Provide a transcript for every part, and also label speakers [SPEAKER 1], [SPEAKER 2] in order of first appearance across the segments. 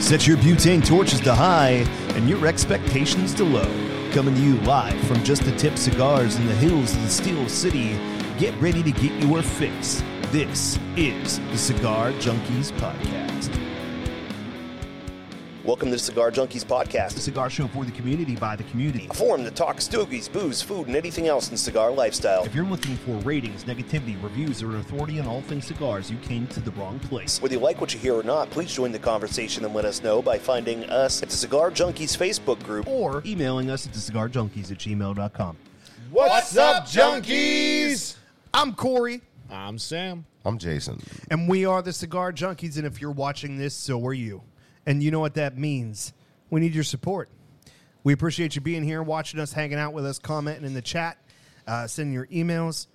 [SPEAKER 1] Set your butane torches to high and your expectations to low. Coming to you live from Just the Tip Cigars in the hills of the Steel City. Get ready to get your fix. This is the Cigar Junkies Podcast.
[SPEAKER 2] Welcome to the Cigar Junkies
[SPEAKER 1] The
[SPEAKER 2] podcast,
[SPEAKER 1] cigar show for the community by the community.
[SPEAKER 2] a forum that talks stogies, booze, food, and anything else in cigar lifestyle.
[SPEAKER 1] If you're looking for ratings, negativity, reviews, or an authority on all things cigars, you came to the wrong place.
[SPEAKER 2] Whether you like what you hear or not, please join the conversation and let us know by finding us at the Cigar Junkies Facebook group.
[SPEAKER 1] Or emailing us at thecigarjunkies at gmail.com.
[SPEAKER 3] What's up, junkies?
[SPEAKER 1] I'm Corey.
[SPEAKER 3] I'm Sam.
[SPEAKER 4] I'm Jason.
[SPEAKER 1] And we are the Cigar Junkies, and if you're watching this, so are you. And you know what that means. We need your support. We appreciate you being here, watching us, hanging out with us, commenting in the chat, uh, sending your emails.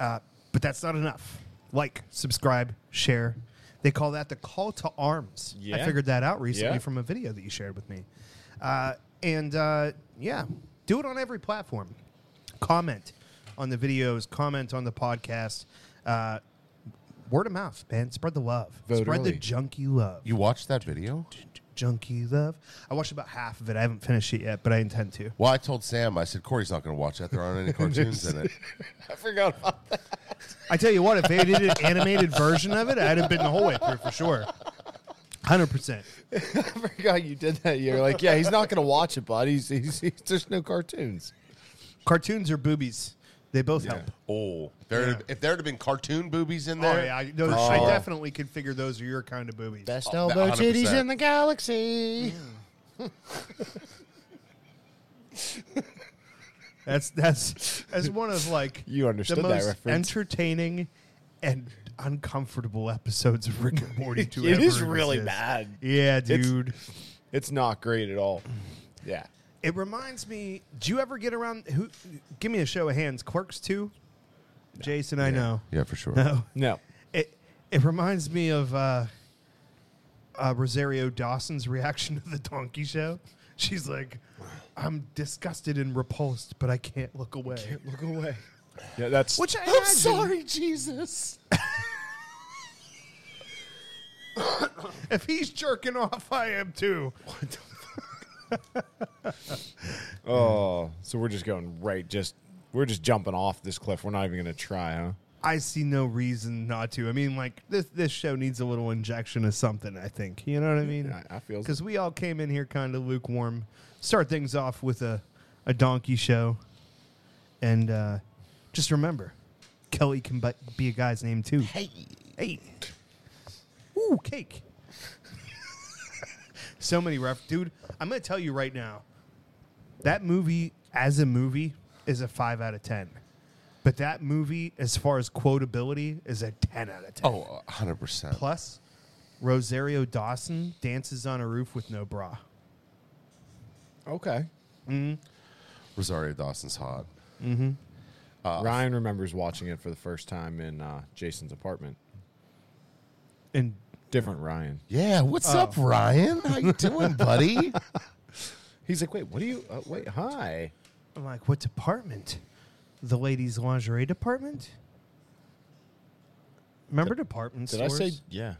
[SPEAKER 1] Uh, but that's not enough. Like, subscribe, share. They call that the call to arms. I
[SPEAKER 3] Yeah.
[SPEAKER 1] figured that out recently
[SPEAKER 3] Yeah.
[SPEAKER 1] from a video that you shared with me. Uh, and uh, yeah, do it on every platform. Comment on the videos, comment on the podcast. Uh, word of mouth, man. Spread the love.
[SPEAKER 4] Vote
[SPEAKER 1] Spread the
[SPEAKER 4] early.
[SPEAKER 1] junkie love.
[SPEAKER 4] You watched that video?
[SPEAKER 1] junkie love. I watched about half of it. I haven't finished it yet, but I intend to.
[SPEAKER 4] Well, I told Sam, I said, Corey's not going to watch that. There aren't any cartoons in it.
[SPEAKER 3] I forgot about
[SPEAKER 1] I tell you what, if they did an animated version of it, I'd have been the whole way through for sure. 100%.
[SPEAKER 3] I forgot you did that. You're like, yeah, he's not gonna watch it, bud. He's, he's, he's there's no cartoons.
[SPEAKER 1] Cartoons or boobies, they both help.
[SPEAKER 4] Oh, there if there had been cartoon boobies in
[SPEAKER 1] Oh,
[SPEAKER 4] there,
[SPEAKER 1] yeah. I, those,
[SPEAKER 4] for
[SPEAKER 1] I
[SPEAKER 4] sure.
[SPEAKER 1] definitely could figure those are your kind of boobies.
[SPEAKER 3] Best
[SPEAKER 4] Oh, elbow 100%. titties in the
[SPEAKER 3] galaxy.
[SPEAKER 1] That's that's as one of like
[SPEAKER 3] You understood
[SPEAKER 1] the
[SPEAKER 3] that
[SPEAKER 1] most
[SPEAKER 3] reference.
[SPEAKER 1] entertaining and uncomfortable episodes of Rick and Morty. To
[SPEAKER 3] It
[SPEAKER 1] ever
[SPEAKER 3] is really
[SPEAKER 1] exist.
[SPEAKER 3] bad.
[SPEAKER 1] Yeah,
[SPEAKER 3] It's-
[SPEAKER 1] dude.
[SPEAKER 3] It's not great at all. Yeah.
[SPEAKER 1] It reminds me. Do you ever get around? Who? Give me a show of hands. Quirks too. Jason, I know.
[SPEAKER 4] Yeah, for sure.
[SPEAKER 1] No.
[SPEAKER 3] No.
[SPEAKER 1] It it reminds me of uh, uh, Rosario Dawson's reaction to the Donkey Show. She's like, "I'm disgusted and repulsed, but I can't look away."
[SPEAKER 3] Look away. Yeah, that's Oh,
[SPEAKER 1] Which I
[SPEAKER 3] I'm
[SPEAKER 1] imagine-
[SPEAKER 3] sorry, Jesus.
[SPEAKER 1] If he's jerking off, I am too.
[SPEAKER 3] Oh, so we're just going right. Just we're just jumping off this cliff. We're not even gonna try, huh?
[SPEAKER 1] I see no reason not to. I mean, like this this show needs a little injection of something. I think you know what I mean.
[SPEAKER 3] I- I feels it.
[SPEAKER 1] because we all came in here kind of lukewarm. Start things off with a a donkey show, and uh, just remember, Kelly can bu- be a guy's name too. Hey, hey, ooh, cake. so many ref, dude. I'm gonna tell you right now, that movie as a movie is a five out of ten. But that movie, as far as quotability, is a 10 out of 10.
[SPEAKER 4] Oh, 100%.
[SPEAKER 1] Plus, Rosario Dawson dances on a roof with no bra.
[SPEAKER 3] Okay.
[SPEAKER 4] Rosario Dawson's hot.
[SPEAKER 3] Uh, Ryan remembers watching it for the first time in uh, Jason's apartment.
[SPEAKER 1] And
[SPEAKER 3] Different Ryan.
[SPEAKER 4] Yeah, what's
[SPEAKER 1] Uh,
[SPEAKER 4] up, Ryan? How you doing, buddy?
[SPEAKER 3] He's like, wait, what do you? Uh, wait, hi.
[SPEAKER 1] I'm like, what department? The ladies' lingerie department? Remember department
[SPEAKER 3] Did
[SPEAKER 1] stores?
[SPEAKER 3] I say? Yeah,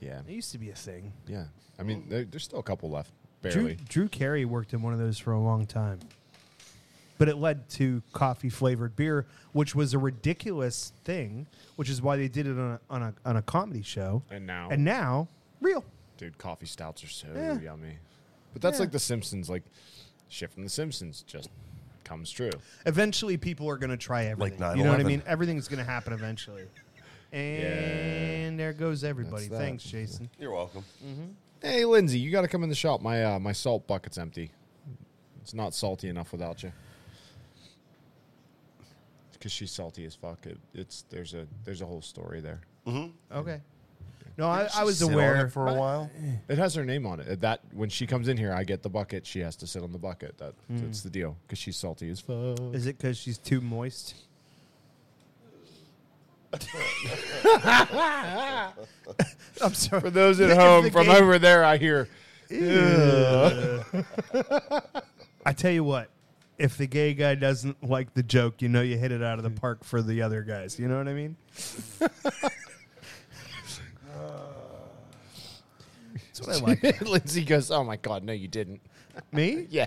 [SPEAKER 3] yeah,
[SPEAKER 1] It used to be a thing.
[SPEAKER 3] yeah. I mean, there, there's still a couple left,
[SPEAKER 1] Drew,
[SPEAKER 3] barely.
[SPEAKER 1] Drew Carey worked in one of those for a long time. But it led to coffee flavored beer, which was a ridiculous thing, which is why they did it on a, on a, on a comedy show.
[SPEAKER 3] And now-
[SPEAKER 1] And now, real.
[SPEAKER 3] Dude, coffee stouts are so
[SPEAKER 1] Yeah.
[SPEAKER 3] yummy. But that's
[SPEAKER 1] Yeah.
[SPEAKER 3] like The Simpsons. Like, shit from The Simpsons just comes true.
[SPEAKER 1] Eventually, people are going to try everything.
[SPEAKER 4] Like
[SPEAKER 1] you know what I
[SPEAKER 4] 9/11.
[SPEAKER 1] mean? Everything's going to happen eventually. And there goes everybody.
[SPEAKER 3] That's that.
[SPEAKER 1] Thanks, Jason.
[SPEAKER 4] You're welcome.
[SPEAKER 3] Hey, Lindsay, you got to come in the shop. My uh, my salt bucket's empty. It's not salty enough without you. Because she's salty as fuck. It, it's there's a there's a whole story there.
[SPEAKER 1] Okay. No, I, I was aware.
[SPEAKER 4] for a while.
[SPEAKER 3] It has her name on it. That when she comes in here, I get the bucket. She has to sit on the bucket. That that's the deal. Because she's salty as fuck.
[SPEAKER 1] Is it because she's too moist? I'm sorry.
[SPEAKER 3] For those at
[SPEAKER 1] If
[SPEAKER 3] home
[SPEAKER 1] the
[SPEAKER 3] from
[SPEAKER 1] game-
[SPEAKER 3] over there, I hear
[SPEAKER 1] I tell you what, if the gay guy doesn't like the joke, you know you hit it out of the park for the other guys. You know what I mean? That's what I like.
[SPEAKER 5] Lindsay goes, "Oh my god, no, you didn't."
[SPEAKER 1] me?
[SPEAKER 5] Yeah,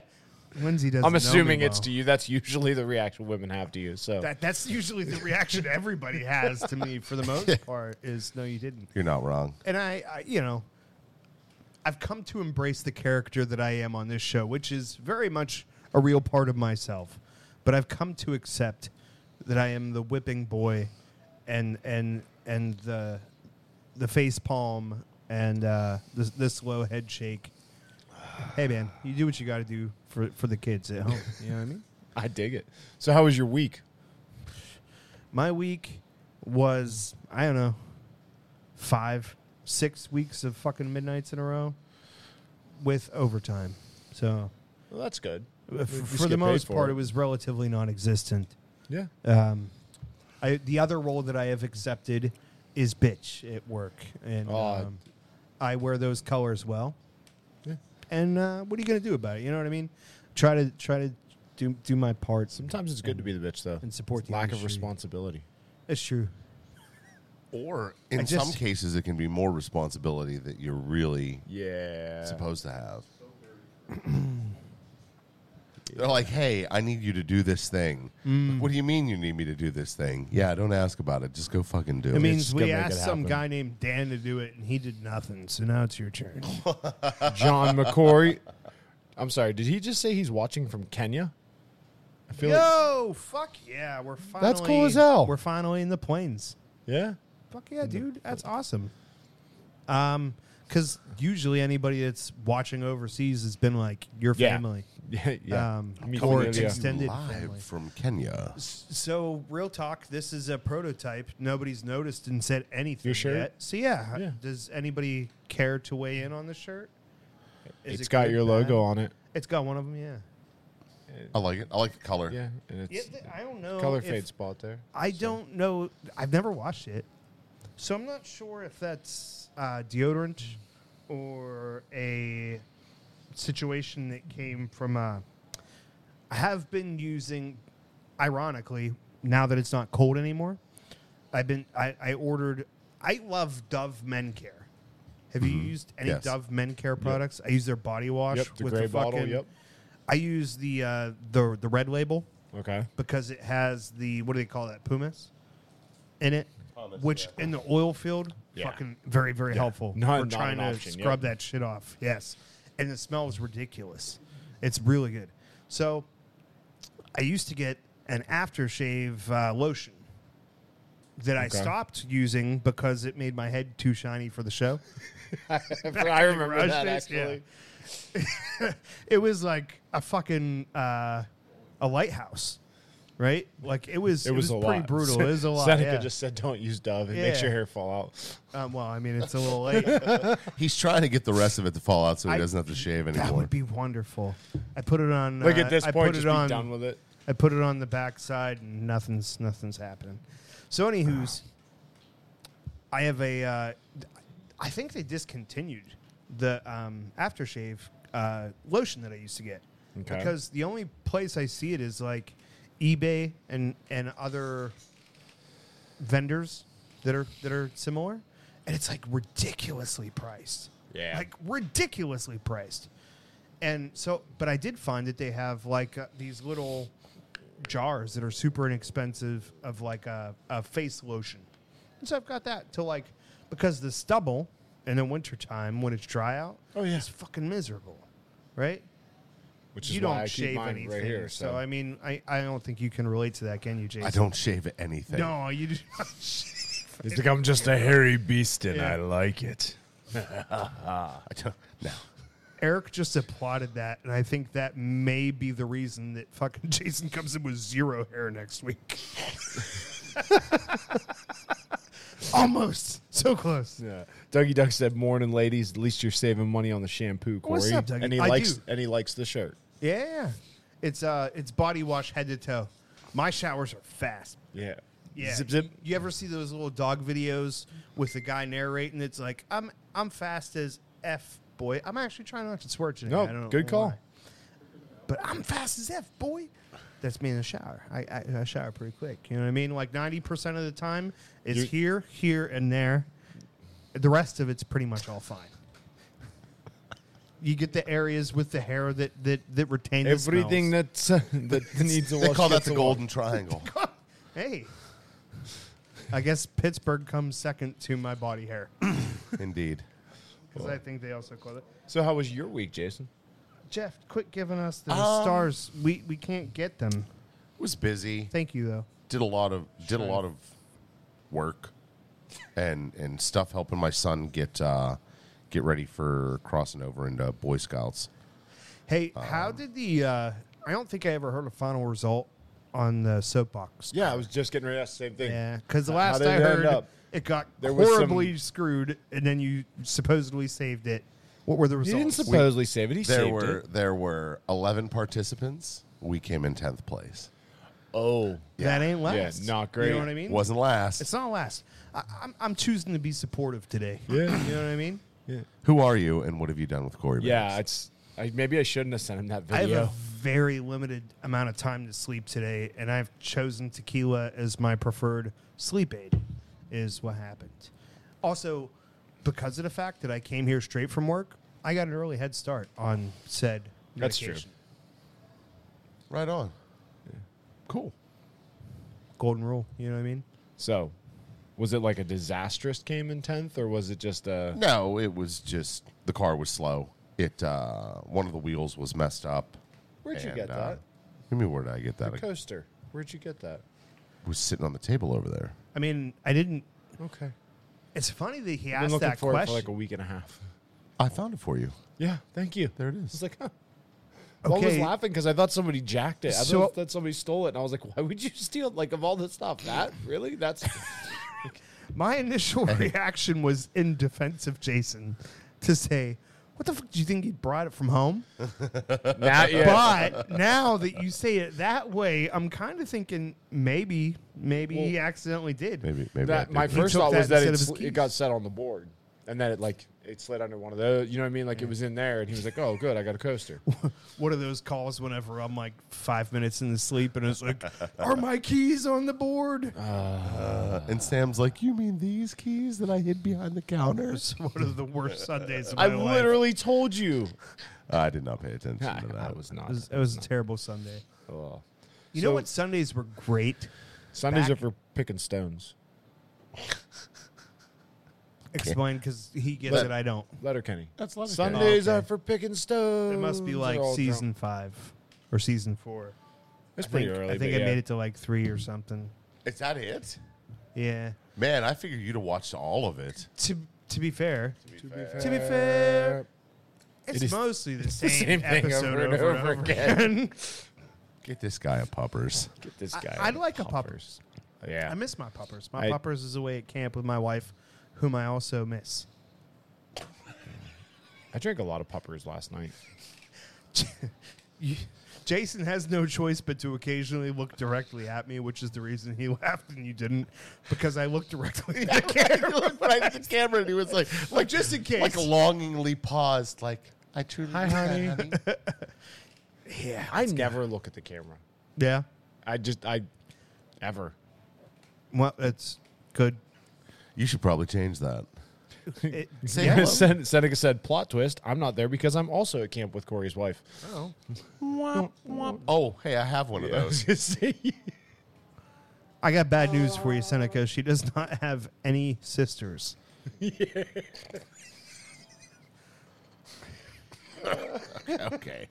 [SPEAKER 1] Lindsay doesn't.
[SPEAKER 5] I'm
[SPEAKER 1] know
[SPEAKER 5] assuming
[SPEAKER 1] me
[SPEAKER 5] it's
[SPEAKER 1] well.
[SPEAKER 5] to you. That's usually the reaction women have to you. So
[SPEAKER 1] That, that's usually the reaction everybody has to me for the most part is no, you didn't.
[SPEAKER 4] You're not wrong.
[SPEAKER 1] and I, I you know i've come to embrace the character that i am on this show which is very much a real part of myself but i've come to accept that i am the whipping boy and and and the the face palm and uh the, the slow head shake hey man you do what you got to do for for the kids at home you know what i mean
[SPEAKER 5] I dig it. So how was your week?
[SPEAKER 1] my week was i don't know five six weeks of fucking midnights in a row with overtime so
[SPEAKER 5] Well, that's good.
[SPEAKER 1] Uh, f- for the most part it was relatively non-existent
[SPEAKER 5] yeah.
[SPEAKER 1] um, I, the other role that i have accepted is bitch at work and
[SPEAKER 5] Aw.
[SPEAKER 1] um, i wear those colors well
[SPEAKER 5] Yeah.
[SPEAKER 1] and uh, what are you going to do about it you know what i mean try to try to do, do my part
[SPEAKER 5] Sometimes it's good to be the bitch though
[SPEAKER 1] And support the
[SPEAKER 5] lack of
[SPEAKER 1] industry.
[SPEAKER 5] responsibility.
[SPEAKER 1] that's true
[SPEAKER 4] Or in
[SPEAKER 1] just-
[SPEAKER 4] some cases, it can be more responsibility that you're really
[SPEAKER 5] Yeah.
[SPEAKER 4] supposed to have. They're like, hey, I need you to do this thing. Like, what do you mean you need me to do this thing? Yeah, don't ask about it. Just go fucking do it.
[SPEAKER 1] It means
[SPEAKER 5] just
[SPEAKER 1] we
[SPEAKER 5] gonna make it
[SPEAKER 1] asked some
[SPEAKER 5] happen.
[SPEAKER 1] guy named Dan to do it, and he did nothing. So now it's your turn.
[SPEAKER 5] John McCory. I'm sorry. Did he just say he's watching from Kenya? I feel like
[SPEAKER 1] Yo, fuck yeah, we're finally
[SPEAKER 5] That's cool as hell.
[SPEAKER 1] We're finally in the plains.
[SPEAKER 5] yeah.
[SPEAKER 1] Fuck yeah, dude, that's awesome. Um, because usually anybody that's watching overseas has been like your
[SPEAKER 5] Yeah.
[SPEAKER 1] family.
[SPEAKER 5] Yeah. yeah.
[SPEAKER 1] Um,
[SPEAKER 5] Me
[SPEAKER 1] Coming
[SPEAKER 5] too,
[SPEAKER 1] to
[SPEAKER 5] yeah.
[SPEAKER 1] extent- extended
[SPEAKER 4] live
[SPEAKER 1] family.
[SPEAKER 4] from Kenya.
[SPEAKER 1] So real talk, this is a prototype. Nobody's noticed and said anything
[SPEAKER 5] Your shirt?
[SPEAKER 1] yet. So yeah,
[SPEAKER 5] Yeah.
[SPEAKER 1] does anybody care to weigh in on the shirt? Is
[SPEAKER 5] It's
[SPEAKER 1] it
[SPEAKER 5] got
[SPEAKER 1] good,
[SPEAKER 5] your
[SPEAKER 1] bad?
[SPEAKER 5] logo on it.
[SPEAKER 1] It's got one of them. Yeah.
[SPEAKER 4] I like it. I like the color.
[SPEAKER 5] Yeah. And
[SPEAKER 1] Yeah,
[SPEAKER 5] it's
[SPEAKER 1] th- I don't know.
[SPEAKER 5] color
[SPEAKER 1] if-
[SPEAKER 5] fade spot there.
[SPEAKER 1] I don't know. I've never watched it, so I'm not sure if that's uh, deodorant or a situation that came from. Uh, I have been using, ironically, now that it's not cold anymore. I've been. I, I ordered. I love Dove Men Care. Have you used any
[SPEAKER 4] Yes.
[SPEAKER 1] Dove Men Care products? I use their body wash
[SPEAKER 5] Mm-hmm. Yep, the
[SPEAKER 1] with
[SPEAKER 5] gray
[SPEAKER 1] the fucking.
[SPEAKER 5] bottle, yep.
[SPEAKER 1] I use the uh, the the red label
[SPEAKER 5] Okay.
[SPEAKER 1] because it has the what do they call that pumice in it, which in the oil field,
[SPEAKER 5] Yeah.
[SPEAKER 1] fucking very very helpful.
[SPEAKER 5] Not-
[SPEAKER 1] We're
[SPEAKER 5] not
[SPEAKER 1] trying
[SPEAKER 5] an
[SPEAKER 1] to
[SPEAKER 5] option, yeah.
[SPEAKER 1] scrub that shit off. Yes, and the smell is ridiculous. It's really good. So, I used to get an aftershave uh, lotion that I
[SPEAKER 5] Okay.
[SPEAKER 1] stopped using because it made my head too shiny for the show.
[SPEAKER 5] I remember
[SPEAKER 1] garage
[SPEAKER 5] that
[SPEAKER 1] face, yeah.
[SPEAKER 5] actually.
[SPEAKER 1] it was like a fucking uh, a lighthouse, right? Like it was. It,
[SPEAKER 5] It was, a
[SPEAKER 1] pretty
[SPEAKER 5] lot.
[SPEAKER 1] brutal. It was a lot.
[SPEAKER 5] Seneca
[SPEAKER 1] yeah.
[SPEAKER 5] just said, "Don't use Dove. It makes
[SPEAKER 1] Yeah.
[SPEAKER 5] your hair fall out."
[SPEAKER 1] Um, well, I mean, it's a little late.
[SPEAKER 4] He's trying to get the rest of it to fall out so he
[SPEAKER 1] I-
[SPEAKER 4] doesn't have to shave anymore.
[SPEAKER 1] that would be wonderful. I put it on.
[SPEAKER 5] Look
[SPEAKER 1] uh,
[SPEAKER 5] at this
[SPEAKER 1] I
[SPEAKER 5] point.
[SPEAKER 1] Put
[SPEAKER 5] Just
[SPEAKER 1] it
[SPEAKER 5] be
[SPEAKER 1] on,
[SPEAKER 5] done with it.
[SPEAKER 1] I put it on the backside, and nothing's nothing's happening. So, anywho's, I have a. Uh, I think they discontinued the um, aftershave uh, lotion that I used to get
[SPEAKER 5] Okay.
[SPEAKER 1] because the only place I see it is like eBay and and other vendors that are that are similar, and it's like ridiculously priced.
[SPEAKER 5] Yeah.
[SPEAKER 1] like ridiculously priced. And so, but I did find that they have like uh, these little jars that are super inexpensive of like a, a face lotion. And so I've got that to like, because the stubble in the wintertime when it's dry out,
[SPEAKER 5] Oh, yeah.
[SPEAKER 1] it's fucking miserable, right?
[SPEAKER 5] Which is
[SPEAKER 1] You
[SPEAKER 5] why
[SPEAKER 1] don't
[SPEAKER 5] I keep
[SPEAKER 1] shave
[SPEAKER 5] mine
[SPEAKER 1] anything.
[SPEAKER 5] right here.
[SPEAKER 1] so. I mean, I, I don't think you can relate to that, can you, Jason?
[SPEAKER 4] I don't shave anything.
[SPEAKER 1] No, you do not.
[SPEAKER 5] It's like I'm just a hairy beast and
[SPEAKER 1] Yeah. I
[SPEAKER 5] like it.
[SPEAKER 4] I don't, no.
[SPEAKER 1] Eric just applauded that, and I think that may be the reason that fucking Jason comes in with zero hair next week. Almost. So close.
[SPEAKER 5] Yeah. Dougie Duck said, "Morning, ladies. At least you're saving money on the shampoo, Corey."
[SPEAKER 1] What's up, Dougie?
[SPEAKER 5] And he
[SPEAKER 1] I
[SPEAKER 5] likes
[SPEAKER 1] do.
[SPEAKER 5] and he likes the shirt.
[SPEAKER 1] Yeah. It's uh it's body wash head to toe. My showers are fast.
[SPEAKER 5] Yeah.
[SPEAKER 1] Yeah.
[SPEAKER 5] Zip zip.
[SPEAKER 1] You ever see those little dog videos with the guy narrating it's like I'm I'm fast as F boy. I'm actually trying not to swear today.
[SPEAKER 5] No,
[SPEAKER 1] I don't
[SPEAKER 5] good
[SPEAKER 1] know
[SPEAKER 5] call.
[SPEAKER 1] why. but I'm fast as F, boy. That's me in the shower. I, I, I shower pretty quick. You know what I mean? Like 90% of the time, it's
[SPEAKER 5] You're-
[SPEAKER 1] here, here, and there. The rest of it's pretty much all fine. you get the areas with the hair that that that retain the
[SPEAKER 5] Everything
[SPEAKER 1] smells.
[SPEAKER 5] that's that needs a wash.
[SPEAKER 4] They call that
[SPEAKER 5] gets
[SPEAKER 4] the
[SPEAKER 5] a
[SPEAKER 4] golden triangle.
[SPEAKER 1] Hey, I guess Pittsburgh comes second to my body hair
[SPEAKER 4] Indeed.
[SPEAKER 1] because I think they also call it.
[SPEAKER 5] wash. So how was your week, Jason?
[SPEAKER 1] Jeff, quit giving us the
[SPEAKER 4] Um,
[SPEAKER 1] stars. We we can't get them.
[SPEAKER 4] Was busy.
[SPEAKER 1] Thank you though.
[SPEAKER 4] Did a lot of did a lot of work and and stuff helping my son get uh get ready for crossing over into Boy Scouts.
[SPEAKER 1] Hey,
[SPEAKER 5] Uh-huh.
[SPEAKER 1] how did the? Uh, I don't think I ever heard a final result on the soapbox.
[SPEAKER 5] Yeah, I was just getting ready to ask the same thing.
[SPEAKER 1] Yeah, because the
[SPEAKER 5] How
[SPEAKER 1] last
[SPEAKER 5] did
[SPEAKER 1] I
[SPEAKER 5] it end
[SPEAKER 1] heard,
[SPEAKER 5] up?
[SPEAKER 1] it got
[SPEAKER 5] There was
[SPEAKER 1] horribly screwed, and then you supposedly saved it. What were the
[SPEAKER 5] He
[SPEAKER 1] results?
[SPEAKER 5] didn't supposedly save it. He
[SPEAKER 4] There
[SPEAKER 5] saved
[SPEAKER 4] were
[SPEAKER 5] it.
[SPEAKER 4] there were eleven participants. We came in tenth place.
[SPEAKER 5] Oh,
[SPEAKER 1] That ain't last.
[SPEAKER 5] not
[SPEAKER 1] You
[SPEAKER 5] great.
[SPEAKER 1] know what I mean?
[SPEAKER 4] Wasn't last.
[SPEAKER 1] It's not last. I, I'm, I'm choosing to be supportive today.
[SPEAKER 5] Yeah.
[SPEAKER 1] You know what I mean?
[SPEAKER 4] Who are you and what have you done with Corey?
[SPEAKER 5] yeah. It's I, maybe I shouldn't have sent him that
[SPEAKER 1] I have
[SPEAKER 5] video.
[SPEAKER 1] a very limited amount of time to sleep today, and I've chosen tequila as my preferred sleep aid, is what happened. Also, because of the fact that I came here straight from work, I got an early head start on said
[SPEAKER 5] That's true.
[SPEAKER 1] medication.
[SPEAKER 4] Right on. Cool.
[SPEAKER 1] Golden rule, you know what I mean?
[SPEAKER 5] So, was it like a disastrous came in tenth, or was it just a
[SPEAKER 4] No, it was just the car was slow. It uh, one of the wheels was messed up.
[SPEAKER 5] Where'd you
[SPEAKER 4] and,
[SPEAKER 5] get
[SPEAKER 4] uh,
[SPEAKER 5] that?
[SPEAKER 4] I mean, where did I get that? It
[SPEAKER 5] coaster? Where'd you get that?
[SPEAKER 4] was sitting on the table over there.
[SPEAKER 1] I mean, I didn't.
[SPEAKER 5] Okay,
[SPEAKER 1] It's funny that he
[SPEAKER 5] I've been
[SPEAKER 1] asked
[SPEAKER 5] looking
[SPEAKER 1] that
[SPEAKER 5] for it for
[SPEAKER 1] question.
[SPEAKER 5] like a week and a half.
[SPEAKER 4] I found it for you.
[SPEAKER 5] Yeah, thank you.
[SPEAKER 4] There it
[SPEAKER 5] I
[SPEAKER 4] is.
[SPEAKER 5] was like, huh. Well, I was
[SPEAKER 1] Okay.
[SPEAKER 5] laughing because I thought somebody jacked it. I
[SPEAKER 1] So-
[SPEAKER 5] thought that somebody stole it, and I was like, "Why would you steal it? Like of all the stuff, that really? That's
[SPEAKER 1] My initial reaction was in defense of Jason to say, What the fuck do you think he brought it from home?
[SPEAKER 5] now,
[SPEAKER 1] But now that you say it that way, I'm kind of thinking maybe, maybe he accidentally did.
[SPEAKER 4] Maybe, maybe I
[SPEAKER 5] That
[SPEAKER 4] did.
[SPEAKER 5] my first
[SPEAKER 1] took
[SPEAKER 5] thought
[SPEAKER 1] that
[SPEAKER 5] was
[SPEAKER 1] instead
[SPEAKER 5] that it,
[SPEAKER 1] of his
[SPEAKER 5] sli-
[SPEAKER 1] keys.
[SPEAKER 5] it got set on the board, and then it like it slid under one of those. You know what I mean? Like it was in there, and he was like, "Oh, good, I got a coaster."
[SPEAKER 1] What are those calls whenever I'm like five minutes in the sleep and it's like, Are my keys on the board?
[SPEAKER 4] Uh, and Sam's like, "You mean these keys that I hid behind the counter?"
[SPEAKER 1] It's one of the worst Sundays of my
[SPEAKER 5] I
[SPEAKER 1] life.
[SPEAKER 5] literally told you.
[SPEAKER 4] I did not pay attention
[SPEAKER 5] I,
[SPEAKER 4] to that.
[SPEAKER 5] was not.
[SPEAKER 1] It was, it was a terrible Sunday.
[SPEAKER 5] Oh.
[SPEAKER 1] You
[SPEAKER 5] So-
[SPEAKER 1] know what Sundays were great?
[SPEAKER 5] Sundays
[SPEAKER 1] back-
[SPEAKER 5] are for picking stones.
[SPEAKER 1] Explain because he gets
[SPEAKER 4] But-
[SPEAKER 1] it, I don't.
[SPEAKER 5] Letter Kenny. That's
[SPEAKER 4] Letterkenny.
[SPEAKER 5] Sundays
[SPEAKER 1] Oh, okay.
[SPEAKER 5] are for picking stones.
[SPEAKER 1] It must be
[SPEAKER 5] Mm, They're
[SPEAKER 1] like
[SPEAKER 5] all drunk.
[SPEAKER 1] season five or season four.
[SPEAKER 5] It's
[SPEAKER 1] I
[SPEAKER 5] pretty
[SPEAKER 1] think,
[SPEAKER 5] early.
[SPEAKER 1] I think
[SPEAKER 5] but
[SPEAKER 1] I
[SPEAKER 5] yeah.
[SPEAKER 1] made it to like three or something.
[SPEAKER 4] Is that it?
[SPEAKER 1] Yeah.
[SPEAKER 4] Man, I figured you'd have watched all of it.
[SPEAKER 1] To to be fair,
[SPEAKER 4] To be fair.
[SPEAKER 1] to be fair, it's
[SPEAKER 5] It is-
[SPEAKER 1] mostly the
[SPEAKER 5] the
[SPEAKER 1] same,
[SPEAKER 5] same thing
[SPEAKER 1] episode
[SPEAKER 5] over and over, again.
[SPEAKER 4] Get this guy a puppers.
[SPEAKER 5] Get this
[SPEAKER 1] I-
[SPEAKER 5] guy.
[SPEAKER 1] I'd like a puppers.
[SPEAKER 5] Yeah.
[SPEAKER 1] I miss my puppers. My
[SPEAKER 5] I-
[SPEAKER 1] puppers is away at camp with my wife, whom I also miss.
[SPEAKER 5] I drank a lot of poppers last night.
[SPEAKER 1] You- Jason has no choice but to occasionally look directly at me, which is the reason he laughed and you didn't, because I looked directly at the camera.
[SPEAKER 4] looked right at the camera and he was like, like
[SPEAKER 1] just in case.
[SPEAKER 4] like longingly paused, like I truly.
[SPEAKER 5] Hi,
[SPEAKER 4] did that,
[SPEAKER 5] honey.
[SPEAKER 1] Yeah,
[SPEAKER 5] I never look at the camera.
[SPEAKER 1] yeah.
[SPEAKER 5] I just I ever.
[SPEAKER 1] Well, it's good.
[SPEAKER 4] You should probably change that.
[SPEAKER 1] It,
[SPEAKER 4] Say
[SPEAKER 1] yeah.
[SPEAKER 4] hello.
[SPEAKER 5] Sen- Seneca said, "Plot twist: I'm not there because I'm also at camp with Corey's wife."
[SPEAKER 4] Oh, hey, I have one of those.
[SPEAKER 1] I got
[SPEAKER 5] Oh.
[SPEAKER 1] bad news for you, Seneca. She does not have any sisters.
[SPEAKER 4] okay.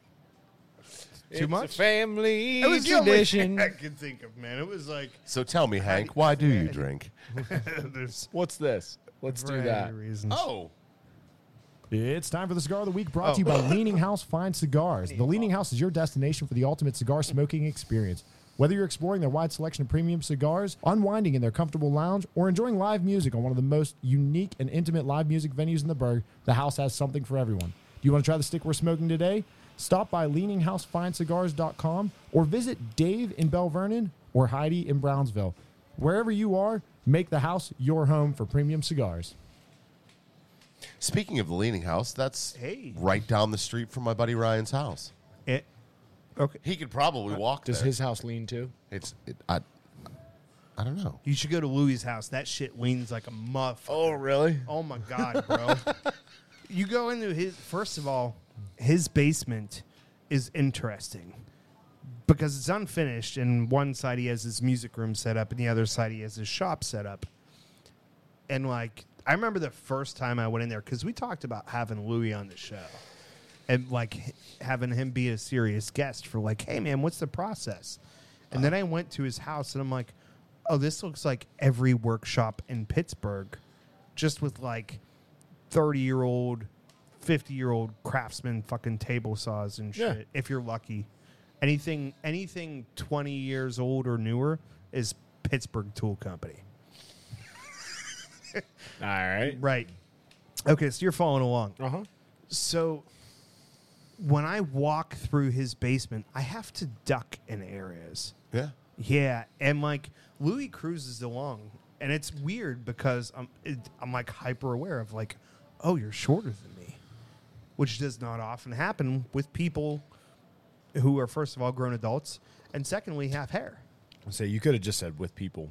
[SPEAKER 1] Too much.
[SPEAKER 5] family
[SPEAKER 1] It was the only
[SPEAKER 5] tradition.
[SPEAKER 1] thing I could think of, man. It was like
[SPEAKER 4] So tell me, Hank, why do you drink?
[SPEAKER 1] there's
[SPEAKER 5] What's this? Let's do
[SPEAKER 1] variety
[SPEAKER 5] that.
[SPEAKER 1] of reasons.
[SPEAKER 4] Oh,
[SPEAKER 3] It's time for the cigar of the week brought to you by Leaning House Fine Cigars. The Leaning House is your destination for the ultimate cigar smoking experience. Whether you're exploring their wide selection of premium cigars, unwinding in their comfortable lounge, or enjoying live music on one of the most unique and intimate live music venues in the burg, the house has something for everyone. Do you want to try the stick we're smoking today? Stop by leaninghousefindcigars.com or visit Dave in Bell Vernon or Heidi in Brownsville. Wherever you are, make the house your home for premium cigars.
[SPEAKER 4] speaking of the Leaning House, that's
[SPEAKER 1] Hey.
[SPEAKER 4] right down the street from my buddy Ryan's house.
[SPEAKER 1] It- okay.
[SPEAKER 4] He could probably walk
[SPEAKER 5] Does
[SPEAKER 4] there.
[SPEAKER 5] his house lean too?
[SPEAKER 4] It's it, I. I don't know.
[SPEAKER 1] You should go to Louie's house. That shit leans like a muff.
[SPEAKER 5] Oh, really?
[SPEAKER 1] Oh my god, bro. you go into his first of all, his basement is interesting because it's unfinished and one side he has his music room set up and the other side he has his shop set up and like i remember the first time i went in there because we talked about having louis on the show and like h- having him be a serious guest for like hey man what's the process and then i went to his house and i'm like oh this looks like every workshop in pittsburgh just with like 30 year old, 50 year old craftsman fucking table saws and
[SPEAKER 5] Yeah.
[SPEAKER 1] shit. If you're lucky, anything anything 20 years old or newer is Pittsburgh Tool Company.
[SPEAKER 5] All right.
[SPEAKER 1] Right. Okay, so you're following along.
[SPEAKER 5] Uh huh.
[SPEAKER 1] So when I walk through his basement, I have to duck in areas.
[SPEAKER 4] Yeah.
[SPEAKER 1] Yeah, and like Louis cruises along, and it's weird because I'm it, I'm like hyper aware of like, oh, you're shorter than me, which does not often happen with people who are first of all grown adults and secondly have hair.
[SPEAKER 5] Say you could have just said with people.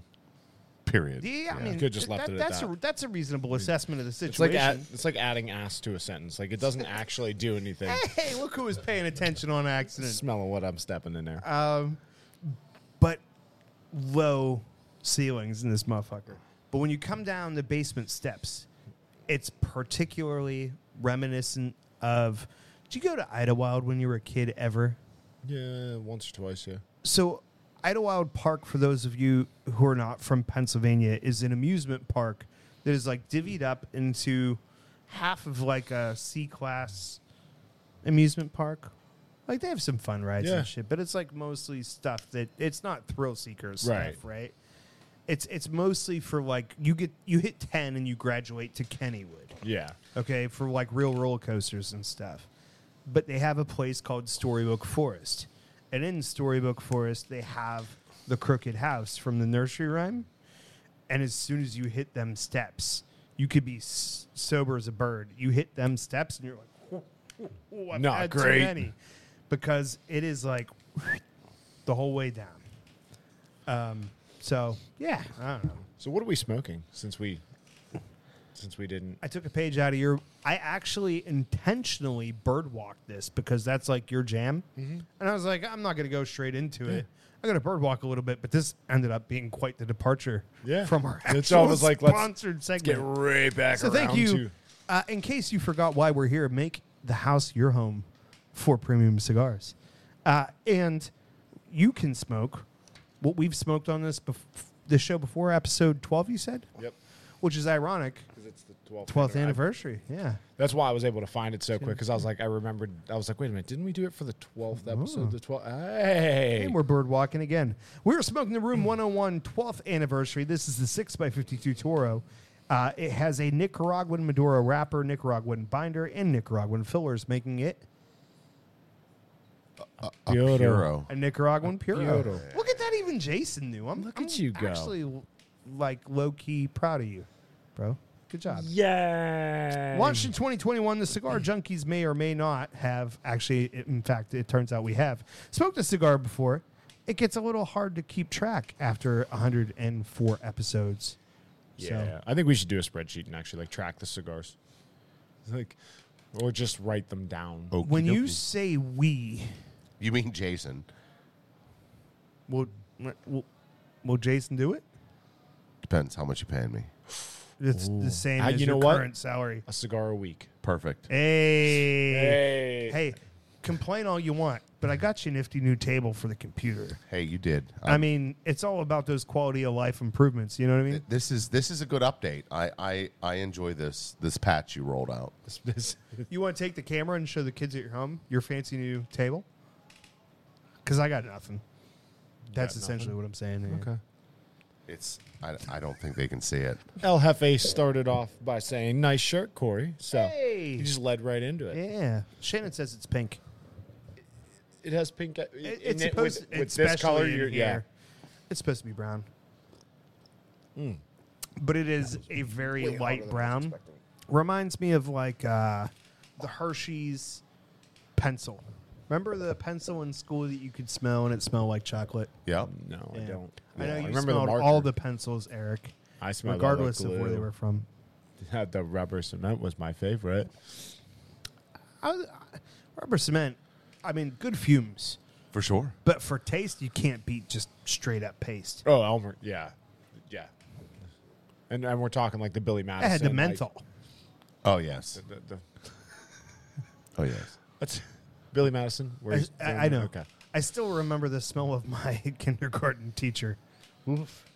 [SPEAKER 4] Period.
[SPEAKER 1] Yeah, I
[SPEAKER 5] Yeah,
[SPEAKER 1] mean,
[SPEAKER 5] could've just left
[SPEAKER 1] that-
[SPEAKER 5] it at
[SPEAKER 1] that's
[SPEAKER 5] that. Mm.
[SPEAKER 1] a that's a reasonable assessment of the
[SPEAKER 5] It's like uh,
[SPEAKER 1] situation.
[SPEAKER 5] add, it's like adding ass to a sentence. Like it doesn't actually do anything.
[SPEAKER 1] hey, look who was paying attention on accident.
[SPEAKER 5] Smelling what I'm stepping in there.
[SPEAKER 1] Uh, but low ceilings in this motherfucker. But when you come down the basement steps, it's particularly reminiscent of. Did you go to Idlewild when you were a kid ever?
[SPEAKER 5] yeah, once or twice. Yeah.
[SPEAKER 1] So, Idlewild Park, for those of you who are not from Pennsylvania, is an amusement park that is like divvied up into half of like a C class amusement park. Like they have some fun rides
[SPEAKER 5] Yeah.
[SPEAKER 1] and shit, but it's like mostly stuff that it's not thrill seekers
[SPEAKER 5] Right.
[SPEAKER 1] stuff, right? It's it's mostly for like you get you hit ten and you graduate to Kennywood
[SPEAKER 5] Yeah.
[SPEAKER 1] okay, for like real roller coasters and stuff. But they have a place called Storybook Forest. And in Storybook Forest, they have the Crooked House from the nursery rhyme. And as soon as you hit them steps, you could be s- sober as a bird. You hit them steps and you're like, "Whoa, whoa, whoa, I've
[SPEAKER 5] Not
[SPEAKER 1] had
[SPEAKER 5] great."
[SPEAKER 1] Too many. Because it is like the whole way down. Um, so, yeah, I don't know.
[SPEAKER 5] So what are we smoking since we since we didn't?
[SPEAKER 1] I took a page out of your. I actually intentionally birdwalked this because that's like your jam,
[SPEAKER 5] Mm-hmm.
[SPEAKER 1] and I was like, I'm not going to go straight into it. I'm going to birdwalk a little bit, but this ended up being quite the departure
[SPEAKER 5] Yeah.
[SPEAKER 1] from our actual
[SPEAKER 5] It's almost like, let's
[SPEAKER 1] sponsored
[SPEAKER 5] Get
[SPEAKER 1] segment.
[SPEAKER 5] right back.
[SPEAKER 1] so thank
[SPEAKER 5] around
[SPEAKER 1] you.
[SPEAKER 5] to-
[SPEAKER 1] Uh, in case you forgot why we're here, make the house your home for premium cigars, uh, and you can smoke what we've smoked on this bef- the show before episode 12. You said,
[SPEAKER 5] Yep.
[SPEAKER 1] which is ironic.
[SPEAKER 5] 'Cause it's the twelfth.
[SPEAKER 1] 12th anniversary, yeah.
[SPEAKER 5] That's why I was able to find it so quick because I was like, I remembered. I was like, wait a minute, didn't we do it for the twelfth episode? The twelfth. Oh. Hey.
[SPEAKER 1] And we're bird walking again. We're smoking the Room 101 12th anniversary. This is the 6x52 Toro. Uh, it has a Nicaraguan Maduro wrapper, Nicaraguan binder, and Nicaraguan fillers, making it
[SPEAKER 4] A
[SPEAKER 1] uh,
[SPEAKER 5] Puro.
[SPEAKER 4] Puro.
[SPEAKER 1] a Nicaraguan Puro.
[SPEAKER 5] Puro.
[SPEAKER 1] Look at that, even Jason knew. I'm,
[SPEAKER 5] Look
[SPEAKER 1] I'm
[SPEAKER 5] at you go.
[SPEAKER 1] actually like low key proud of you, bro. Good job.
[SPEAKER 5] Yeah.
[SPEAKER 1] Launched in 2021, the cigar junkies may or may not have actually, i- in fact, it turns out we have smoked a cigar before. It gets a little hard to keep track after 104 episodes.
[SPEAKER 5] Yeah, I think we should do a spreadsheet and actually like track the cigars, like, or just write
[SPEAKER 4] Oh,
[SPEAKER 5] them down.
[SPEAKER 1] So when you
[SPEAKER 4] Okey-dokey.
[SPEAKER 1] say we,
[SPEAKER 4] you mean Jason?
[SPEAKER 1] will, will, will Jason do it?
[SPEAKER 4] Depends how much you paying me.
[SPEAKER 1] It's the same
[SPEAKER 5] Ah,
[SPEAKER 1] as
[SPEAKER 5] you
[SPEAKER 1] your
[SPEAKER 5] know what?
[SPEAKER 1] current salary.
[SPEAKER 5] A cigar a week.
[SPEAKER 4] Perfect.
[SPEAKER 1] Hey. hey.
[SPEAKER 5] Hey.
[SPEAKER 1] complain all you want, but I got you a nifty new table for the computer.
[SPEAKER 4] Hey, you did. Um,
[SPEAKER 1] I mean, it's all about those quality of life improvements. You know what I mean?
[SPEAKER 4] this is this is a good update. I I, I enjoy this this patch you rolled out.
[SPEAKER 5] This- this-
[SPEAKER 1] You want to take the camera and show the kids at your home your fancy new table? Because I got nothing. That's
[SPEAKER 5] got
[SPEAKER 1] essentially what I'm saying. here.
[SPEAKER 5] okay.
[SPEAKER 4] It's I, I don't think they can see it.
[SPEAKER 5] El Jefe started off by saying, "Nice shirt, Corey." So
[SPEAKER 1] Hey.
[SPEAKER 5] he just led right into it.
[SPEAKER 1] Yeah. Shannon says it's pink.
[SPEAKER 5] It has pink.
[SPEAKER 1] It- it's supposed
[SPEAKER 5] with, with
[SPEAKER 1] especially
[SPEAKER 5] this color.
[SPEAKER 1] in
[SPEAKER 5] You're, yeah.
[SPEAKER 1] here, It's supposed to be brown.
[SPEAKER 5] Hmm.
[SPEAKER 1] But it is a very light brown. Reminds me of like uh, the Hershey's pencil. Remember the pencil in school that you could smell and it smelled like chocolate?
[SPEAKER 4] Yep.
[SPEAKER 5] No, I
[SPEAKER 1] Yeah.
[SPEAKER 5] don't.
[SPEAKER 1] I know
[SPEAKER 5] I
[SPEAKER 1] you
[SPEAKER 5] remember the
[SPEAKER 1] smelled
[SPEAKER 5] marker.
[SPEAKER 1] all the pencils, Eric.
[SPEAKER 5] I smelled all the
[SPEAKER 1] regardless of where they
[SPEAKER 5] glue.
[SPEAKER 1] were from.
[SPEAKER 5] Had the rubber cement was my favorite.
[SPEAKER 1] I was, Rubber cement, I mean, good fumes,
[SPEAKER 4] for sure.
[SPEAKER 1] but for taste, you can't beat just straight up paste.
[SPEAKER 5] Oh, Elmer. Yeah, yeah. And and we're talking like the Billy
[SPEAKER 1] I
[SPEAKER 5] Madison.
[SPEAKER 1] had the
[SPEAKER 5] like-
[SPEAKER 1] menthol.
[SPEAKER 4] Oh yes.
[SPEAKER 5] the- the-
[SPEAKER 4] Oh yes.
[SPEAKER 5] that's Billy Madison.
[SPEAKER 1] I,
[SPEAKER 5] Where's
[SPEAKER 1] I- I know.
[SPEAKER 5] Okay.
[SPEAKER 1] I still remember the smell of my kindergarten teacher.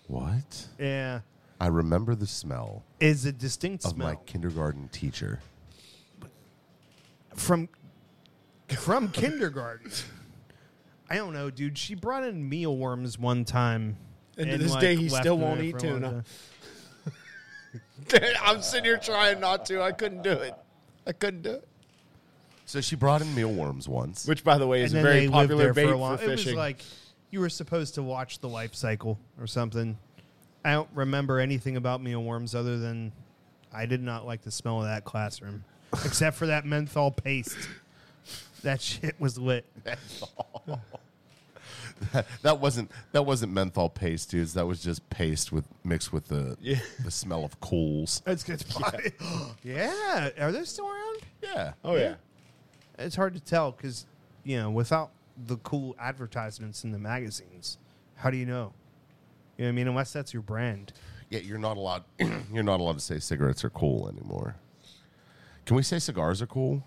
[SPEAKER 4] What?
[SPEAKER 1] Yeah,
[SPEAKER 4] I remember the smell
[SPEAKER 1] is a distinct
[SPEAKER 4] of
[SPEAKER 1] smell
[SPEAKER 4] my kindergarten teacher.
[SPEAKER 1] from from kindergarten. I don't know, dude. She brought in mealworms one time.
[SPEAKER 5] And to this day, he
[SPEAKER 1] left
[SPEAKER 5] still
[SPEAKER 1] them
[SPEAKER 5] won't
[SPEAKER 1] there
[SPEAKER 5] eat
[SPEAKER 1] for a long
[SPEAKER 5] tuna.
[SPEAKER 1] time.
[SPEAKER 5] I'm sitting here trying not to. I couldn't do it. I couldn't do it.
[SPEAKER 4] So she brought in mealworms once.
[SPEAKER 5] Which, by the way, is
[SPEAKER 1] And
[SPEAKER 5] a
[SPEAKER 1] then
[SPEAKER 5] very
[SPEAKER 1] they lived
[SPEAKER 5] popular
[SPEAKER 1] there
[SPEAKER 5] bait
[SPEAKER 1] for a
[SPEAKER 5] for,
[SPEAKER 1] while. It was
[SPEAKER 5] fishing.
[SPEAKER 1] like you were supposed to watch the life cycle or something. I don't remember anything about mealworms other than I did not like the smell of that classroom, except for that menthol paste. That shit was lit.
[SPEAKER 4] that wasn't that wasn't menthol paste, dudes. That was just paste with mixed with the
[SPEAKER 5] Yeah. Uh,
[SPEAKER 4] the smell of cools.
[SPEAKER 1] That's good. yeah, are those still around?
[SPEAKER 4] Yeah.
[SPEAKER 5] oh yeah.
[SPEAKER 1] it's hard to tell because you know without the cool advertisements in the magazines how do you know you know what i mean unless that's your brand
[SPEAKER 4] Yeah, you're not allowed. you're not allowed to say cigarettes are cool anymore. Can we say cigars are cool?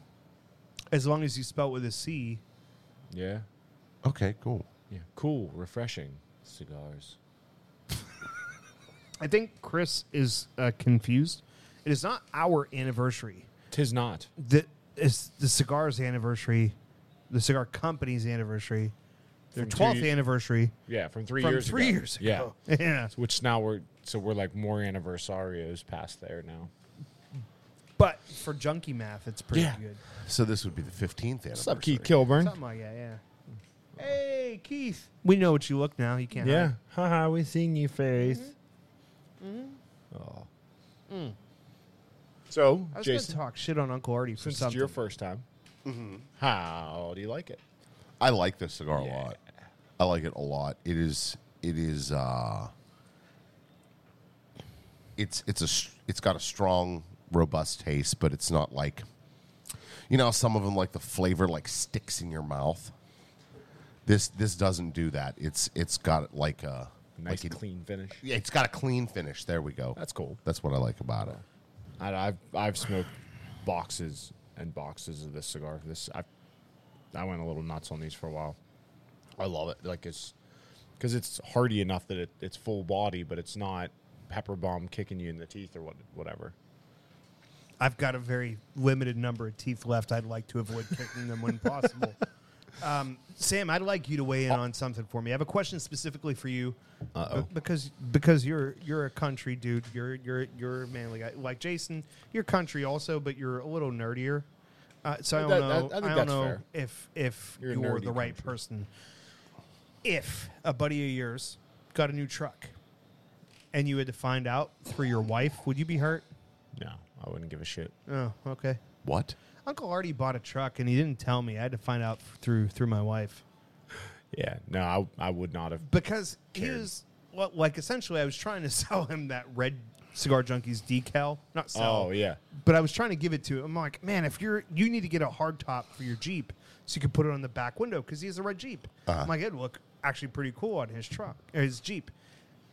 [SPEAKER 1] as long as you spell it with a c
[SPEAKER 5] yeah,
[SPEAKER 4] Okay, cool.
[SPEAKER 5] yeah, Cool, refreshing cigars.
[SPEAKER 1] i think chris is uh, confused it is not our anniversary
[SPEAKER 5] Tis not.
[SPEAKER 1] the, it's the cigar's anniversary the cigar company's anniversary their
[SPEAKER 5] From two
[SPEAKER 1] 12th
[SPEAKER 5] ye-
[SPEAKER 1] anniversary
[SPEAKER 5] Yeah, from three
[SPEAKER 1] from
[SPEAKER 5] years.
[SPEAKER 1] three
[SPEAKER 5] ago.
[SPEAKER 1] years ago
[SPEAKER 5] Yeah.
[SPEAKER 1] yeah
[SPEAKER 5] Which now we're so we're like more anniversarios past there now.
[SPEAKER 1] but for junkie math it's pretty
[SPEAKER 5] Yeah.
[SPEAKER 1] good
[SPEAKER 4] So this would be the fifteenth anniversary.
[SPEAKER 5] What's up, Keith Kilburn?
[SPEAKER 1] Something like that, yeah. Hey, Keith. We know what you look now. You can't.
[SPEAKER 5] Yeah.
[SPEAKER 1] hide.
[SPEAKER 5] Haha, we seen your face.
[SPEAKER 1] Mm-hmm.
[SPEAKER 5] Oh. So,
[SPEAKER 1] I Mm. was going to
[SPEAKER 5] Jason,
[SPEAKER 1] talk shit on Uncle Artie for
[SPEAKER 5] since it's
[SPEAKER 1] something. Mm-hmm.
[SPEAKER 5] your first time, how do you like it?
[SPEAKER 4] I like this cigar a lot. I like it a lot. It is. It is. uh It's. It's a. s- It's got a strong, robust taste, but it's not like. You know, some of them like the flavor like sticks in your mouth. This this doesn't do that. It's it's got like a
[SPEAKER 5] Nice
[SPEAKER 4] like an-
[SPEAKER 5] clean finish.
[SPEAKER 4] Yeah, it's got a clean finish. There we go.
[SPEAKER 5] That's cool.
[SPEAKER 4] That's what I like about it.
[SPEAKER 5] I, I've I've smoked boxes and boxes of this cigar. This I I went a little nuts on these for a while. I love it. Like it's because it's hardy enough that it, it's full body, but it's not pepper bomb kicking you in the teeth or what whatever.
[SPEAKER 1] I've got a very limited number of teeth left. I'd like to avoid kicking them when possible. Um, Sam, I'd like you to weigh in
[SPEAKER 5] Oh.
[SPEAKER 1] on something for me. I have a question specifically for you, uh because because you're you're a country dude. You're you're you're a manly guy like Jason. You're country also, but you're a little nerdier. Uh, so I don't
[SPEAKER 5] That-
[SPEAKER 1] know.
[SPEAKER 5] that- I think
[SPEAKER 1] don't
[SPEAKER 5] that's
[SPEAKER 1] know
[SPEAKER 5] fair.
[SPEAKER 1] if if
[SPEAKER 5] You're
[SPEAKER 1] you're,
[SPEAKER 5] a nerdy
[SPEAKER 1] the right
[SPEAKER 5] country.
[SPEAKER 1] person. If a buddy of yours got a new truck, and you had to find out through your wife, would you be hurt?
[SPEAKER 5] No, I wouldn't give a shit.
[SPEAKER 1] Oh, okay.
[SPEAKER 4] What?
[SPEAKER 1] Uncle Artie bought a truck and he didn't tell me. I had to find out through through my wife
[SPEAKER 5] Yeah, no, I I would not have.
[SPEAKER 1] because he
[SPEAKER 5] Cared.
[SPEAKER 1] was well, like essentially I was trying to sell him that red cigar junkies decal, not sell.
[SPEAKER 5] Oh yeah,
[SPEAKER 1] But I was trying to give it to him. I'm like, man, if you're you need to get a hard top for your Jeep so you can put it on the back window because he has a red Jeep. I'm like, it'd look actually pretty cool on his truck or his Jeep.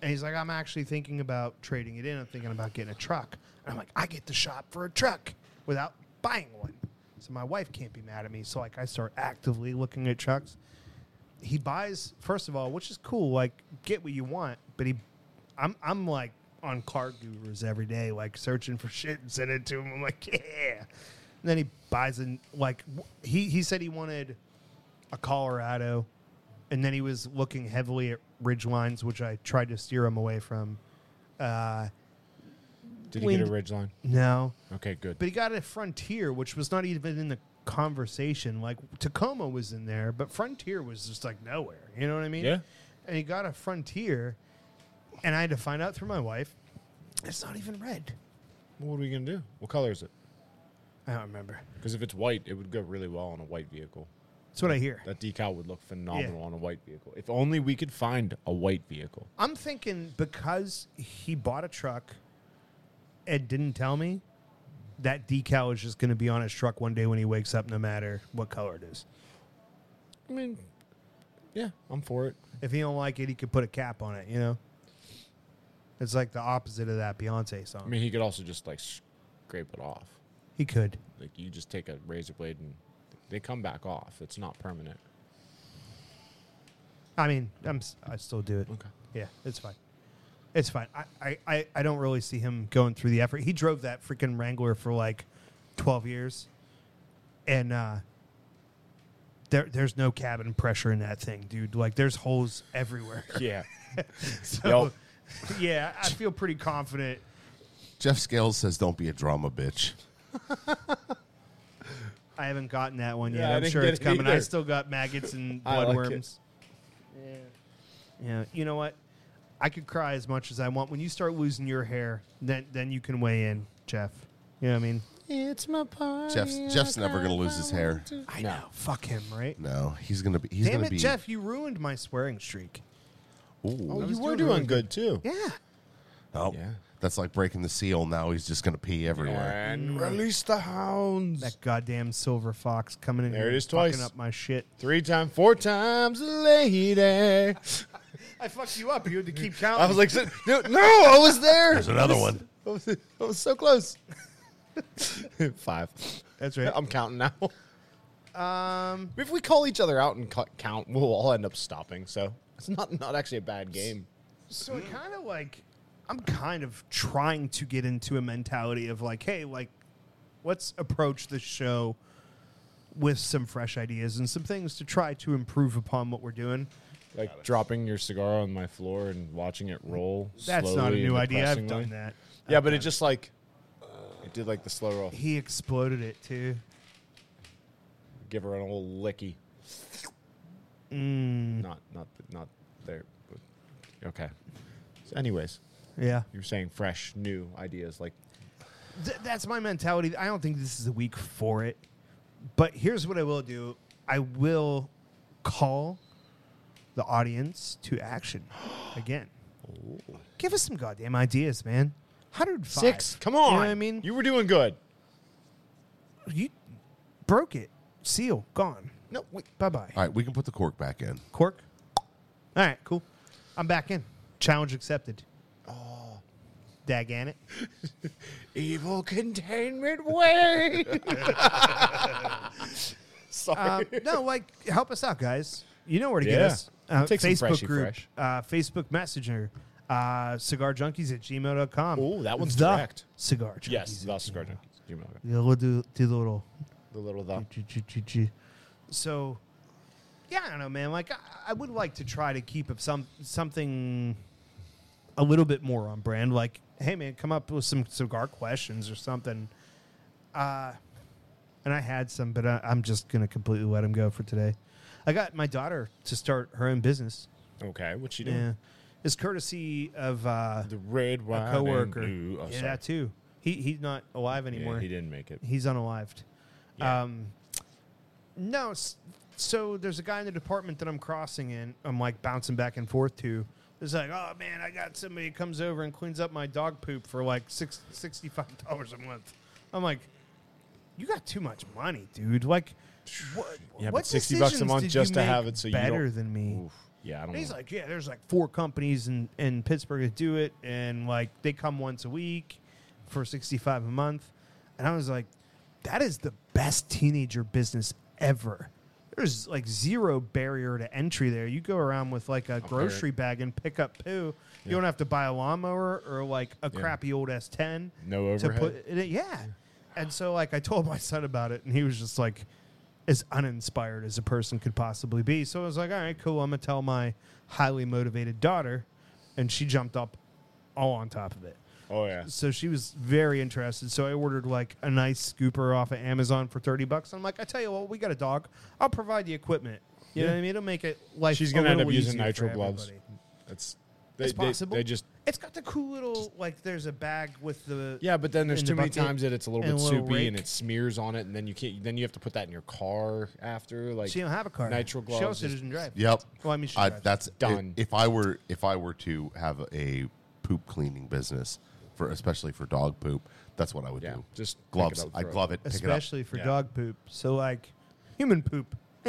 [SPEAKER 1] And he's like, I'm actually thinking about trading it in. I'm thinking about getting a truck. And I'm like, I get to shop for a truck without buying one. So my wife can't be mad at me. So like I start actively looking at trucks he buys first of all, which is cool. Like get what you want, but he, I'm I'm like on car gurus every day, like searching for shit and sending it to him. I'm like, yeah. And then he buys an like w- he he said he wanted a Colorado, and then he was looking heavily at ridge lines, which I tried to steer him away from. Uh,
[SPEAKER 5] did he
[SPEAKER 1] Wind.
[SPEAKER 5] get a ridge line?
[SPEAKER 1] no,
[SPEAKER 5] Okay, good.
[SPEAKER 1] but he got a Frontier, which was not even in the conversation. Like Tacoma was in there, but Frontier was just like nowhere. You know what I mean?
[SPEAKER 5] Yeah.
[SPEAKER 1] And he got a Frontier, and I had to find out through my wife. It's not even red.
[SPEAKER 5] what are we gonna do? What color is it?
[SPEAKER 1] I don't remember.
[SPEAKER 5] Because if it's white, it would go really well on a white vehicle.
[SPEAKER 1] That's what I hear.
[SPEAKER 5] That decal would look phenomenal
[SPEAKER 1] Yeah.
[SPEAKER 5] on a white vehicle. If only we could find a white vehicle.
[SPEAKER 1] I'm thinking because he bought a truck and didn't tell me, that decal is just going to be on his truck one day when he wakes up, no matter what color it is.
[SPEAKER 5] I mean, yeah, I'm for it.
[SPEAKER 1] If he don't like it, he could put a cap on it. You know, it's like the opposite of that Beyonce song.
[SPEAKER 5] I mean, he could also just like scrape it off.
[SPEAKER 1] he could.
[SPEAKER 5] Like you just take a razor blade and they come back off. It's not permanent.
[SPEAKER 1] I mean, I'm s- I still do it.
[SPEAKER 5] Okay.
[SPEAKER 1] Yeah, it's fine. It's fine. I, I, I, I don't really see him going through the effort. He drove that freaking Wrangler for like 12 years. And uh, there, there's no cabin pressure in that thing, dude. Like, there's holes everywhere.
[SPEAKER 5] Yeah.
[SPEAKER 1] So, yeah, I feel pretty confident.
[SPEAKER 4] Jeff Scales says, "Don't be a drama bitch."
[SPEAKER 1] I haven't gotten that one
[SPEAKER 5] Yeah,
[SPEAKER 1] yet.
[SPEAKER 5] I
[SPEAKER 1] I'm
[SPEAKER 5] didn't
[SPEAKER 1] sure
[SPEAKER 5] get
[SPEAKER 1] it's
[SPEAKER 5] it
[SPEAKER 1] coming. I
[SPEAKER 5] either.
[SPEAKER 1] still got maggots and
[SPEAKER 5] I like
[SPEAKER 1] bloodworms. yeah. Yeah. You know what? I could cry as much as I want. When you start losing your hair, then then you can weigh in, Jeff. You know what I mean?
[SPEAKER 5] It's my party.
[SPEAKER 4] Jeff's Jeff's never gonna lose his hair.
[SPEAKER 1] I know. Fuck him, right?
[SPEAKER 4] No, he's gonna be. He's
[SPEAKER 1] Damn
[SPEAKER 4] gonna
[SPEAKER 1] it,
[SPEAKER 4] be.
[SPEAKER 1] Jeff, you ruined my swearing streak.
[SPEAKER 4] Ooh.
[SPEAKER 5] Oh, you
[SPEAKER 1] was doing really
[SPEAKER 5] were doing good too.
[SPEAKER 1] Yeah.
[SPEAKER 4] Oh,
[SPEAKER 5] Yeah.
[SPEAKER 4] that's like breaking the seal. Now he's just gonna pee everywhere.
[SPEAKER 5] And release the hounds.
[SPEAKER 1] That goddamn silver fox coming in
[SPEAKER 5] There
[SPEAKER 1] here
[SPEAKER 5] it is
[SPEAKER 1] fucking
[SPEAKER 5] twice.
[SPEAKER 1] up my shit.
[SPEAKER 5] Three times, four times later.
[SPEAKER 1] I fucked you up. You had to keep counting.
[SPEAKER 5] I was like, no, no, I was there.
[SPEAKER 4] There's another one.
[SPEAKER 5] I was, I was so close. Five.
[SPEAKER 1] That's right.
[SPEAKER 5] I'm counting now. Um, if we call each other out and cu- count, we'll all end up stopping. So it's not not actually a bad game.
[SPEAKER 1] So it kind of like I'm kind of trying to get into a mentality of like, hey, like let's approach the show with some fresh ideas and some things to try to improve upon what we're doing.
[SPEAKER 5] Like dropping your cigar on my floor and watching it roll.
[SPEAKER 1] That's not a
[SPEAKER 5] slowly and
[SPEAKER 1] new idea. I've
[SPEAKER 5] depressingly.
[SPEAKER 1] done that.
[SPEAKER 5] Yeah, but it just like it did like the slow roll.
[SPEAKER 1] He exploded it too.
[SPEAKER 5] Give her an old licky.
[SPEAKER 1] Mm.
[SPEAKER 5] Not not not there. but- Okay. So anyways,
[SPEAKER 1] Yeah.
[SPEAKER 5] you're saying fresh, new ideas like
[SPEAKER 1] Th- that's my mentality. I don't think this is a week for it. But here's what I will do I will call the audience to action again. Give us some goddamn ideas, man. 105.
[SPEAKER 5] Six. Come
[SPEAKER 1] You
[SPEAKER 5] on.
[SPEAKER 1] know what I mean?
[SPEAKER 5] you were doing good.
[SPEAKER 1] You broke it. Seal. Gone.
[SPEAKER 5] No, wait.
[SPEAKER 1] Bye bye.
[SPEAKER 4] All right, we can put the cork back in.
[SPEAKER 1] Cork. All right, cool. I'm back in. Challenge accepted. Oh. Dagan it.
[SPEAKER 5] Evil containment way.
[SPEAKER 1] Um,
[SPEAKER 5] Sorry.
[SPEAKER 1] no, like help us out, guys. You know where to get
[SPEAKER 5] Yeah.
[SPEAKER 1] us. Uh,
[SPEAKER 5] Take some
[SPEAKER 1] Facebook
[SPEAKER 5] freshy
[SPEAKER 1] group,
[SPEAKER 5] fresh.
[SPEAKER 1] Uh, Facebook Messenger, uh, cigar junkies at gmail.com.
[SPEAKER 5] Ooh, that one's
[SPEAKER 1] the
[SPEAKER 5] direct.
[SPEAKER 1] Cigar junkies.
[SPEAKER 5] yes,
[SPEAKER 1] at
[SPEAKER 5] that's the
[SPEAKER 1] gmail.
[SPEAKER 5] Gmail.
[SPEAKER 1] The little, do- the little.
[SPEAKER 5] The little the.
[SPEAKER 1] G- g- g- g. So, yeah, I don't know, man. Like, I, I would like to try to keep up some something a little bit more on brand. Like, hey, man, come up with some cigar questions or something. Uh, and I had some, but I, I'm just gonna completely let him go for today. I got my daughter to start her own business.
[SPEAKER 5] Okay, what you doing?
[SPEAKER 1] Yeah, it's courtesy of uh,
[SPEAKER 5] The red wine
[SPEAKER 1] a
[SPEAKER 5] and
[SPEAKER 1] coworker.
[SPEAKER 5] blue- oh,
[SPEAKER 1] yeah,
[SPEAKER 5] sorry.
[SPEAKER 1] that too. He he's not alive
[SPEAKER 5] Yeah,
[SPEAKER 1] anymore
[SPEAKER 5] he didn't make it.
[SPEAKER 1] he's unalived.
[SPEAKER 5] Yeah.
[SPEAKER 1] Um, no, s- so there's a guy in the department that I'm crossing in. I'm like bouncing back and forth to. It's like, oh man, I got somebody who comes over and cleans up my dog poop for like six, $65 a month. I'm like, you got too much money, dude. Like, what,
[SPEAKER 5] Yeah,
[SPEAKER 1] what
[SPEAKER 5] but 60 bucks a
[SPEAKER 1] decisions
[SPEAKER 5] month
[SPEAKER 1] did
[SPEAKER 5] just
[SPEAKER 1] you
[SPEAKER 5] to
[SPEAKER 1] make
[SPEAKER 5] have it so you don't-
[SPEAKER 1] better than me.
[SPEAKER 5] Oof. Yeah, I don't
[SPEAKER 1] And he's
[SPEAKER 5] know.
[SPEAKER 1] like, yeah, there's like four companies in, in Pittsburgh that do it, and like they come once a week for 65 a month. And I was like, that is the best teenager business ever. There's like zero barrier to entry there. You go around with like a grocery bag and pick up poo. You don't have to buy a lawnmower or like a crappy old S10.
[SPEAKER 5] No
[SPEAKER 1] to
[SPEAKER 5] overhead.
[SPEAKER 1] put it in. Yeah. And so like I told my son about it, and he was just like, as uninspired as a person could possibly be. So I was like, all right, cool. I'm going to tell my highly motivated daughter. And she jumped up all on top of it.
[SPEAKER 5] oh yeah.
[SPEAKER 1] So she was very interested. So I ordered like a nice scooper off of Amazon for 30 bucks. I'm like, I tell you what, we got a dog. I'll provide the equipment. You know what I mean? It'll make it like
[SPEAKER 5] She's gonna end up using nitrile gloves. That's they,
[SPEAKER 1] It's
[SPEAKER 5] they-
[SPEAKER 1] possible.
[SPEAKER 5] They just
[SPEAKER 1] It's got the cool little like. There's a bag with the
[SPEAKER 5] Yeah, but then there's
[SPEAKER 1] in the
[SPEAKER 5] too many
[SPEAKER 1] bucket
[SPEAKER 5] times that it's a little
[SPEAKER 1] and
[SPEAKER 5] bit
[SPEAKER 1] a little
[SPEAKER 5] soupy and
[SPEAKER 1] rake.
[SPEAKER 5] it smears on it, and then you can't. Then you have to put that in your car after. Like
[SPEAKER 1] She don't have a car.
[SPEAKER 5] Nitro gloves.
[SPEAKER 1] She also
[SPEAKER 5] is-
[SPEAKER 1] doesn't drive.
[SPEAKER 4] Yep.
[SPEAKER 1] Well, I mean, she
[SPEAKER 4] I,
[SPEAKER 1] drives.
[SPEAKER 4] that's
[SPEAKER 5] Done.
[SPEAKER 4] If I were if I were to have a poop cleaning business for especially for dog poop. That's what I would
[SPEAKER 5] Yeah,
[SPEAKER 4] do.
[SPEAKER 5] just pick it
[SPEAKER 4] gloves.
[SPEAKER 5] up,
[SPEAKER 4] I
[SPEAKER 5] throw it.
[SPEAKER 4] glove it. Pick it
[SPEAKER 1] especially for dog poop. So like human poop.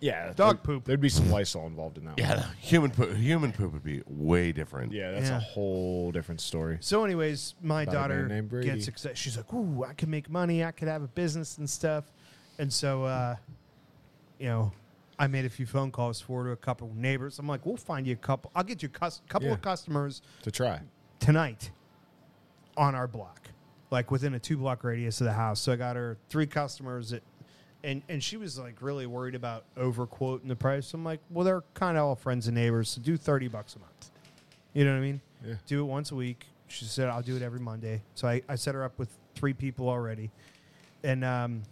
[SPEAKER 5] Yeah,
[SPEAKER 1] Dog
[SPEAKER 5] there-
[SPEAKER 1] poop.
[SPEAKER 5] There'd be some Lysol involved in that.
[SPEAKER 4] up.
[SPEAKER 5] one.
[SPEAKER 4] Yeah, human poop. Human poop would be way different.
[SPEAKER 5] yeah, that's
[SPEAKER 1] Yeah.
[SPEAKER 5] a whole different story.
[SPEAKER 1] So, anyways, my
[SPEAKER 5] About a man
[SPEAKER 1] daughter
[SPEAKER 5] named Brady.
[SPEAKER 1] gets excited. She's like, "Ooh, I can make money. I could have a business and stuff." And so, uh, you know, I made a few phone calls for her to a couple neighbors. I'm like, "We'll find you a couple. I'll get you a cus- couple
[SPEAKER 5] Yeah.
[SPEAKER 1] of customers
[SPEAKER 5] To try,
[SPEAKER 1] tonight on our block, like within a two block radius of the house." So I got her three customers at. And, and she was like really worried about overquoting the price. I'm like, well, they're kind of all friends and neighbors, so do thirty bucks a month. You know what I mean?
[SPEAKER 5] Yeah.
[SPEAKER 1] Do it once a week. She said, I'll do it every Monday. So I, I set her up with three people already. And um,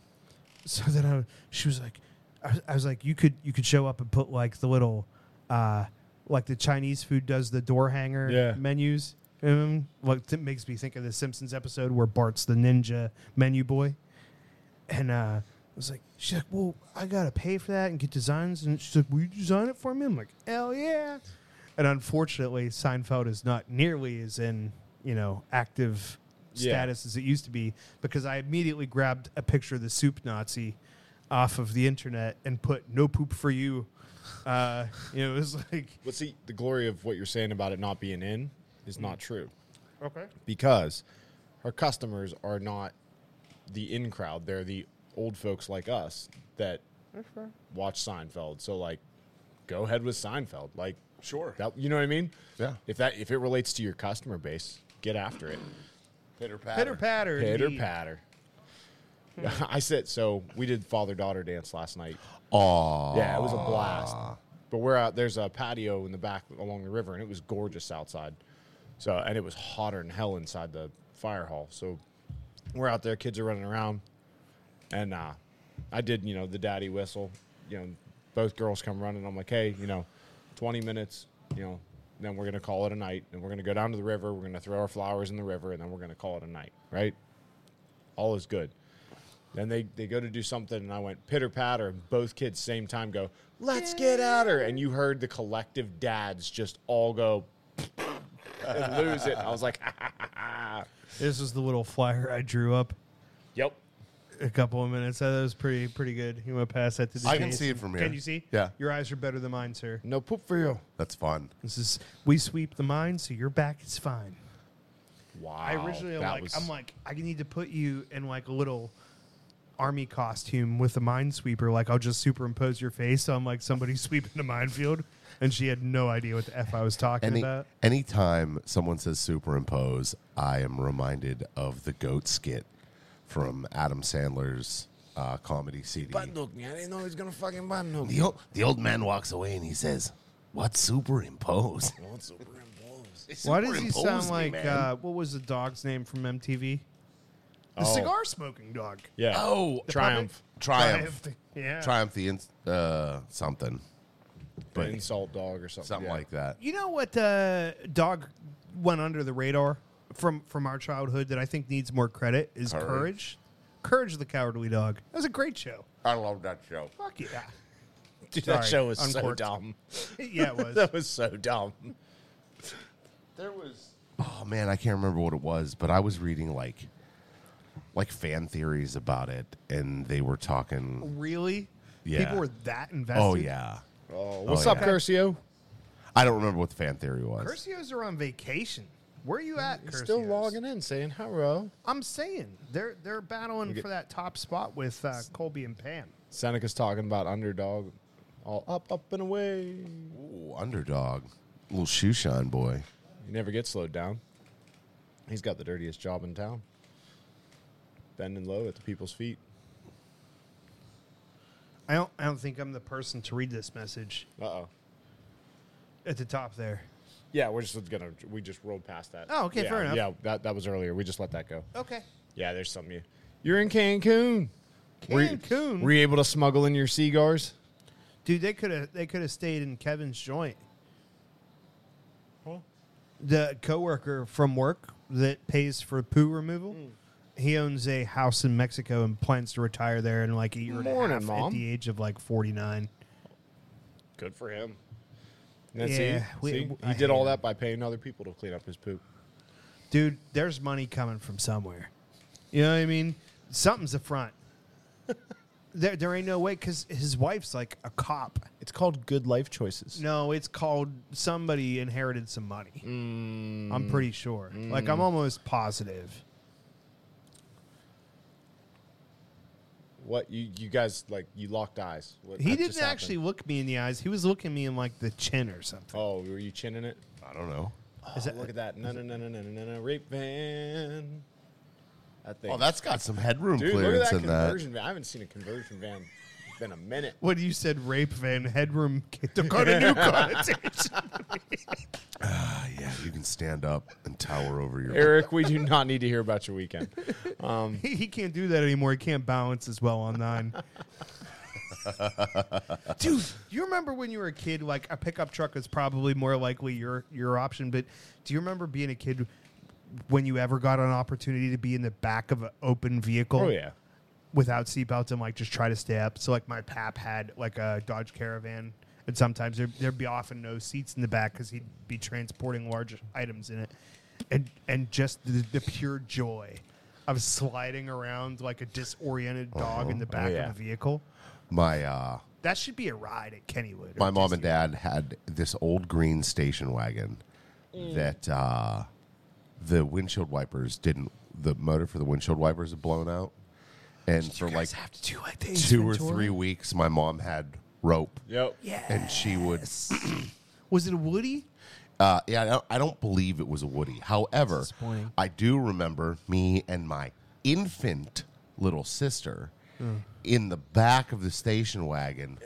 [SPEAKER 1] so then I, she was like, I, was- I was like, you could you could show up and put like the little, uh, like the Chinese food does the door hanger
[SPEAKER 5] Yeah.
[SPEAKER 1] menus. Um, like that makes me think of the Simpsons episode where Bart's the ninja menu boy. And uh, I was like, she's like, well, I gotta pay for that and get designs. And she's like, will you design it for me? I'm like, hell yeah. And unfortunately, Seinfeld is not nearly as in you know active
[SPEAKER 5] Yeah.
[SPEAKER 1] status as it used to be because I immediately grabbed a picture of the soup Nazi off of the internet and put "no poop for you." Uh, you know, it was like
[SPEAKER 5] but see, the glory of what you're saying about it not being in is not true
[SPEAKER 1] okay,
[SPEAKER 5] because her customers are not the in crowd; they're the old folks like us that watch Seinfeld. So, like, go ahead with Seinfeld. Like,
[SPEAKER 2] Sure.
[SPEAKER 5] that, you know what I mean?
[SPEAKER 4] Yeah.
[SPEAKER 5] If that if it relates to your customer base, get after it.
[SPEAKER 4] Pitter patter.
[SPEAKER 1] pitter patter,
[SPEAKER 5] Pitter
[SPEAKER 1] indeed.
[SPEAKER 5] patter. I said so. We did father daughter dance last night.
[SPEAKER 4] Aw.
[SPEAKER 5] Yeah, it was a blast. But we're out. There's a patio in the back along the river, and it was gorgeous outside. So and it was hotter than hell inside the fire hall. So we're out there. Kids are running around, and uh, I did you know the daddy whistle. You know, both girls come running. I'm like, hey, you know, 20 minutes. You know, then we're gonna call it a night, and we're gonna go down to the river. We're gonna throw our flowers in the river, and then we're gonna call it a night. Right? All is good. Then they, they go to do something, and I went pitter patter, and both kids same time go, "Let's get at her!" And you heard the collective dads just all go and lose it. I was like, "Ah,
[SPEAKER 1] This was the little flyer I drew up
[SPEAKER 5] "Yep,
[SPEAKER 1] a couple of minutes. That was pretty pretty good. You want to pass that to?
[SPEAKER 4] I can
[SPEAKER 1] Jason?
[SPEAKER 4] see it from here.
[SPEAKER 1] Can you see?
[SPEAKER 4] Yeah.
[SPEAKER 1] your eyes are better than mine, sir.
[SPEAKER 5] no poop for you."
[SPEAKER 4] That's fun.
[SPEAKER 1] This is we sweep the mind, so your back is fine.
[SPEAKER 5] Wow.
[SPEAKER 1] I originally am
[SPEAKER 5] that
[SPEAKER 1] like
[SPEAKER 5] was-
[SPEAKER 1] I'm like I need to put you in like a little army costume with a minesweeper. Like I'll just superimpose your face on like somebody sweeping the minefield, and she had no idea what the f I was talking
[SPEAKER 4] Any
[SPEAKER 1] about.
[SPEAKER 4] anytime someone says superimpose, I am reminded of the goat skit from Adam Sandler's uh, comedy CD.
[SPEAKER 5] I didn't know he was gonna fucking button hook me.
[SPEAKER 4] The old, the old man walks away and he says, "What superimpose?"
[SPEAKER 1] Why does he sound
[SPEAKER 4] Superimpose me,
[SPEAKER 1] like
[SPEAKER 4] man.
[SPEAKER 1] uh, what was the dog's name from MTV? The
[SPEAKER 5] Oh.
[SPEAKER 1] cigar smoking dog.
[SPEAKER 5] Yeah.
[SPEAKER 4] Oh,
[SPEAKER 5] triumph.
[SPEAKER 4] Triumph,
[SPEAKER 1] Yeah.
[SPEAKER 4] Triumph, the ins uh, something,
[SPEAKER 5] But insult dog or something.
[SPEAKER 4] something
[SPEAKER 5] yeah.
[SPEAKER 4] like that.
[SPEAKER 1] You know what uh, dog went under the radar from from our childhood that I think needs more credit is
[SPEAKER 4] Courage.
[SPEAKER 1] Courage. Courage, the Cowardly Dog. That was a great show.
[SPEAKER 4] I love that show.
[SPEAKER 1] Fuck yeah.
[SPEAKER 5] Dude,
[SPEAKER 1] Sorry,
[SPEAKER 5] that show was
[SPEAKER 1] uncorked.
[SPEAKER 5] so dumb.
[SPEAKER 1] yeah, it was.
[SPEAKER 5] that was so dumb.
[SPEAKER 4] There was. Oh man, I can't remember what it was, but I was reading like, like fan theories about it, and they were talking.
[SPEAKER 1] Really?
[SPEAKER 4] Yeah.
[SPEAKER 1] People were that invested?
[SPEAKER 4] Oh yeah,
[SPEAKER 5] Oh, what's
[SPEAKER 4] yeah.
[SPEAKER 5] up, Curcio?
[SPEAKER 4] I don't remember what the fan theory was.
[SPEAKER 1] Curcios are on vacation. Where are you at,
[SPEAKER 5] He's still
[SPEAKER 1] Curcios?
[SPEAKER 5] logging in, saying hello.
[SPEAKER 1] I'm saying they're they're battling
[SPEAKER 5] get-
[SPEAKER 1] for that top spot with uh, Colby and Pam.
[SPEAKER 5] Seneca's talking about underdog, all up, up and away.
[SPEAKER 4] Ooh, underdog, little shoe shine boy.
[SPEAKER 5] He never gets slowed down. He's got the dirtiest job in town, bending low at the people's feet.
[SPEAKER 1] I don't I don't think I'm the person to read this message
[SPEAKER 5] Uh oh.
[SPEAKER 1] at the top there.
[SPEAKER 5] Yeah, we're just gonna we just rolled past that.
[SPEAKER 1] Oh, okay,
[SPEAKER 5] Yeah,
[SPEAKER 1] fair enough.
[SPEAKER 5] Yeah, that, that was earlier. We just let that go.
[SPEAKER 1] Okay.
[SPEAKER 5] Yeah, there's something you. You're in Cancun. Were you-
[SPEAKER 1] Cancun?
[SPEAKER 5] Were you able to smuggle in your cigars?
[SPEAKER 1] Dude, they could have they could have stayed in Kevin's joint. The coworker from work that pays for poo removal,
[SPEAKER 5] Mm.
[SPEAKER 1] he owns a house in Mexico and plans to retire there in like a year and a
[SPEAKER 5] Morning,
[SPEAKER 1] half at
[SPEAKER 5] Mom.
[SPEAKER 1] the age of like forty nine.
[SPEAKER 5] Good for him. And that's
[SPEAKER 1] Yeah,
[SPEAKER 5] yeah,
[SPEAKER 1] we-
[SPEAKER 5] see,
[SPEAKER 1] w-
[SPEAKER 5] he
[SPEAKER 1] I
[SPEAKER 5] did
[SPEAKER 1] hate
[SPEAKER 5] all
[SPEAKER 1] him.
[SPEAKER 5] that by paying other people to clean up his poop.
[SPEAKER 1] dude, there's money coming from somewhere. You know what I mean? Something's a front. there, there ain't no way because his wife's like a cop.
[SPEAKER 5] It's called good life choices.
[SPEAKER 1] No, it's called somebody inherited some money.
[SPEAKER 5] Mm.
[SPEAKER 1] I'm pretty sure. Like I'm almost positive.
[SPEAKER 5] What you you guys like? You locked eyes. What,
[SPEAKER 1] He
[SPEAKER 5] that just
[SPEAKER 1] didn't
[SPEAKER 5] happened.
[SPEAKER 1] actually look me in the eyes. He was looking me in like the chin or something.
[SPEAKER 5] Oh, were you chinning it?
[SPEAKER 4] I don't know.
[SPEAKER 1] Is
[SPEAKER 5] Oh,
[SPEAKER 1] that-
[SPEAKER 5] look at that! No, no, no, no, no, no, no, rape van. That thing.
[SPEAKER 4] Oh, that's got some headroom
[SPEAKER 5] dude. Look
[SPEAKER 4] clearance
[SPEAKER 5] at that
[SPEAKER 4] in that.
[SPEAKER 5] conversion van. I haven't seen a conversion van in a minute.
[SPEAKER 1] When you said rape van headroom Dakota new connotation.
[SPEAKER 4] Ah, yeah, you can stand up and tower over your.
[SPEAKER 5] Eric, we do not need to hear about your weekend. Um,
[SPEAKER 1] he, he can't do that anymore. He can't balance as well on nine. Dude, you remember when you were a kid? Like a pickup truck is probably more likely your your option. But do you remember being a kid when you ever got an opportunity to be in the back of an open vehicle?
[SPEAKER 5] oh yeah.
[SPEAKER 1] without seatbelts and like just try to stay up. So like my pap had like a Dodge Caravan, and sometimes there there'd be often no seats in the back because he'd be transporting large items in it, and and just the, the pure joy of sliding around like a disoriented dog
[SPEAKER 4] Uh-huh.
[SPEAKER 1] in the back
[SPEAKER 5] yeah.
[SPEAKER 1] of a vehicle.
[SPEAKER 4] My uh,
[SPEAKER 1] That should be a ride at Kennywood. or
[SPEAKER 4] my mom and
[SPEAKER 1] Disney.
[SPEAKER 4] dad had this old green station wagon
[SPEAKER 5] Mm.
[SPEAKER 4] that uh, the windshield wipers didn't. The motor for the windshield wipers had blown out, and for like
[SPEAKER 1] have to do like this.
[SPEAKER 4] two or three weeks, my mom had rope,
[SPEAKER 5] Yep.
[SPEAKER 4] and she would.
[SPEAKER 1] Was it a Woody?
[SPEAKER 4] Uh, yeah, I don't, I don't believe it was a Woody. However,
[SPEAKER 1] disappointing.
[SPEAKER 4] I do remember me and my infant little sister in the back of the station wagon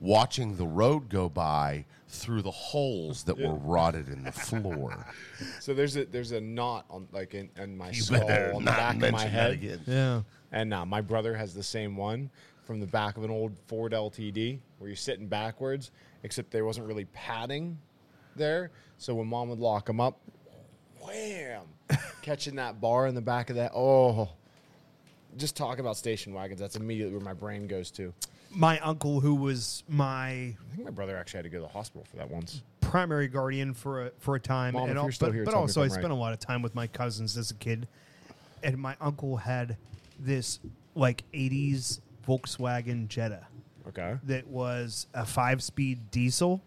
[SPEAKER 4] watching the road go by through the holes that were rotted in the floor.
[SPEAKER 5] So there's a there's a knot on like in, in my
[SPEAKER 4] you
[SPEAKER 5] skull
[SPEAKER 4] better
[SPEAKER 5] on the
[SPEAKER 4] not
[SPEAKER 5] back of my
[SPEAKER 4] mention that
[SPEAKER 5] head.
[SPEAKER 4] again.
[SPEAKER 1] Yeah.
[SPEAKER 5] And now my brother has the same one from the back of an old Ford LTD where you're sitting backwards, except there wasn't really padding there. So when mom would lock him up, wham, catching that bar in the back of that. Oh, just talk about station wagons. That's immediately where my brain goes to.
[SPEAKER 1] My uncle, who was my
[SPEAKER 5] I think my brother actually had to go to the hospital for that once.
[SPEAKER 1] primary guardian for a for a time,
[SPEAKER 5] Mom,
[SPEAKER 1] and
[SPEAKER 5] if
[SPEAKER 1] al-
[SPEAKER 5] you're still
[SPEAKER 1] but,
[SPEAKER 5] here,
[SPEAKER 1] but
[SPEAKER 5] tell me
[SPEAKER 1] also
[SPEAKER 5] if
[SPEAKER 1] I
[SPEAKER 5] I'm
[SPEAKER 1] spent
[SPEAKER 5] right.
[SPEAKER 1] a lot of time with my cousins as a kid, and my uncle had this like '80s Volkswagen Jetta
[SPEAKER 5] Okay.
[SPEAKER 1] that was a five-speed diesel,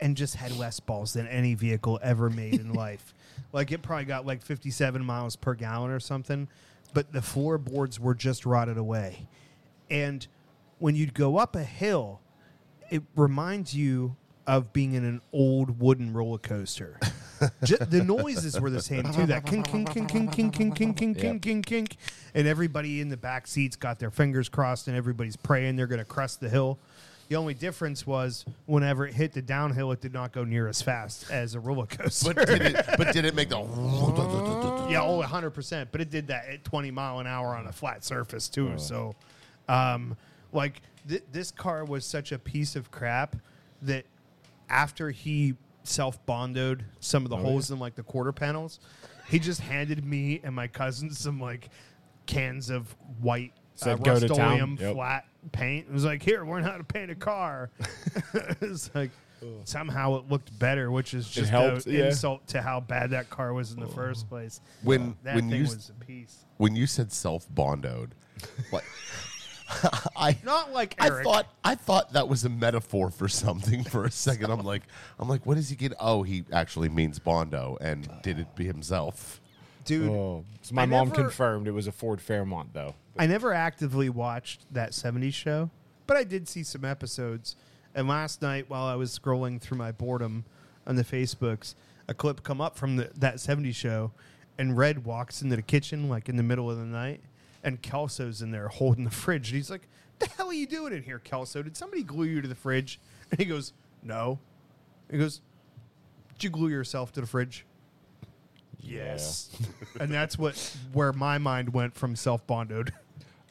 [SPEAKER 1] and just had less balls than any vehicle ever made in life. Like it probably got like 57 miles per gallon or something, but the floorboards were just rotted away, and when you'd go up a hill it reminds you of being in an old wooden roller coaster. Ju- the noises were the same too. That kink, kink, kink, kink, kink, kink, kink, kink, kink, kink, kink, and everybody in the back seats got their fingers crossed, and everybody's praying they're going to crest the hill. The only difference was whenever it hit the downhill, it did not go near as fast as a roller coaster.
[SPEAKER 4] But did it, but did it make the.
[SPEAKER 1] yeah, oh, 100 percent. But it did that at 20 mile an hour on a flat surface too.
[SPEAKER 5] Oh.
[SPEAKER 1] So, um, like th- this car was such a piece of crap that after he self bondoed some of
[SPEAKER 5] Oh,
[SPEAKER 1] the holes in like the quarter panels, he just handed me and my cousins some like cans of white. Uh,
[SPEAKER 5] Said go to town.
[SPEAKER 1] Rust-Oleum
[SPEAKER 5] Yep.
[SPEAKER 1] flat paint. It was like, here, learn how to paint a car. it's like somehow it looked better, which is just
[SPEAKER 5] helped,
[SPEAKER 1] a
[SPEAKER 5] yeah. Oh.
[SPEAKER 1] insult to how bad that car was in the first place.
[SPEAKER 4] When-
[SPEAKER 1] that
[SPEAKER 4] when
[SPEAKER 1] thing
[SPEAKER 4] you s-
[SPEAKER 1] was a piece,
[SPEAKER 4] When you said self bondoed, like. I,
[SPEAKER 1] not like
[SPEAKER 4] I
[SPEAKER 1] Eric.
[SPEAKER 4] thought I thought that was a metaphor for something for a second. I'm like, I'm like, what does he get? Oh, he actually means Bondo and did it be himself.
[SPEAKER 1] dude.
[SPEAKER 5] Oh, so my
[SPEAKER 1] I
[SPEAKER 5] mom
[SPEAKER 1] never-
[SPEAKER 5] confirmed it was a Ford Fairmont though.
[SPEAKER 1] I never actively watched that '70s show, but I did see some episodes. And last night, while I was scrolling through my boredom on the Facebooks, a clip come up from the, that '70s show, and Red walks into the kitchen like in the middle of the night, and Kelso's in there holding the fridge, and he's like, "The hell are you doing in here, Kelso? Did somebody glue you to the fridge?" And he goes, "No." He goes, "Did you glue yourself to the fridge?" Yes. and that's what where my mind went from self bondoed.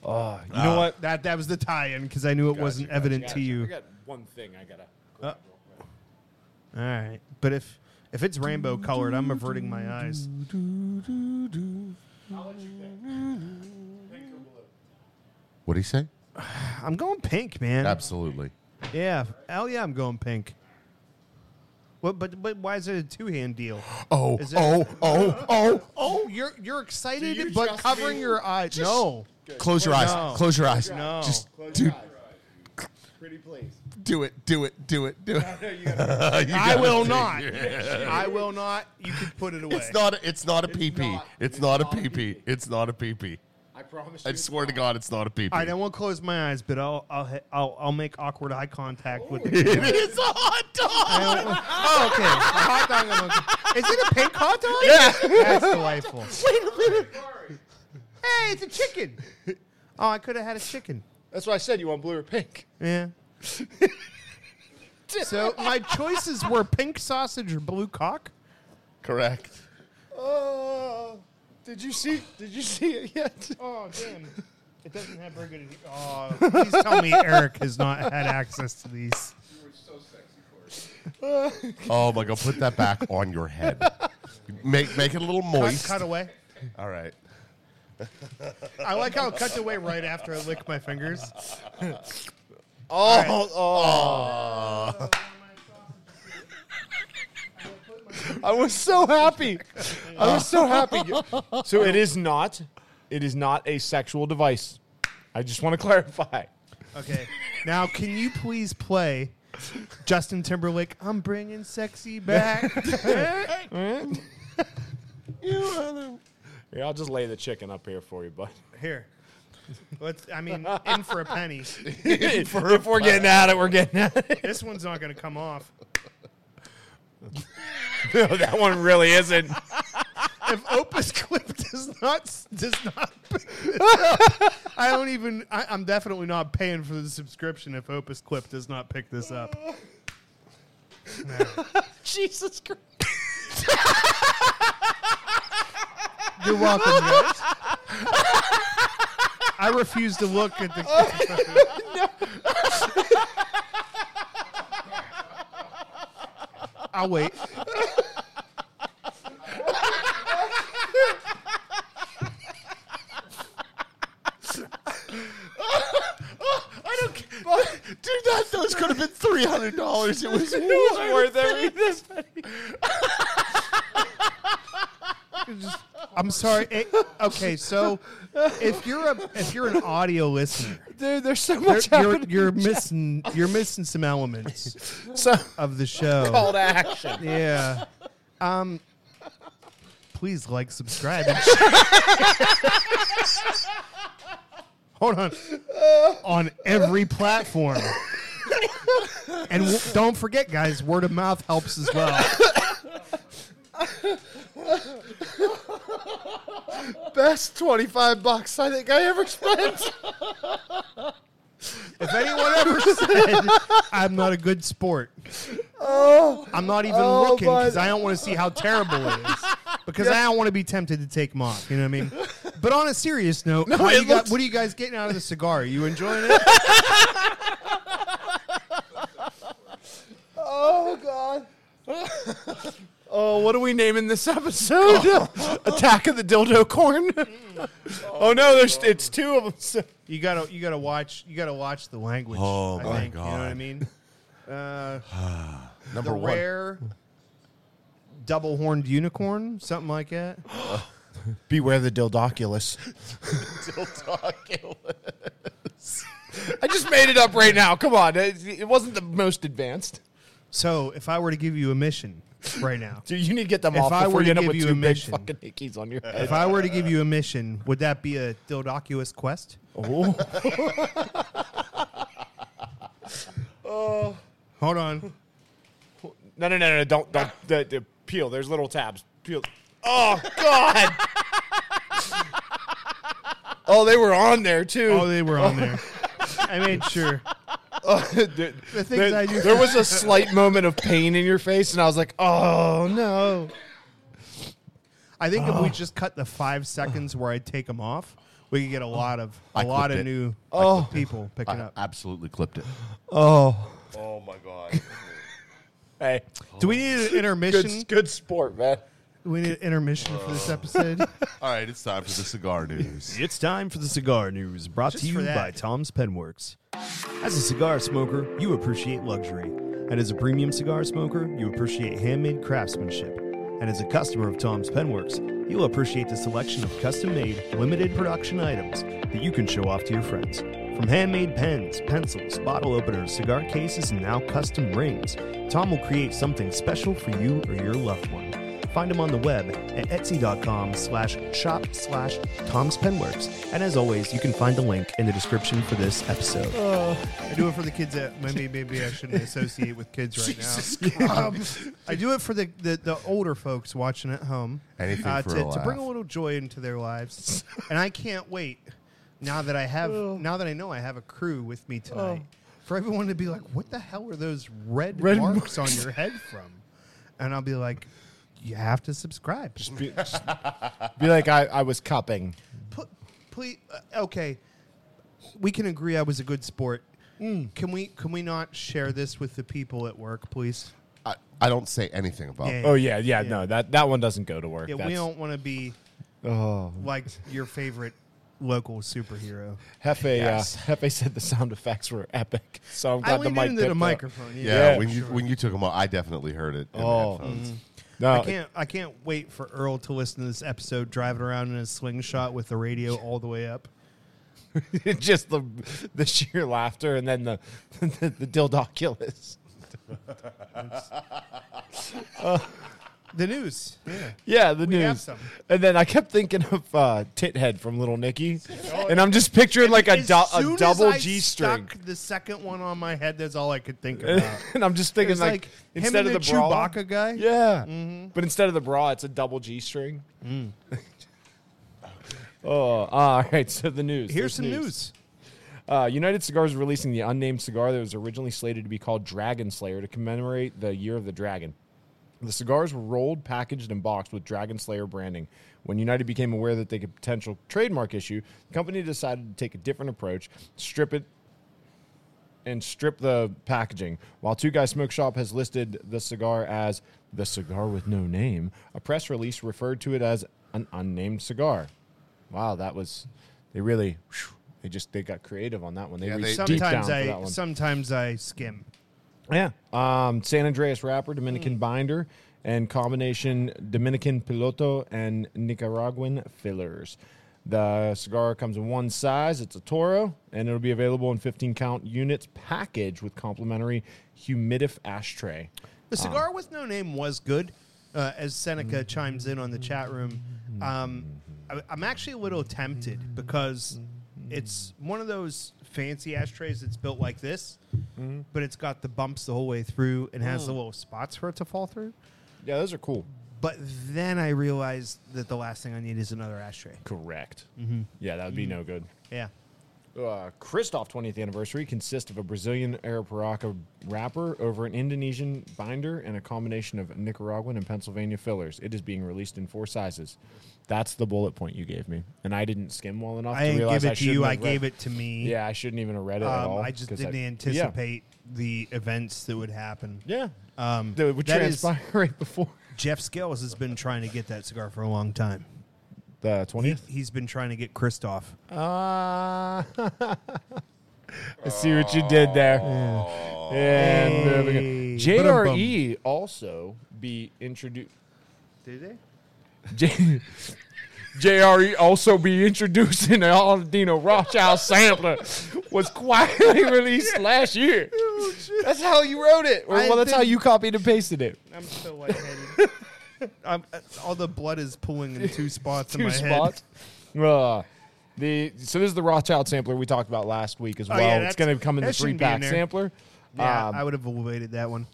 [SPEAKER 5] You
[SPEAKER 1] Ah.
[SPEAKER 5] know what?
[SPEAKER 1] That that was the tie-in because I knew it wasn't evident to you.
[SPEAKER 5] got one thing I gotta.
[SPEAKER 1] All right, but if if it's rainbow colored, I'm averting my eyes.
[SPEAKER 4] What do he say?
[SPEAKER 1] I'm going pink, man.
[SPEAKER 4] Absolutely.
[SPEAKER 1] Yeah, hell yeah, I'm going pink. What, but but why is it a two hand deal?
[SPEAKER 4] Oh,
[SPEAKER 1] Is it-
[SPEAKER 4] oh, oh, oh,
[SPEAKER 1] Oh, you're you're excited,
[SPEAKER 5] Do you
[SPEAKER 1] but
[SPEAKER 5] trust
[SPEAKER 1] covering
[SPEAKER 5] me?
[SPEAKER 1] your eyes. no,
[SPEAKER 4] Close your eyes.
[SPEAKER 1] No.
[SPEAKER 4] Close your eyes.
[SPEAKER 1] No.
[SPEAKER 4] Just
[SPEAKER 5] Close
[SPEAKER 4] do,
[SPEAKER 5] your eyes. Pretty please.
[SPEAKER 4] do it. Do it. Do it. Do it.
[SPEAKER 5] you gotta,
[SPEAKER 4] You
[SPEAKER 1] I
[SPEAKER 4] gotta
[SPEAKER 1] will
[SPEAKER 4] do
[SPEAKER 1] not.
[SPEAKER 4] it.
[SPEAKER 1] I will not. You can put it away.
[SPEAKER 4] It's not. A, it's not a PP.
[SPEAKER 5] not.
[SPEAKER 4] It's
[SPEAKER 5] It's
[SPEAKER 4] not a
[SPEAKER 5] not a
[SPEAKER 4] PP. It's not a PP.
[SPEAKER 5] I promise you.
[SPEAKER 4] I swear to God, it's not a
[SPEAKER 1] All right, I
[SPEAKER 4] PP.
[SPEAKER 1] won't close my eyes, but I'll I'll he- I'll, I'll make awkward eye contact with. The-
[SPEAKER 4] It is a hot dog.
[SPEAKER 1] oh, okay. A hot dog. I'm okay. Is it a pink hot dog? That's delightful. Wait a minute. Hey, it's a chicken. Oh, I could have had a chicken.
[SPEAKER 5] That's why I said you want blue or pink.
[SPEAKER 1] Yeah. so my choices were pink sausage or blue cock.
[SPEAKER 4] Correct.
[SPEAKER 5] Oh, did you see? Did you see it yet?
[SPEAKER 1] Oh damn! It doesn't have very good. Oh, please tell me Eric has not had access to these.
[SPEAKER 4] Oh my God! Put that back on your head. Make make it a little
[SPEAKER 1] Cut,
[SPEAKER 4] moist.
[SPEAKER 1] cut away.
[SPEAKER 4] All right.
[SPEAKER 1] I like how it cuts away right after I lick my fingers.
[SPEAKER 4] Oh, oh.
[SPEAKER 5] I was so happy. I was so happy. So it is not. It is not a sexual device. I just want to clarify.
[SPEAKER 1] Okay. Now, can you please play Justin Timberlake? I'm bringing sexy back.
[SPEAKER 5] Here, I'll just lay the chicken up here for you, bud.
[SPEAKER 1] Here. Let's. I mean, in for a penny.
[SPEAKER 5] if we're getting at it, we're getting at it.
[SPEAKER 1] This one's not going to come off.
[SPEAKER 5] No, that one really isn't.
[SPEAKER 1] if Opus Clip does not does not, I don't even. I, I'm definitely not paying for the subscription if Opus Clip does not pick this up.
[SPEAKER 5] Jesus Christ.
[SPEAKER 1] You're welcome, guys. I refuse to look at the.
[SPEAKER 5] Oh,
[SPEAKER 1] I'll wait.
[SPEAKER 4] Dude, that those could have been three hundred dollars. It was
[SPEAKER 5] worth every this
[SPEAKER 1] I'm sorry. It- okay, so if you're a if you're an audio listener,
[SPEAKER 5] Dude, there's so
[SPEAKER 1] you're
[SPEAKER 5] much
[SPEAKER 1] you're,
[SPEAKER 5] happening.
[SPEAKER 1] you're missing you're missing some elements
[SPEAKER 5] so
[SPEAKER 1] of the show.
[SPEAKER 5] call to action.
[SPEAKER 1] Yeah. Um. Please like, subscribe. and Hold on. On every platform. And w- don't forget, guys, word of mouth helps as well.
[SPEAKER 5] Best 25 bucks I think I ever spent.
[SPEAKER 1] If anyone ever said I'm not a good sport, I'm not even
[SPEAKER 5] oh,
[SPEAKER 1] looking because
[SPEAKER 5] but-
[SPEAKER 1] I don't want to see how terrible it is. Because I don't want to be tempted to take them off. You know what I mean? But on a serious note, how
[SPEAKER 5] it
[SPEAKER 1] you got-
[SPEAKER 5] looks-
[SPEAKER 1] what are you guys getting out of the cigar? Are you enjoying it?
[SPEAKER 5] Oh god. oh, what are we naming this episode? Attack of the dildo corn. oh no, there's it's two of them. So.
[SPEAKER 1] You gotta you gotta watch you gotta watch the language.
[SPEAKER 4] Oh,
[SPEAKER 1] I
[SPEAKER 4] my
[SPEAKER 1] think, You know what I
[SPEAKER 4] God.
[SPEAKER 1] mean? Uh, the
[SPEAKER 4] Number one.
[SPEAKER 1] rare double horned unicorn, something like that.
[SPEAKER 5] Beware the dildoculus. I just made it up right now. Come on, it, it wasn't the most advanced.
[SPEAKER 1] So if I were to give you a mission right now,
[SPEAKER 5] Dude, you need to get them
[SPEAKER 1] If
[SPEAKER 5] off
[SPEAKER 1] I
[SPEAKER 5] before
[SPEAKER 1] were to
[SPEAKER 5] you end up
[SPEAKER 1] give
[SPEAKER 5] with
[SPEAKER 1] you a
[SPEAKER 5] two big
[SPEAKER 1] mission-
[SPEAKER 5] fucking hickeys on your head.
[SPEAKER 1] if I were to give you a mission, would that be a dildocuous quest?
[SPEAKER 5] Oh.
[SPEAKER 1] Oh. Hold on.
[SPEAKER 5] No, no, no, no! Don't, don't the, the, peel. There's little tabs. Peel. Oh God! oh, they were on there too.
[SPEAKER 1] Oh, they were on there. I made sure.
[SPEAKER 5] the,
[SPEAKER 1] The things I do-
[SPEAKER 5] There was a slight moment of pain in your face, and I was like, "Oh no!"
[SPEAKER 1] I think
[SPEAKER 5] Oh.
[SPEAKER 1] if we just cut the five seconds where I take them off, we could get a lot of a
[SPEAKER 4] I
[SPEAKER 1] lot of
[SPEAKER 4] clipped it.
[SPEAKER 1] new
[SPEAKER 5] Oh.
[SPEAKER 1] people picking
[SPEAKER 4] I
[SPEAKER 1] up.
[SPEAKER 4] absolutely clipped it.
[SPEAKER 5] Oh,
[SPEAKER 4] Oh my God.
[SPEAKER 5] hey,
[SPEAKER 1] Do we need an intermission?
[SPEAKER 5] good, good sport, man.
[SPEAKER 1] We need an intermission for this episode.
[SPEAKER 4] All right, it's time for the cigar news.
[SPEAKER 6] It's time for the cigar news brought
[SPEAKER 1] Just
[SPEAKER 6] to
[SPEAKER 1] for
[SPEAKER 6] you
[SPEAKER 1] that.
[SPEAKER 6] by Tom's Penworks. As a cigar smoker, you appreciate luxury.
[SPEAKER 2] And as a premium cigar smoker, you appreciate handmade craftsmanship. And as a customer of Tom's Penworks, you'll appreciate the selection of custom made, limited production items that you can show off to your friends. From handmade pens, pencils, bottle openers, cigar cases, and now custom rings, Tom will create something special for you or your loved one. Find him on the web at etsy.com slash shop slash Tom's Penworks. And as always, you can find the link in the description for this episode.
[SPEAKER 1] I do it for the kids that maybe maybe I shouldn't associate with kids right now. Um, I do it for the, the, the older folks watching at home.
[SPEAKER 4] Anything
[SPEAKER 1] uh,
[SPEAKER 4] for
[SPEAKER 1] to,
[SPEAKER 4] a
[SPEAKER 1] to bring a
[SPEAKER 4] laugh.
[SPEAKER 1] little joy into their lives, and I can't wait now that I have
[SPEAKER 4] Oh.
[SPEAKER 1] now that I know I have a crew with me tonight for everyone to be like, "What the hell are those red, marks, on your head from?" And I'll be like, "You have to subscribe."
[SPEAKER 5] Just be, just be like I, I was cupping.
[SPEAKER 1] Put, please, uh, okay. We can agree I was a good sport.
[SPEAKER 5] Mm.
[SPEAKER 1] Can we can we not share this with the people at work, please?
[SPEAKER 4] I, I don't say anything about
[SPEAKER 1] Yeah.
[SPEAKER 5] Oh yeah, yeah, no, that that one doesn't go to work.
[SPEAKER 1] Yeah, we
[SPEAKER 5] That's-
[SPEAKER 1] don't want to be
[SPEAKER 5] Oh,
[SPEAKER 1] like your favorite local superhero.
[SPEAKER 5] Hefe, uh, Hefe said the sound effects were epic. So I'm
[SPEAKER 1] I
[SPEAKER 5] glad the
[SPEAKER 1] leaned
[SPEAKER 5] mic
[SPEAKER 1] into the
[SPEAKER 5] picked up.
[SPEAKER 1] microphone. Yeah.
[SPEAKER 4] Yeah,
[SPEAKER 5] Yeah,
[SPEAKER 4] when you when you took them out, I definitely heard it. In
[SPEAKER 5] Oh.
[SPEAKER 4] oh, headphones.
[SPEAKER 5] No, uh,
[SPEAKER 1] I can't. I can't wait for Earl to listen to this episode driving around in a slingshot with the radio all the way up.
[SPEAKER 5] just the the sheer laughter and then the the, the dildoculus.
[SPEAKER 1] The news. Yeah.
[SPEAKER 5] Yeah, the
[SPEAKER 1] We have
[SPEAKER 5] news.
[SPEAKER 1] some.
[SPEAKER 5] And then I kept thinking of uh, Tithead from Little Nicky, and I'm just picturing like a,
[SPEAKER 1] Oh, As
[SPEAKER 5] do-
[SPEAKER 1] soon
[SPEAKER 5] a
[SPEAKER 1] as
[SPEAKER 5] double
[SPEAKER 1] I
[SPEAKER 5] G string,
[SPEAKER 1] stuck The second one on my head. That's all I could think about.
[SPEAKER 5] and I'm just thinking
[SPEAKER 1] It's
[SPEAKER 5] like,
[SPEAKER 1] like, him
[SPEAKER 5] instead
[SPEAKER 1] and
[SPEAKER 5] of the,
[SPEAKER 1] the
[SPEAKER 5] bra,
[SPEAKER 1] Chewbacca guy? Mm-hmm.
[SPEAKER 5] Yeah, but instead of the bra, it's a double G string.
[SPEAKER 1] Mm.
[SPEAKER 5] oh, all right. So the news.
[SPEAKER 1] Here's
[SPEAKER 5] There's
[SPEAKER 1] some news.
[SPEAKER 5] Uh, United Cigars is releasing the unnamed cigar that was originally slated to be called Dragon Slayer to commemorate the year of the dragon. The cigars were rolled, packaged, and boxed with Dragon Slayer branding. When United became aware that they could potential trademark issue, the company decided to take a different approach, strip it and strip the packaging. While Two Guys Smoke Shop has listed the cigar as the cigar with no name, a press release referred to it as an unnamed cigar. Wow, that was they really whew, they just they got creative on that one. They
[SPEAKER 4] Yeah,
[SPEAKER 5] reached
[SPEAKER 4] they-
[SPEAKER 5] deep
[SPEAKER 1] Sometimes
[SPEAKER 5] down for that
[SPEAKER 1] I
[SPEAKER 5] one.
[SPEAKER 1] sometimes I skim.
[SPEAKER 5] Yeah. Um, San Andreas wrapper, Dominican binder, and combination Dominican piloto and Nicaraguan fillers. The cigar comes in one size. It's a Toro, and it'll be available in 15 count units package with complimentary humidif ashtray.
[SPEAKER 1] The cigar with no name was good, uh, as
[SPEAKER 5] Mm-hmm.
[SPEAKER 1] Seneca chimes in on the chat room. Um, I, I'm actually a little tempted because it's one of those fancy ashtrays that's built like this,
[SPEAKER 5] Mm-hmm.
[SPEAKER 1] but it's got the bumps the whole way through and
[SPEAKER 5] Oh.
[SPEAKER 1] has the little spots for it to fall through.
[SPEAKER 5] Yeah, those are cool.
[SPEAKER 1] But then I realized that the last thing I need is another ashtray.
[SPEAKER 5] Correct. Yeah, that would be no good.
[SPEAKER 1] Yeah.
[SPEAKER 5] uh, Christoph 20th anniversary consists of a Brazilian Arapiraca wrapper over an Indonesian binder and a combination of Nicaraguan and Pennsylvania fillers. It is being released in four sizes. That's the bullet point you gave me, and I didn't skim well enough.
[SPEAKER 1] I
[SPEAKER 5] to
[SPEAKER 1] didn't
[SPEAKER 5] realize
[SPEAKER 1] give it to you.
[SPEAKER 5] shouldn't
[SPEAKER 1] I
[SPEAKER 5] have read-
[SPEAKER 1] gave it to me.
[SPEAKER 5] Yeah, I shouldn't even have read it at
[SPEAKER 1] Um,
[SPEAKER 5] all.
[SPEAKER 1] I just
[SPEAKER 5] 'cause
[SPEAKER 1] didn't
[SPEAKER 5] yeah.
[SPEAKER 1] anticipate the events that would happen.
[SPEAKER 5] Yeah,
[SPEAKER 1] Um,
[SPEAKER 5] that would
[SPEAKER 1] that is-
[SPEAKER 5] transpire right before
[SPEAKER 1] Jeff Scales has been trying to get that cigar for a long time.
[SPEAKER 5] the 20th.
[SPEAKER 1] He's been trying to get Christoph.
[SPEAKER 5] Ah, I see what you did there. uh, Yeah, moving on. JRE also be introduced.
[SPEAKER 1] Did they?
[SPEAKER 5] J- JRE also be introducing the Aladino Rothschild sampler was quietly released last year. Oh, That's how you wrote it. Or,
[SPEAKER 1] I
[SPEAKER 5] well, that's how
[SPEAKER 1] didn't-
[SPEAKER 5] you copied and pasted it.
[SPEAKER 1] I'm so lightheaded. I'm, uh, all the blood is pulling in two spots in
[SPEAKER 5] Two
[SPEAKER 1] my
[SPEAKER 5] spots. Uh, the so this is the Rothschild sampler we talked about last week as
[SPEAKER 1] Oh,
[SPEAKER 5] well.
[SPEAKER 1] yeah,
[SPEAKER 5] it's
[SPEAKER 1] that's-
[SPEAKER 5] going to come in the
[SPEAKER 1] that
[SPEAKER 5] three
[SPEAKER 1] shouldn't be in
[SPEAKER 5] pack
[SPEAKER 1] there.
[SPEAKER 5] sampler.
[SPEAKER 1] head. Yeah,
[SPEAKER 5] Um,
[SPEAKER 1] I would have avoided that one.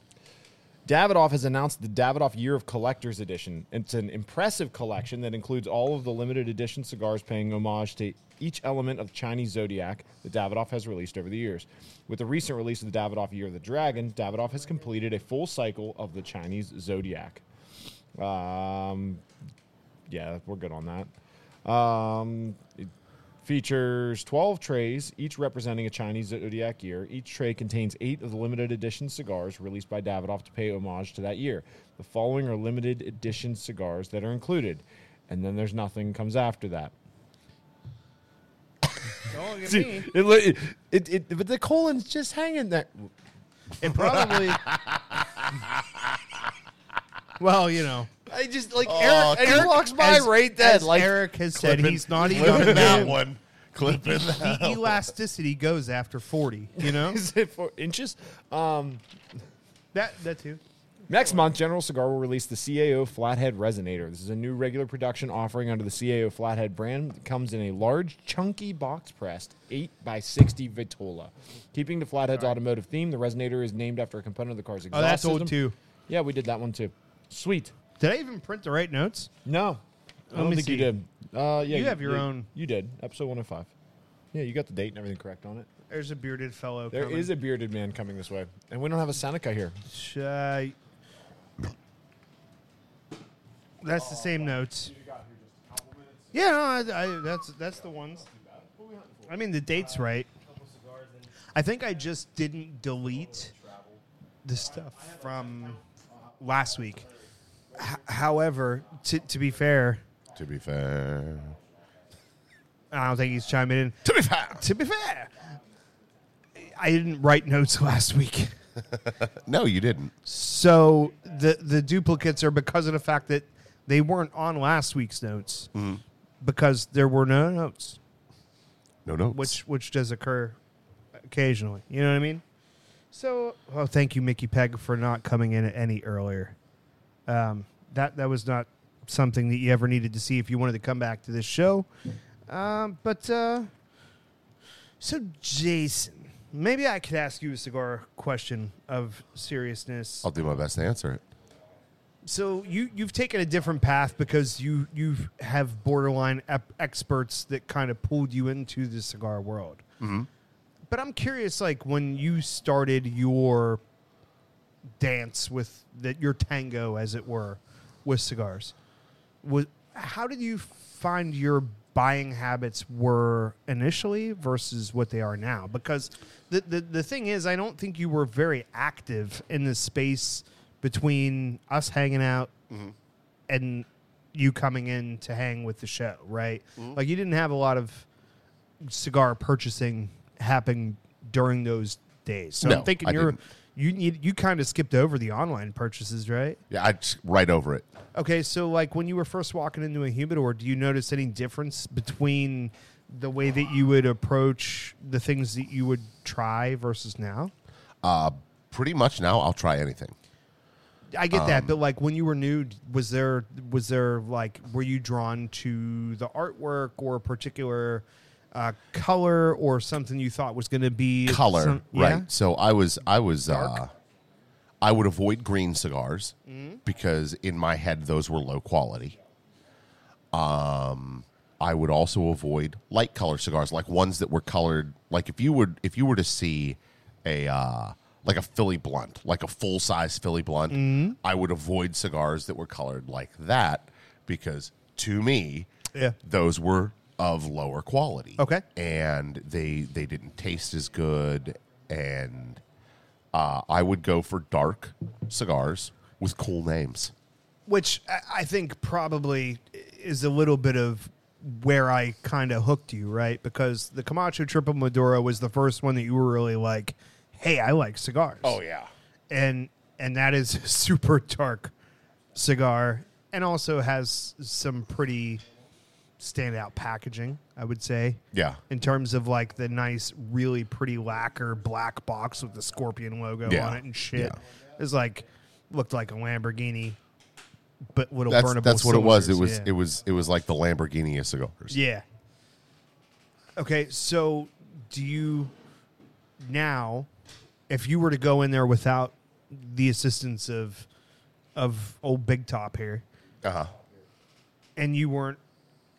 [SPEAKER 5] Davidoff has announced the Davidoff Year of Collectors Edition. It's an impressive collection that includes all of the limited edition cigars paying homage to each element of Chinese zodiac that Davidoff has released over the years. With the recent release of the Davidoff Year of the Dragon, Davidoff has completed a full cycle of the Chinese zodiac. Um, yeah, we're good on that. Um, it features 12 trays, each representing a Chinese zodiac year. Each tray contains eight of the limited edition cigars released by Davidoff to pay homage to that year. The following are limited edition cigars that are included, and then there's nothing comes after that. It, li- it, it, but the colon's just hanging there.
[SPEAKER 1] It probably. well, you know,
[SPEAKER 7] I just like
[SPEAKER 5] Uh,
[SPEAKER 4] Aw,
[SPEAKER 7] Eric. And he walks by
[SPEAKER 1] as-
[SPEAKER 7] right then.
[SPEAKER 1] as
[SPEAKER 7] Like
[SPEAKER 1] Eric has said,
[SPEAKER 4] Clipping-
[SPEAKER 1] he's not
[SPEAKER 4] clipping
[SPEAKER 1] even
[SPEAKER 4] that one. Clipping that.
[SPEAKER 1] The elasticity goes after forty. You know
[SPEAKER 5] Is it four inches? Um,
[SPEAKER 1] that that too.
[SPEAKER 5] next month, General Cigar will release the CAO Flathead Resonator. This is a new regular production offering under the CAO Flathead brand. It comes in a large, chunky box pressed 8x60 Vitola. Keeping the Flathead's automotive theme, the Resonator is named after a component of the car's
[SPEAKER 1] Oh,
[SPEAKER 5] exhaust
[SPEAKER 1] that's old
[SPEAKER 5] system.
[SPEAKER 1] too.
[SPEAKER 5] Yeah, we did that one too. Sweet.
[SPEAKER 1] Did I even print the right notes?
[SPEAKER 5] No, I
[SPEAKER 1] Let
[SPEAKER 5] don't
[SPEAKER 1] me
[SPEAKER 5] think you
[SPEAKER 1] see.
[SPEAKER 5] did. Uh, yeah,
[SPEAKER 1] You have your own-
[SPEAKER 5] You did episode one hundred five. Yeah, you got the date and everything correct on it.
[SPEAKER 1] There's a bearded fellow.
[SPEAKER 5] There is
[SPEAKER 1] coming.
[SPEAKER 5] a bearded man coming this way, and we don't have a Seneca here.
[SPEAKER 1] Shy. That's the same notes. Yeah, no, I, I, that's that's the ones. I mean, the date's right. I think I just didn't delete the stuff from last week. H- however, to, to be fair,
[SPEAKER 4] To be fair.
[SPEAKER 1] I don't think he's chiming in.
[SPEAKER 4] To be fair.
[SPEAKER 1] To be fair, I didn't write notes last week.
[SPEAKER 4] No, you didn't.
[SPEAKER 1] So the the duplicates are because of the fact that they weren't on last week's notes because there were no notes,
[SPEAKER 4] No notes.
[SPEAKER 1] which which does occur occasionally. You know what I mean? So, oh, thank you, Mickey Peg, for not coming in any earlier. Um, that that was not something that you ever needed to see if you wanted to come back to this show. Um, but uh, so, Jason, maybe I could ask you a cigar question of seriousness.
[SPEAKER 4] I'll do my best to answer it.
[SPEAKER 1] So you you've taken a different path because you you have borderline ep- experts that kind of pulled you into the cigar world. But I'm curious, like when you started your dance with that your tango, as it were, with cigars, was how did you find your buying habits were initially versus what they are now? Because the, the the thing is, I don't think you were very active in the space between us hanging out
[SPEAKER 4] Mm-hmm.
[SPEAKER 1] and you coming in to hang with the show, right?
[SPEAKER 4] Mm-hmm.
[SPEAKER 1] Like you didn't have a lot of cigar purchasing happening during those days. So
[SPEAKER 4] No,
[SPEAKER 1] I'm thinking
[SPEAKER 4] I
[SPEAKER 1] you're
[SPEAKER 4] didn't.
[SPEAKER 1] you need you kind of skipped over the online purchases, right?
[SPEAKER 4] Yeah, I just right over it.
[SPEAKER 1] Okay, so like when you were first walking into a humidor, do you notice any difference between the way that you would approach the things that you would try versus now?
[SPEAKER 4] Uh, pretty much now, I'll try anything.
[SPEAKER 1] I get
[SPEAKER 4] Um,
[SPEAKER 1] that, but like when you were new, d- was there was there like were you drawn to the artwork or a particular uh, color or something you thought was going to be
[SPEAKER 4] color,
[SPEAKER 1] some-
[SPEAKER 4] right?
[SPEAKER 1] yeah?
[SPEAKER 4] So I was, I was, uh, I would avoid green cigars
[SPEAKER 1] Mm-hmm.
[SPEAKER 4] because in my head those were low quality. Um, I would also avoid light color cigars, like ones that were colored. Like if you would, if you were to see a uh, like a Philly blunt, like a full size Philly blunt,
[SPEAKER 1] Mm-hmm.
[SPEAKER 4] I would avoid cigars that were colored like that because to me,
[SPEAKER 1] Yeah.
[SPEAKER 4] those were of lower quality
[SPEAKER 1] Okay.
[SPEAKER 4] and they they didn't taste as good and uh, i would go for dark cigars with cool names
[SPEAKER 1] which I- I think probably is a little bit of where I kind of hooked you, right? Because the Camacho Triple Maduro was the first one that you were really like, "Hey, I like cigars."
[SPEAKER 4] Oh, yeah
[SPEAKER 1] and and that is a super dark cigar, and also has some pretty standout packaging, I would say.
[SPEAKER 4] Yeah.
[SPEAKER 1] In terms of like the nice, really pretty lacquer black box with the scorpion logo
[SPEAKER 4] Yeah.
[SPEAKER 1] on it and shit.
[SPEAKER 4] Yeah.
[SPEAKER 1] It's like looked like a Lamborghini, but little
[SPEAKER 4] that's
[SPEAKER 1] burnable.
[SPEAKER 4] that's what it was it
[SPEAKER 1] cylinders.
[SPEAKER 4] was
[SPEAKER 1] Yeah.
[SPEAKER 4] it was it was like the lamborghini of cigars
[SPEAKER 1] Yeah. Okay, so do you now, if you were to go in there without the assistance of of old Big Top here,
[SPEAKER 4] uh-huh.
[SPEAKER 1] and you weren't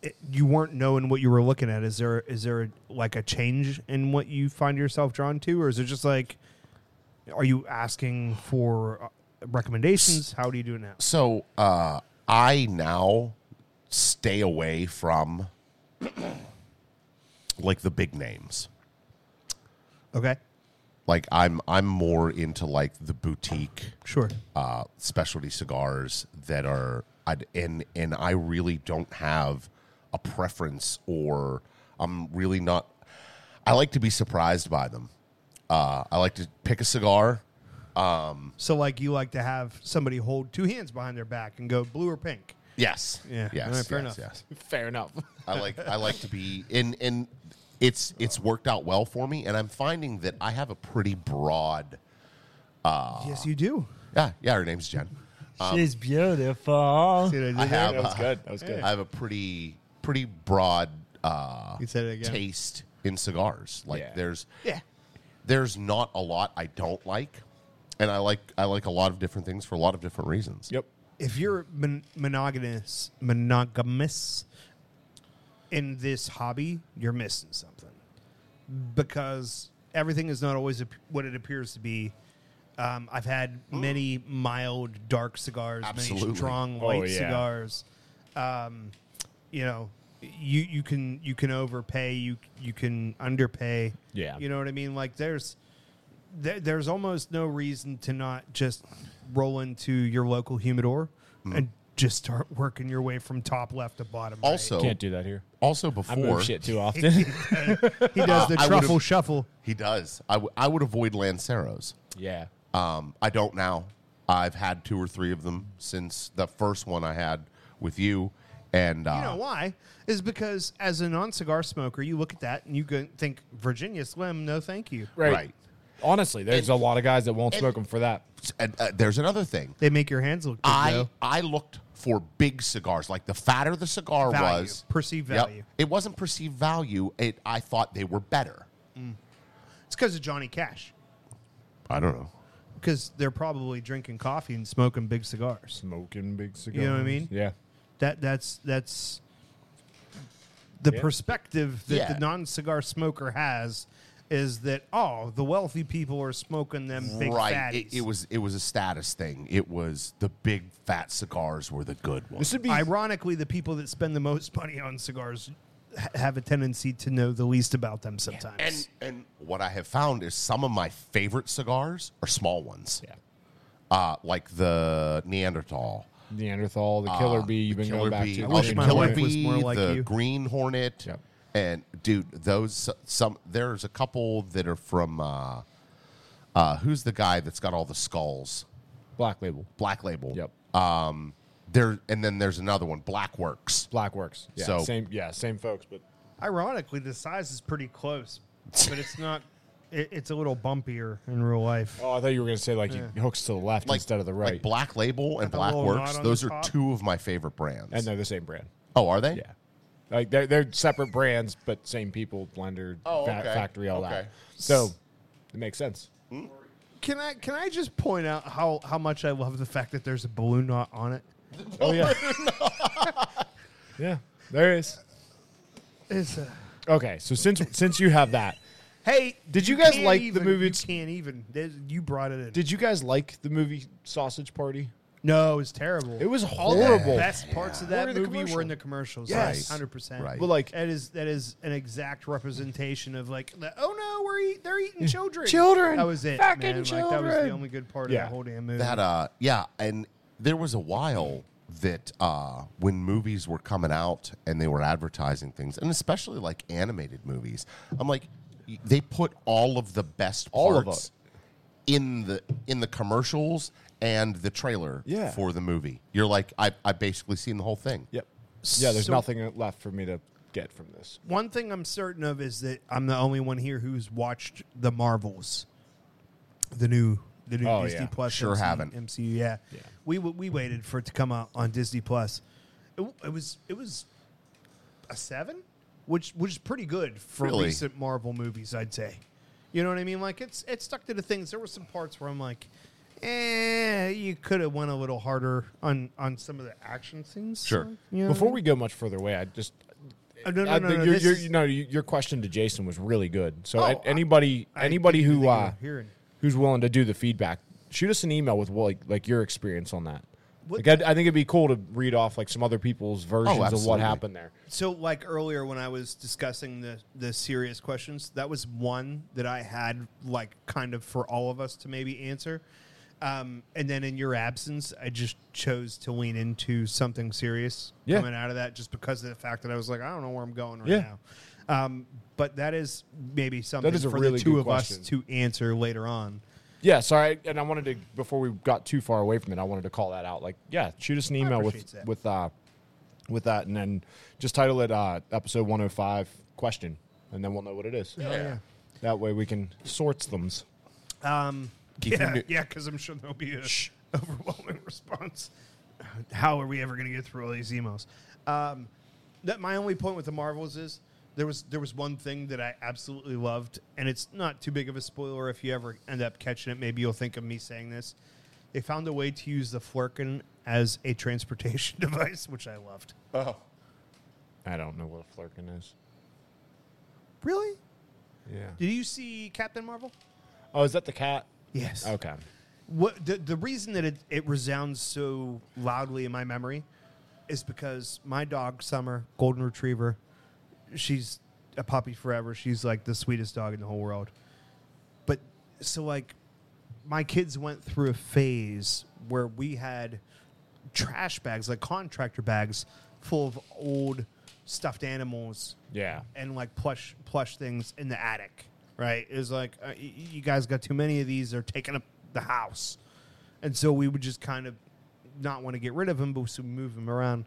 [SPEAKER 1] it- you weren't knowing what you were looking at, is there is there like a change in what you find yourself drawn to, or is it just like, are you asking for uh, recommendations? How do you do it now?
[SPEAKER 4] so uh, i now stay away from like the big names
[SPEAKER 1] Okay,
[SPEAKER 4] like i'm i'm more into like the boutique
[SPEAKER 1] sure.
[SPEAKER 4] uh, specialty cigars that are I'd, and and I really don't have a preference or I'm really not I like to be surprised by them. Uh, I like to pick a cigar
[SPEAKER 1] So like you like to have somebody hold two hands behind their back and go blue or pink.
[SPEAKER 4] Yes.
[SPEAKER 1] Yeah.
[SPEAKER 4] Yes.
[SPEAKER 1] All right, fair
[SPEAKER 4] yes,
[SPEAKER 1] enough.
[SPEAKER 4] yes.
[SPEAKER 5] Fair enough.
[SPEAKER 4] I like I like to be and and it's it's worked out well for me, and I'm finding that I have a pretty broad.
[SPEAKER 1] Yes, you do.
[SPEAKER 4] Yeah, yeah. Her name's Jen.
[SPEAKER 2] She's beautiful.
[SPEAKER 1] See what I did there?
[SPEAKER 4] I have
[SPEAKER 5] That was good. That was good.
[SPEAKER 4] I have a pretty pretty broad uh,
[SPEAKER 1] You said it again.
[SPEAKER 4] taste in cigars. Like
[SPEAKER 5] Yeah.
[SPEAKER 4] there's
[SPEAKER 1] Yeah.
[SPEAKER 4] there's not a lot I don't like, and I like I like a lot of different things for a lot of different reasons.
[SPEAKER 5] Yep.
[SPEAKER 1] If you're mon- monogamous, monogamous in this hobby, you're missing something because everything is not always ap- what it appears to be. Um, I've had many mild dark cigars,
[SPEAKER 4] Absolutely.
[SPEAKER 1] many strong
[SPEAKER 5] Oh,
[SPEAKER 1] white
[SPEAKER 5] yeah.
[SPEAKER 1] cigars. Um, you know, you you can you can overpay, you you can underpay.
[SPEAKER 5] Yeah.
[SPEAKER 1] you know what I mean. Like there's there, there's almost no reason to not just roll into your local humidor and just start working your way from top left to bottom. right.
[SPEAKER 4] Also,
[SPEAKER 5] Can't do that here.
[SPEAKER 4] also
[SPEAKER 5] I
[SPEAKER 4] before
[SPEAKER 5] move shit too often.
[SPEAKER 1] he does the
[SPEAKER 4] I would've-
[SPEAKER 1] truffle shuffle.
[SPEAKER 4] he does, I, w- I would avoid Lanceros.
[SPEAKER 5] yeah.
[SPEAKER 4] Um, I don't now. I've had two or three of them since the first one I had with you, and uh,
[SPEAKER 1] You know why? Is because as a non cigar smoker, you look at that and you go- think Virginia Slim, no thank you.
[SPEAKER 5] Right.
[SPEAKER 4] Right.
[SPEAKER 5] Honestly, there's a lot of guys that won't
[SPEAKER 4] and-
[SPEAKER 5] smoke them for that.
[SPEAKER 4] and, uh, there's another thing.
[SPEAKER 1] They make your hands look good.
[SPEAKER 4] I
[SPEAKER 1] though.
[SPEAKER 4] I looked for big cigars. Like the fatter the cigar
[SPEAKER 1] Value.
[SPEAKER 4] was,
[SPEAKER 1] Perceived
[SPEAKER 4] Yep.
[SPEAKER 1] value.
[SPEAKER 4] It wasn't perceived value. It I thought they were better.
[SPEAKER 1] It's because of Johnny Cash.
[SPEAKER 4] I don't know.
[SPEAKER 1] Because they're probably drinking coffee and smoking big cigars.
[SPEAKER 5] Smoking big cigars.
[SPEAKER 1] what I mean?
[SPEAKER 5] Yeah.
[SPEAKER 1] That that's that's the
[SPEAKER 5] Yeah.
[SPEAKER 1] perspective that
[SPEAKER 4] Yeah.
[SPEAKER 1] the non cigar smoker has is that oh the wealthy people are smoking them big
[SPEAKER 4] right.
[SPEAKER 1] fatties.
[SPEAKER 4] It, it was it was a status thing. It was the big fat cigars were the good ones.
[SPEAKER 5] This would be
[SPEAKER 1] ironically the people that spend the most money on cigars ha- have a tendency to know the least about them sometimes.
[SPEAKER 4] And and what I have found is some of my favorite cigars are small ones.
[SPEAKER 5] Yeah.
[SPEAKER 4] Uh, like the Neanderthal.
[SPEAKER 5] Neanderthal, the killer bee. You've
[SPEAKER 4] Ah, the
[SPEAKER 5] been
[SPEAKER 4] killer
[SPEAKER 5] going back
[SPEAKER 4] bee,
[SPEAKER 5] to.
[SPEAKER 4] uh,
[SPEAKER 1] wish
[SPEAKER 4] the
[SPEAKER 1] my
[SPEAKER 4] killer
[SPEAKER 1] wife was
[SPEAKER 4] bee,
[SPEAKER 1] more like
[SPEAKER 4] the
[SPEAKER 1] you.
[SPEAKER 4] green hornet,
[SPEAKER 5] Yep.
[SPEAKER 4] and dude, those some there's a couple that are from uh, uh, who's the guy that's got all the skulls?
[SPEAKER 5] Black label.
[SPEAKER 4] Black Label.
[SPEAKER 5] Yep.
[SPEAKER 4] Um, there and then there's another one, Black Works.
[SPEAKER 5] Black works. Yeah.
[SPEAKER 4] So-
[SPEAKER 5] same. Yeah. Same folks, but
[SPEAKER 1] Ironically, the size is pretty close, but it's not. It, it's a little bumpier in real life.
[SPEAKER 5] Oh, I thought you were going to say like he hooks to the left
[SPEAKER 4] Like
[SPEAKER 5] instead of the
[SPEAKER 4] like
[SPEAKER 5] right.
[SPEAKER 4] Black Label and
[SPEAKER 1] the
[SPEAKER 4] Black
[SPEAKER 1] little
[SPEAKER 4] Works.
[SPEAKER 1] knot on
[SPEAKER 4] Those
[SPEAKER 1] the
[SPEAKER 4] are
[SPEAKER 1] top.
[SPEAKER 4] two of my favorite brands.
[SPEAKER 5] and they're the same brand.
[SPEAKER 4] oh, are they?
[SPEAKER 5] Yeah. Like they're, they're separate brands, but same people, blender,
[SPEAKER 4] Oh,
[SPEAKER 5] fa-
[SPEAKER 4] okay.
[SPEAKER 5] factory, all
[SPEAKER 4] Okay.
[SPEAKER 5] that. So it makes sense.
[SPEAKER 1] Can I can I just point out how how much I love the fact that there's a balloon knot on it?
[SPEAKER 5] Oh, yeah. yeah. There is.
[SPEAKER 1] It's a,
[SPEAKER 5] Okay. So since since you have that,
[SPEAKER 1] hey,
[SPEAKER 5] Did you guys
[SPEAKER 1] can't
[SPEAKER 5] like the
[SPEAKER 1] even-
[SPEAKER 5] movie-
[SPEAKER 1] You can't even. There's- You brought it in.
[SPEAKER 5] did you guys like the movie Sausage Party?
[SPEAKER 1] no, it was terrible.
[SPEAKER 5] It was
[SPEAKER 1] All the
[SPEAKER 5] horrible.
[SPEAKER 1] best parts of
[SPEAKER 5] Where
[SPEAKER 1] that
[SPEAKER 5] were the
[SPEAKER 1] movie
[SPEAKER 5] commercial?
[SPEAKER 1] were in the commercials.
[SPEAKER 5] Yes.
[SPEAKER 1] hundred percent.
[SPEAKER 4] Right.
[SPEAKER 5] But like
[SPEAKER 1] That is that is an exact representation of like the, oh no we're eat, they're eating children
[SPEAKER 5] Children!
[SPEAKER 1] that was it
[SPEAKER 5] Fucking
[SPEAKER 1] man. like that was the
[SPEAKER 5] children!
[SPEAKER 1] only good part
[SPEAKER 5] Yeah.
[SPEAKER 1] of the whole damn movie
[SPEAKER 4] That uh yeah, and there was a while that uh when movies were coming out and they were advertising things, and especially like animated movies, I'm like y- they put all of the best
[SPEAKER 5] All of
[SPEAKER 4] parts in the in the commercials and the trailer
[SPEAKER 5] Yeah.
[SPEAKER 4] for the movie. You're like I I basically seen the whole thing.
[SPEAKER 5] Yep. Yeah, there's
[SPEAKER 1] So-
[SPEAKER 5] nothing left for me to get from this.
[SPEAKER 1] one thing I'm certain of is that I'm the only one here who's watched the Marvels, the new the new
[SPEAKER 5] Oh,
[SPEAKER 1] Disney
[SPEAKER 5] yeah.
[SPEAKER 1] Plus.
[SPEAKER 4] Sure
[SPEAKER 1] MC
[SPEAKER 4] haven't.
[SPEAKER 1] MCU. Yeah, yeah. We wa- we waited for it to come out on Disney Plus. It, w- it was it was a seven, which which is pretty good for
[SPEAKER 4] Really?
[SPEAKER 1] recent Marvel movies, I'd say. You know what I mean? Like it's it stuck to the things. There were some parts where I'm like. Eh, you could have went a little harder on on some of the action scenes.
[SPEAKER 4] Sure.
[SPEAKER 1] You know what I
[SPEAKER 5] Before
[SPEAKER 1] mean?
[SPEAKER 5] we go much further away, I just
[SPEAKER 1] Oh, no, no,
[SPEAKER 5] I
[SPEAKER 1] no,
[SPEAKER 5] think
[SPEAKER 1] no,
[SPEAKER 5] your,
[SPEAKER 1] this
[SPEAKER 5] your,
[SPEAKER 1] is-
[SPEAKER 5] no, you- your question to Jason was really good. So
[SPEAKER 1] Oh,
[SPEAKER 5] a-
[SPEAKER 1] I-
[SPEAKER 5] anybody
[SPEAKER 1] I
[SPEAKER 5] anybody
[SPEAKER 1] didn't
[SPEAKER 5] who
[SPEAKER 1] think I
[SPEAKER 5] uh,
[SPEAKER 1] was hearing.
[SPEAKER 5] who's willing to do the feedback, shoot us an email with what, like like your experience on that.
[SPEAKER 1] What-
[SPEAKER 5] Like, I, I think it'd be cool to read off like some other people's versions of what
[SPEAKER 4] absolutely.
[SPEAKER 5] happened there.
[SPEAKER 1] So, like earlier when I was discussing the the serious questions, that was one that I had like kind of for all of us to maybe answer. Um, and then in your absence, I just chose to lean into something serious
[SPEAKER 5] Yeah.
[SPEAKER 1] coming out of that, just because of the fact that I was like, I don't know where I'm going right
[SPEAKER 5] Yeah.
[SPEAKER 1] now. Um, but that is maybe something
[SPEAKER 5] is a
[SPEAKER 1] for
[SPEAKER 5] really
[SPEAKER 1] the two
[SPEAKER 5] good
[SPEAKER 1] of
[SPEAKER 5] question.
[SPEAKER 1] us to answer later on.
[SPEAKER 5] Yeah, sorry, and I wanted to before we got too far away from it, I wanted to call that out. Like, yeah, shoot us an email with
[SPEAKER 1] appreciate that.
[SPEAKER 5] with uh with that, and then just title it uh episode one hundred five question, and then we'll know what it is. Yeah. That way we can sort them.
[SPEAKER 1] Um,
[SPEAKER 4] If you
[SPEAKER 1] yeah,
[SPEAKER 4] knew-
[SPEAKER 1] yeah, because I'm sure there'll be a overwhelming response. How are we ever going to get through all these emails? Um, that my only point with the Marvels is there was there was one thing that I absolutely loved, and it's not too big of a spoiler. If you ever end up catching it, maybe you'll think of me saying this. They found a way to use the Flurkin as a transportation device, which I loved.
[SPEAKER 5] I don't know what a flirkin is.
[SPEAKER 1] Really?
[SPEAKER 5] Yeah.
[SPEAKER 1] Did you see Captain Marvel?
[SPEAKER 5] Oh, is that the cat?
[SPEAKER 1] Yes.
[SPEAKER 5] Okay.
[SPEAKER 1] What the, the reason that it, it resounds so loudly in my memory is because my dog Summer, golden retriever, she's a puppy forever. She's like the sweetest dog in the whole world. But so like my kids went through a phase where we had trash bags, like contractor bags full of old stuffed animals
[SPEAKER 5] Yeah.
[SPEAKER 1] and like plush plush things in the attic, right? It was like uh, y- y- you guys got too many of these; they're taking up the house, and so we would just kind of not want to get rid of them, but so we move them around.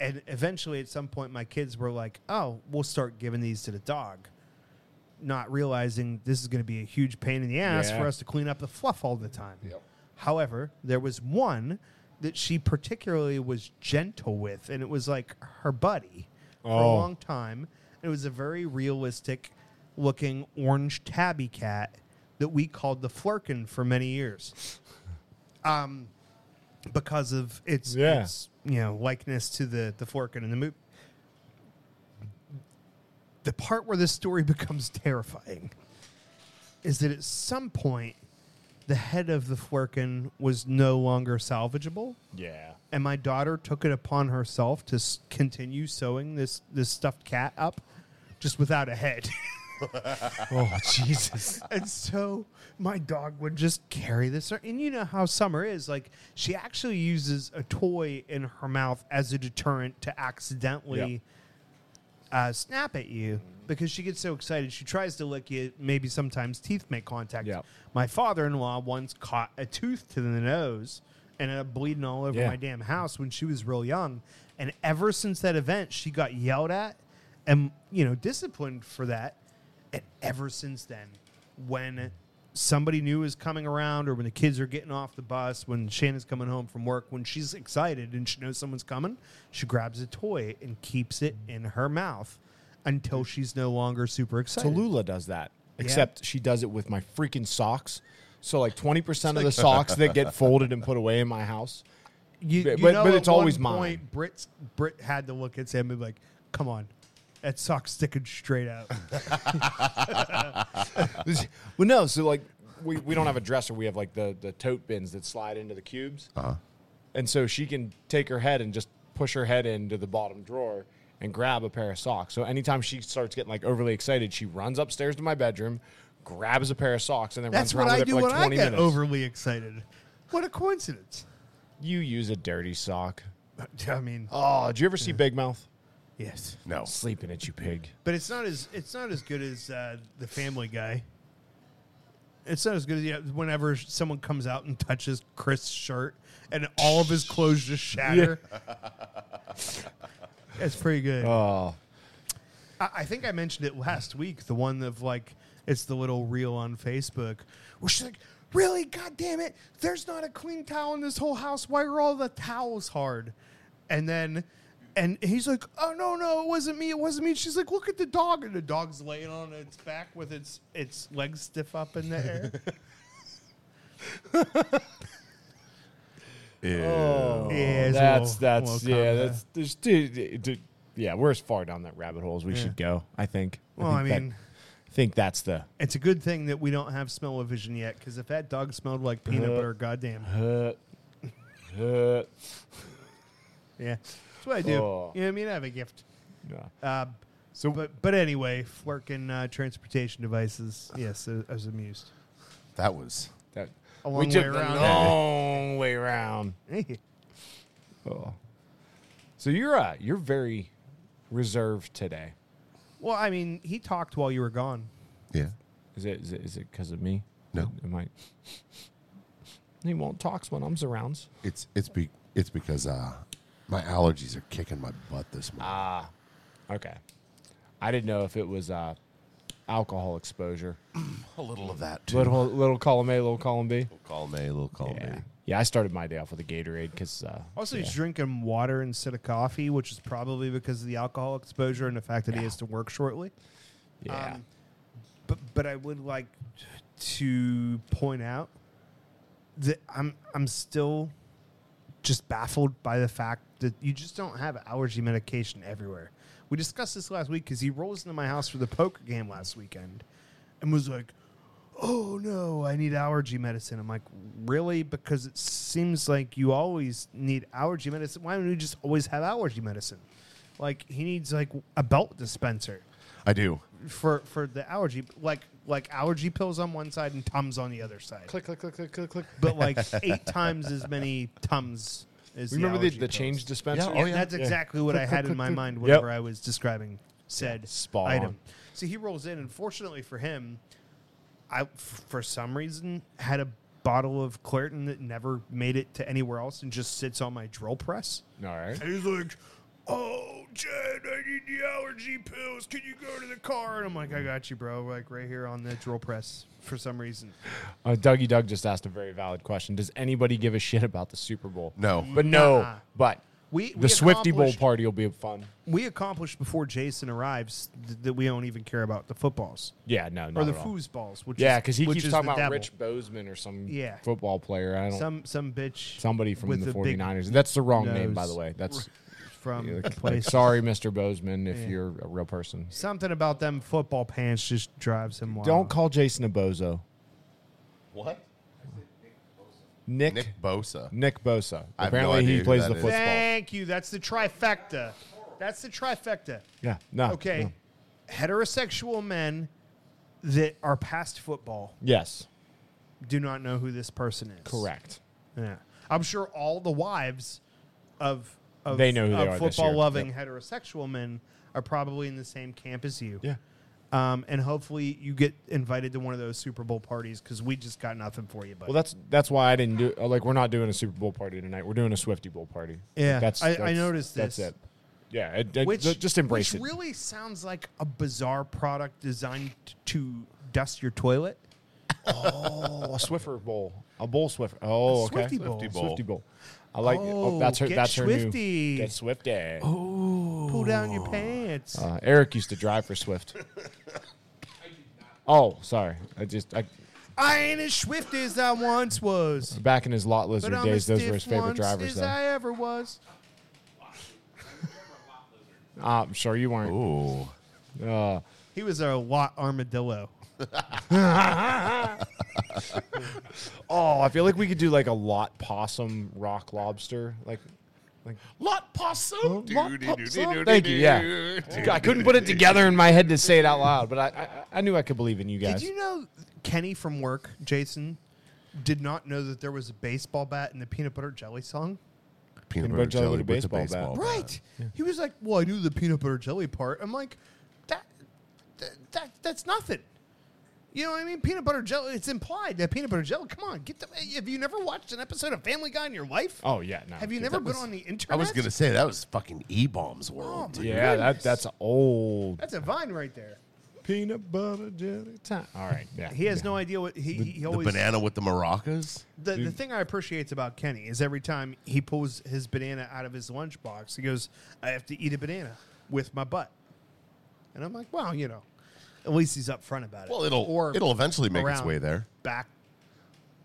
[SPEAKER 1] And eventually, at some point, my kids were like, "Oh, we'll start giving these to the dog," not realizing this is going to be a huge pain in the ass
[SPEAKER 5] Yeah.
[SPEAKER 1] for us to clean up the fluff all the time. However, there was one that she particularly was gentle with, and it was like her buddy for a
[SPEAKER 5] Oh.
[SPEAKER 1] long time. It was a very realistic looking orange tabby cat that we called the Flurkin for many years. Um, because of its,
[SPEAKER 5] Yeah.
[SPEAKER 1] its you know likeness to the the Flurkin in the movie. The part where this story becomes terrifying is that at some point the head of the Flurkin was no longer salvageable
[SPEAKER 5] Yeah.
[SPEAKER 1] and my daughter took it upon herself to s- continue sewing this this stuffed cat up just without a head
[SPEAKER 8] Oh Jesus!
[SPEAKER 1] and so my dog would just carry this ar- and you know how summer is like she actually uses a toy in her mouth as a deterrent to accidentally
[SPEAKER 5] Yep.
[SPEAKER 1] uh, snap at you because she gets so excited she tries to lick you maybe sometimes teeth make contact
[SPEAKER 5] Yep.
[SPEAKER 1] my father-in-law once caught a tooth to the nose and ended up bleeding all over
[SPEAKER 5] Yeah.
[SPEAKER 1] my damn house when she was real young and ever since that event she got yelled at and you know disciplined for that and ever since then, when somebody new is coming around or when the kids are getting off the bus, when Shannon's coming home from work, when she's excited and she knows someone's coming, she grabs a toy and keeps it in her mouth until she's no longer super excited.
[SPEAKER 5] Tallulah does that, except she does it with my freaking socks. So like twenty percent of the socks that get folded and put away in my house.
[SPEAKER 1] You,
[SPEAKER 5] But-
[SPEAKER 1] you
[SPEAKER 5] but-
[SPEAKER 1] know
[SPEAKER 5] but
[SPEAKER 1] at
[SPEAKER 5] it's always
[SPEAKER 1] one
[SPEAKER 5] mine.
[SPEAKER 1] Point, Brit, Brit had to look at Sam and be like, come on. That sock's sticking straight out.
[SPEAKER 5] This- well, no, so like we, we don't have a dresser. We have like the, the tote bins that slide into the cubes. Uh-huh. And so she can take her head and just push her head into the bottom drawer and grab a pair of socks. So anytime she starts getting like overly excited, she runs upstairs to my bedroom, grabs a pair of socks, and then
[SPEAKER 1] That's
[SPEAKER 5] runs around
[SPEAKER 1] what I
[SPEAKER 5] with
[SPEAKER 1] do
[SPEAKER 5] it for
[SPEAKER 1] when
[SPEAKER 5] like
[SPEAKER 1] I
[SPEAKER 5] 20
[SPEAKER 1] get
[SPEAKER 5] minutes.
[SPEAKER 1] overly excited. What a coincidence.
[SPEAKER 5] You use a dirty sock.
[SPEAKER 1] I mean,
[SPEAKER 5] Oh, did you ever see Big Mouth?
[SPEAKER 1] yes.
[SPEAKER 4] No.
[SPEAKER 5] Sleeping at you, pig.
[SPEAKER 1] But it's not as it's not as good as uh, the Family Guy. It's not as good as yeah, whenever someone comes out and touches Chris' shirt and all of his clothes just shatter. That's pretty good.
[SPEAKER 5] Oh,
[SPEAKER 1] I, I think I mentioned it last week. The one of like it's the little reel on Facebook where she's like, "Really, God damn it! There's not a clean towel in this whole house. Why are all the towels hard?" And then, and he's like, "Oh no, no, it wasn't me. It wasn't me." She's like, "Look at the dog," and the dog's laying on its back with its its legs stiff up in the air. yeah, it's a
[SPEAKER 5] Oh, that's
[SPEAKER 1] little-
[SPEAKER 5] that's
[SPEAKER 1] little
[SPEAKER 5] yeah,
[SPEAKER 1] comedy.
[SPEAKER 5] that's there's dude, dude, yeah. We're as far down that rabbit hole as we should go. I think.
[SPEAKER 1] Well, I
[SPEAKER 5] think that-
[SPEAKER 1] mean-
[SPEAKER 5] think that's the
[SPEAKER 1] It's a good thing that we don't have smell-o-vision yet, because if that dog smelled like peanut butter, goddamn.
[SPEAKER 5] uh, uh,
[SPEAKER 1] Yeah, that's what I do.
[SPEAKER 5] Oh.
[SPEAKER 1] You know what I mean? I have a gift.
[SPEAKER 5] yeah.
[SPEAKER 1] Uh, so, but but anyway, Flurkin uh, transportation devices. Yes, I, I was amused.
[SPEAKER 4] That was
[SPEAKER 5] That-
[SPEAKER 1] A
[SPEAKER 5] we
[SPEAKER 1] long way
[SPEAKER 5] took the
[SPEAKER 1] around.
[SPEAKER 5] long way around.
[SPEAKER 1] Oh.
[SPEAKER 5] So you're uh, you're very reserved today.
[SPEAKER 1] well, I mean, he talked while you were gone.
[SPEAKER 4] yeah.
[SPEAKER 5] Is it is it is it because of me?
[SPEAKER 4] No.
[SPEAKER 5] It might. He won't talk when I'm around.
[SPEAKER 4] It's it's be it's because uh, my allergies are kicking my butt this morning.
[SPEAKER 5] Okay. I didn't know if it was uh, alcohol exposure.
[SPEAKER 4] a little of that too.
[SPEAKER 5] Little little column A, little column B.
[SPEAKER 4] Call me, a little call
[SPEAKER 5] Yeah.
[SPEAKER 4] me.
[SPEAKER 5] Yeah, I started my day off with a Gatorade because uh,
[SPEAKER 1] Also,
[SPEAKER 5] yeah.
[SPEAKER 1] he's drinking water instead of coffee, which is probably because of the alcohol exposure and the fact that he has to work shortly.
[SPEAKER 5] yeah.
[SPEAKER 1] Um, but but I would like to point out that I'm I'm still just baffled by the fact that you just don't have allergy medication everywhere. We discussed this last week because he rolls into my house for the poker game last weekend and was like, "Oh no, I need allergy medicine." I'm like, "Really?" Because it seems like you always need allergy medicine. Why don't you just always have allergy medicine? Like he needs like a belt dispenser
[SPEAKER 4] I do.
[SPEAKER 1] for for the allergy like like allergy pills on one side and tums on the other side
[SPEAKER 5] click click click click click click.
[SPEAKER 1] but like eight times as many tums as
[SPEAKER 5] Remember the,
[SPEAKER 1] allergy
[SPEAKER 5] the,
[SPEAKER 1] pills.
[SPEAKER 5] change dispenser?
[SPEAKER 4] Yeah, oh,
[SPEAKER 1] And that's exactly what i had in my mind whenever i was describing said
[SPEAKER 5] spot
[SPEAKER 1] item
[SPEAKER 5] on.
[SPEAKER 1] so he rolls in and fortunately for him i f- for some reason had a bottle of claritin that never made it to anywhere else and just sits on my drill press
[SPEAKER 5] All right.
[SPEAKER 1] and he's like, "Oh, Jed, I need the allergy pills. Can you go to the car?" And I'm like, "I got you, bro." Like right here on the drill press for some reason.
[SPEAKER 5] Uh, Dougie Doug just asked a very valid question. Does anybody give a shit about the Super Bowl?
[SPEAKER 4] No.
[SPEAKER 5] But no.
[SPEAKER 1] Nuh-uh.
[SPEAKER 5] But
[SPEAKER 1] We-
[SPEAKER 5] the
[SPEAKER 1] we
[SPEAKER 5] Swifty Bowl
[SPEAKER 1] accomplished-
[SPEAKER 5] party will be fun.
[SPEAKER 1] We accomplished before Jason arrives th- that we don't even care about the footballs
[SPEAKER 5] Yeah. No. Not
[SPEAKER 1] or the
[SPEAKER 5] at all.
[SPEAKER 1] foosballs, which
[SPEAKER 5] Yeah,
[SPEAKER 1] is-
[SPEAKER 5] because he
[SPEAKER 1] which
[SPEAKER 5] keeps
[SPEAKER 1] is
[SPEAKER 5] talking
[SPEAKER 1] the
[SPEAKER 5] about
[SPEAKER 1] devil.
[SPEAKER 5] Rich Bozeman or some
[SPEAKER 1] Yeah.
[SPEAKER 5] football player. I don't.
[SPEAKER 1] Some some bitch.
[SPEAKER 5] somebody from
[SPEAKER 1] with
[SPEAKER 5] the
[SPEAKER 1] a big
[SPEAKER 5] 49ers. That's the wrong name, by
[SPEAKER 1] nose.
[SPEAKER 5] the way. That's
[SPEAKER 1] from
[SPEAKER 5] like,
[SPEAKER 1] the
[SPEAKER 5] like,
[SPEAKER 1] place.
[SPEAKER 5] sorry, Mr. Bozeman, if you're a real person.
[SPEAKER 1] Something about them football pants just drives him wild.
[SPEAKER 5] Don't call Jason a bozo.
[SPEAKER 4] What?
[SPEAKER 5] Nick
[SPEAKER 4] Nick
[SPEAKER 5] Nick,
[SPEAKER 4] Bosa.
[SPEAKER 5] Bosa.
[SPEAKER 4] I have no
[SPEAKER 5] Apparently,
[SPEAKER 4] idea
[SPEAKER 5] he
[SPEAKER 4] who
[SPEAKER 5] plays
[SPEAKER 4] that
[SPEAKER 5] the
[SPEAKER 4] is.
[SPEAKER 5] football.
[SPEAKER 1] Thank you. That's the trifecta. That's the trifecta.
[SPEAKER 5] Yeah. No.
[SPEAKER 1] okay,
[SPEAKER 5] no.
[SPEAKER 1] heterosexual men that are past football
[SPEAKER 5] Yes.
[SPEAKER 1] do not know who this person is.
[SPEAKER 5] Correct.
[SPEAKER 1] Yeah, I'm sure all the wives of, of
[SPEAKER 5] They know who they
[SPEAKER 1] of
[SPEAKER 5] are this year.
[SPEAKER 1] football loving heterosexual men are probably in the same camp as you.
[SPEAKER 5] Yeah.
[SPEAKER 1] Um, and hopefully you get invited to one of those Super Bowl parties because we just got nothing for you. But
[SPEAKER 5] Well, that's that's why I didn't do uh, like we're not doing a Super Bowl party tonight. We're doing a Swifty Bowl party. Like,
[SPEAKER 1] Yeah,
[SPEAKER 5] that's,
[SPEAKER 1] I- I
[SPEAKER 5] that's-
[SPEAKER 1] noticed
[SPEAKER 5] That's
[SPEAKER 1] this.
[SPEAKER 5] it. Yeah, it, it-
[SPEAKER 1] which
[SPEAKER 5] just embrace
[SPEAKER 1] which
[SPEAKER 5] it.
[SPEAKER 1] Really sounds like a bizarre product designed to dust your toilet.
[SPEAKER 5] Oh, a Swiffer Bowl, a bowl Swiffer. Oh, okay.
[SPEAKER 1] Swifty Bowl.
[SPEAKER 5] Swifty Bowl. I like. Oh,
[SPEAKER 1] Oh,
[SPEAKER 5] that's her.
[SPEAKER 1] get
[SPEAKER 5] that's her
[SPEAKER 1] Swifty.
[SPEAKER 5] new. Get Swifty.
[SPEAKER 1] Pull down your pants.
[SPEAKER 5] Uh, Eric used to drive for Swift. oh, sorry. I just I,
[SPEAKER 1] I ain't as swift as I once was.
[SPEAKER 5] back in his lot lizard
[SPEAKER 1] But I'm
[SPEAKER 5] days,
[SPEAKER 1] as
[SPEAKER 5] those were his
[SPEAKER 1] stiff
[SPEAKER 5] favorite
[SPEAKER 1] once
[SPEAKER 5] drivers.
[SPEAKER 1] as
[SPEAKER 5] Though
[SPEAKER 1] I ever was.
[SPEAKER 5] Uh, I'm sure you weren't.
[SPEAKER 4] Ooh.
[SPEAKER 5] Uh,
[SPEAKER 1] He was a lot armadillo.
[SPEAKER 5] Oh, I feel like we could do like a lot possum rock lobster. Like, like
[SPEAKER 4] Lot possum.
[SPEAKER 5] lot possum? Thank you. Yeah, I couldn't put it together in my head to say it out loud, but I I, I knew I could believe in you guys.
[SPEAKER 1] Did you know Kenny from work, Jason, did not know that there was a baseball bat in the peanut butter jelly song?
[SPEAKER 4] Peanut butter jelly with a baseball
[SPEAKER 5] Oh,
[SPEAKER 4] bat.
[SPEAKER 1] Right. He was like, "Well, I knew the peanut butter jelly part." I'm like, "That, that, that that's nothing." You know what I mean? Peanut butter jelly. It's implied that peanut butter jelly. Come on, get the. Have you never watched an episode of Family Guy in your life?
[SPEAKER 5] Oh yeah, no.
[SPEAKER 1] have you
[SPEAKER 5] dude,
[SPEAKER 1] never
[SPEAKER 5] that
[SPEAKER 1] been
[SPEAKER 5] was-
[SPEAKER 1] on the internet?
[SPEAKER 4] I was gonna say that was fucking E bombs world. dude.
[SPEAKER 5] Yeah, that
[SPEAKER 1] Goodness.
[SPEAKER 5] that's old
[SPEAKER 1] That's a vine right there.
[SPEAKER 5] peanut butter jelly time. All right, yeah.
[SPEAKER 1] He has
[SPEAKER 5] yeah.
[SPEAKER 1] no idea what he, he
[SPEAKER 4] The
[SPEAKER 1] always.
[SPEAKER 4] banana with the maracas.
[SPEAKER 1] The, the thing I appreciate about Kenny is every time he pulls his banana out of his lunchbox, he goes, I have to eat a banana with my butt. And I'm like, well, you know, at least he's upfront about it.
[SPEAKER 4] Well, it'll it'll eventually make its
[SPEAKER 1] around
[SPEAKER 4] way there.
[SPEAKER 1] Back.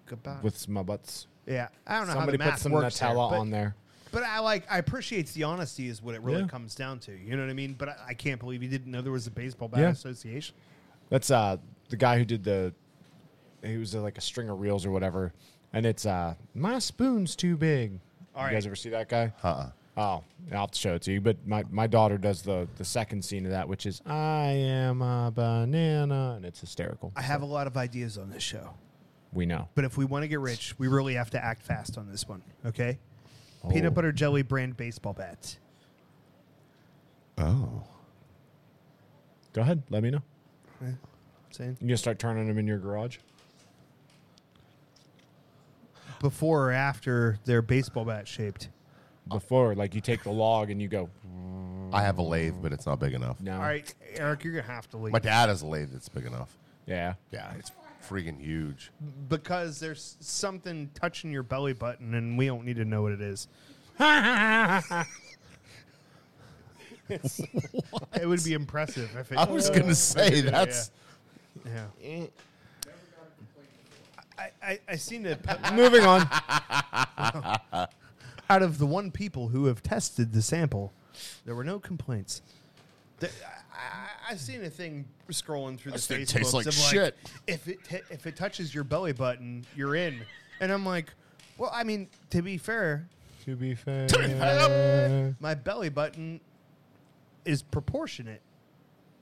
[SPEAKER 1] Goodbye.
[SPEAKER 5] with my butts.
[SPEAKER 1] yeah. I don't know
[SPEAKER 5] Somebody
[SPEAKER 1] how the math
[SPEAKER 5] put some
[SPEAKER 1] works there,
[SPEAKER 5] Nutella
[SPEAKER 1] but-
[SPEAKER 5] on there.
[SPEAKER 1] But I like, I appreciate the honesty is what it really
[SPEAKER 5] Yeah.
[SPEAKER 1] comes down to. You know what I mean? But I, I can't believe he didn't know there was a baseball bat
[SPEAKER 5] Yeah.
[SPEAKER 1] association.
[SPEAKER 5] That's uh the guy who did the he was uh, like a string of reels or whatever. And it's uh my spoon's too big. you guys
[SPEAKER 1] right.
[SPEAKER 5] ever see that guy?
[SPEAKER 4] Uh-uh.
[SPEAKER 5] Oh, I'll have to show it to you. But my, my daughter does the the second scene of that, which is I am a banana and it's hysterical.
[SPEAKER 1] I have a lot of ideas on this show.
[SPEAKER 5] we know.
[SPEAKER 1] But if we want to get rich, we really have to act fast on this one, okay? Peanut butter jelly brand baseball bats.
[SPEAKER 4] Oh.
[SPEAKER 5] Go ahead, let me know.
[SPEAKER 1] Saying
[SPEAKER 5] You gonna start turning them in your garage?
[SPEAKER 1] before or after they're baseball bat shaped?
[SPEAKER 5] Before, like you take the log and you go,
[SPEAKER 4] I have a lathe, but it's not big enough.
[SPEAKER 5] no.
[SPEAKER 1] All right, Eric, you're gonna have to leave
[SPEAKER 4] My dad has a lathe that's big enough.
[SPEAKER 5] Yeah.
[SPEAKER 4] Yeah, it's freaking huge.
[SPEAKER 1] because there's something touching your belly button, and we don't need to know what it is. It would be impressive if it.
[SPEAKER 4] I was gonna say that's
[SPEAKER 1] Yeah.
[SPEAKER 4] Eh.
[SPEAKER 1] I, I, I seen it.
[SPEAKER 5] Moving on.
[SPEAKER 1] Out of the one people who have tested the sample, there were no complaints. The- I, I seen a thing scrolling through the
[SPEAKER 4] This thing
[SPEAKER 1] Facebook.
[SPEAKER 4] tastes like shit.
[SPEAKER 1] if it t- if it touches your belly button, you're in. And I'm like, well, I mean, to be fair,
[SPEAKER 5] to be fair.
[SPEAKER 1] my belly button is proportionate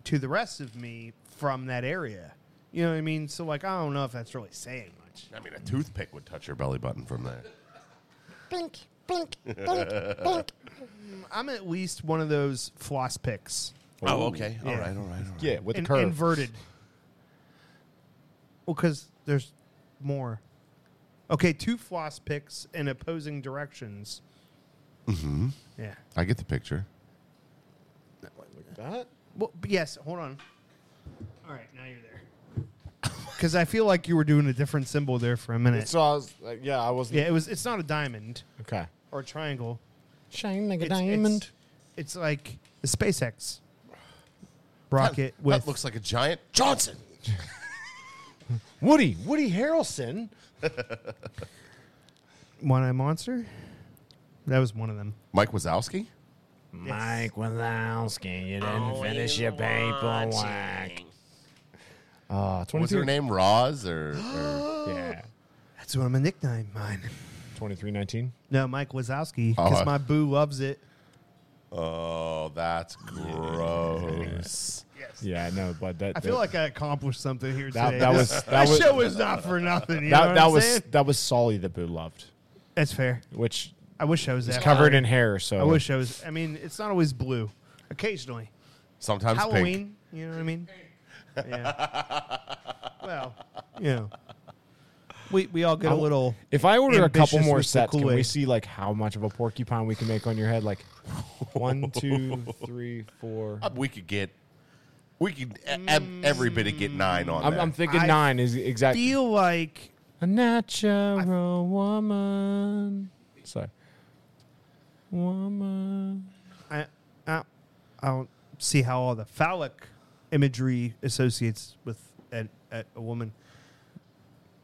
[SPEAKER 1] to the rest of me from that area. You know what I mean? So like, I don't know if that's really saying much.
[SPEAKER 4] I mean, a toothpick would touch your belly button from there.
[SPEAKER 1] I'm at least one of those floss picks,
[SPEAKER 4] Oh, okay.
[SPEAKER 1] Yeah.
[SPEAKER 4] All right, all right, all right.
[SPEAKER 5] Yeah, with
[SPEAKER 1] In-
[SPEAKER 5] the curve.
[SPEAKER 1] inverted. Well, because there's more. Okay, two floss picks in opposing directions. Mm-hmm. Yeah.
[SPEAKER 4] I get the picture.
[SPEAKER 5] that?
[SPEAKER 1] Well, but yes. Hold on. All right, now you're there. Because I feel like you were doing a different symbol there for a minute.
[SPEAKER 5] So I was like, yeah, I wasn't.
[SPEAKER 1] yeah, it was. It's not a diamond
[SPEAKER 5] Okay.
[SPEAKER 1] or a triangle.
[SPEAKER 5] Shine like
[SPEAKER 1] It's, it's- It's, like the SpaceX rocket
[SPEAKER 4] that,
[SPEAKER 1] with
[SPEAKER 4] that looks like a giant Johnson.
[SPEAKER 5] Woody. Woody Harrelson.
[SPEAKER 1] one eye monster. That was one of them.
[SPEAKER 4] Mike Wazowski.
[SPEAKER 1] Mike
[SPEAKER 5] Wazowski, you
[SPEAKER 1] Oh,
[SPEAKER 5] didn't finish your paperwork. Uh, 22.
[SPEAKER 4] Was her name Roz or, or
[SPEAKER 5] Yeah.
[SPEAKER 1] That's one of my nickname. Mine.
[SPEAKER 5] 2319.
[SPEAKER 1] No, Mike Wazowski. Because
[SPEAKER 5] Uh-huh.
[SPEAKER 4] Oh.
[SPEAKER 1] my boo loves it.
[SPEAKER 4] Oh, that's gross.
[SPEAKER 5] Yeah, no, but that.
[SPEAKER 1] I feel like I accomplished something here
[SPEAKER 5] That-
[SPEAKER 1] today.
[SPEAKER 5] that
[SPEAKER 1] This-
[SPEAKER 5] was- that
[SPEAKER 1] this
[SPEAKER 5] was-
[SPEAKER 1] show is not for nothing. You know
[SPEAKER 5] that,
[SPEAKER 1] what
[SPEAKER 5] that
[SPEAKER 1] I'm
[SPEAKER 5] was
[SPEAKER 1] saying?
[SPEAKER 5] that was Solly that Boo loved,
[SPEAKER 1] that's fair.
[SPEAKER 5] which
[SPEAKER 1] I wish I was
[SPEAKER 5] is
[SPEAKER 1] that
[SPEAKER 5] covered
[SPEAKER 1] high.
[SPEAKER 5] in hair. So
[SPEAKER 1] I wish I was. I mean, it's not always blue. Occasionally,
[SPEAKER 4] Sometimes pink.
[SPEAKER 1] Halloween. You know what I mean? Yeah. well, you know, we we all get a
[SPEAKER 5] I'll-
[SPEAKER 1] little.
[SPEAKER 5] If I order a couple
[SPEAKER 1] Ambitious
[SPEAKER 5] more
[SPEAKER 1] with the
[SPEAKER 5] sets, can we
[SPEAKER 1] Kool-Aid.
[SPEAKER 5] see like how much of a porcupine we can make on your head? Like one, two, three, four.
[SPEAKER 1] Oh,
[SPEAKER 4] Uh, We could get, we could e- ev- every bit of get nine on
[SPEAKER 5] I'm,
[SPEAKER 4] that.
[SPEAKER 5] I'm thinking
[SPEAKER 1] I
[SPEAKER 5] nine is exactly
[SPEAKER 1] Feel like
[SPEAKER 5] a natural woman. Sorry, woman.
[SPEAKER 1] I, I I don't see how all the phallic imagery associates with an, a, a woman.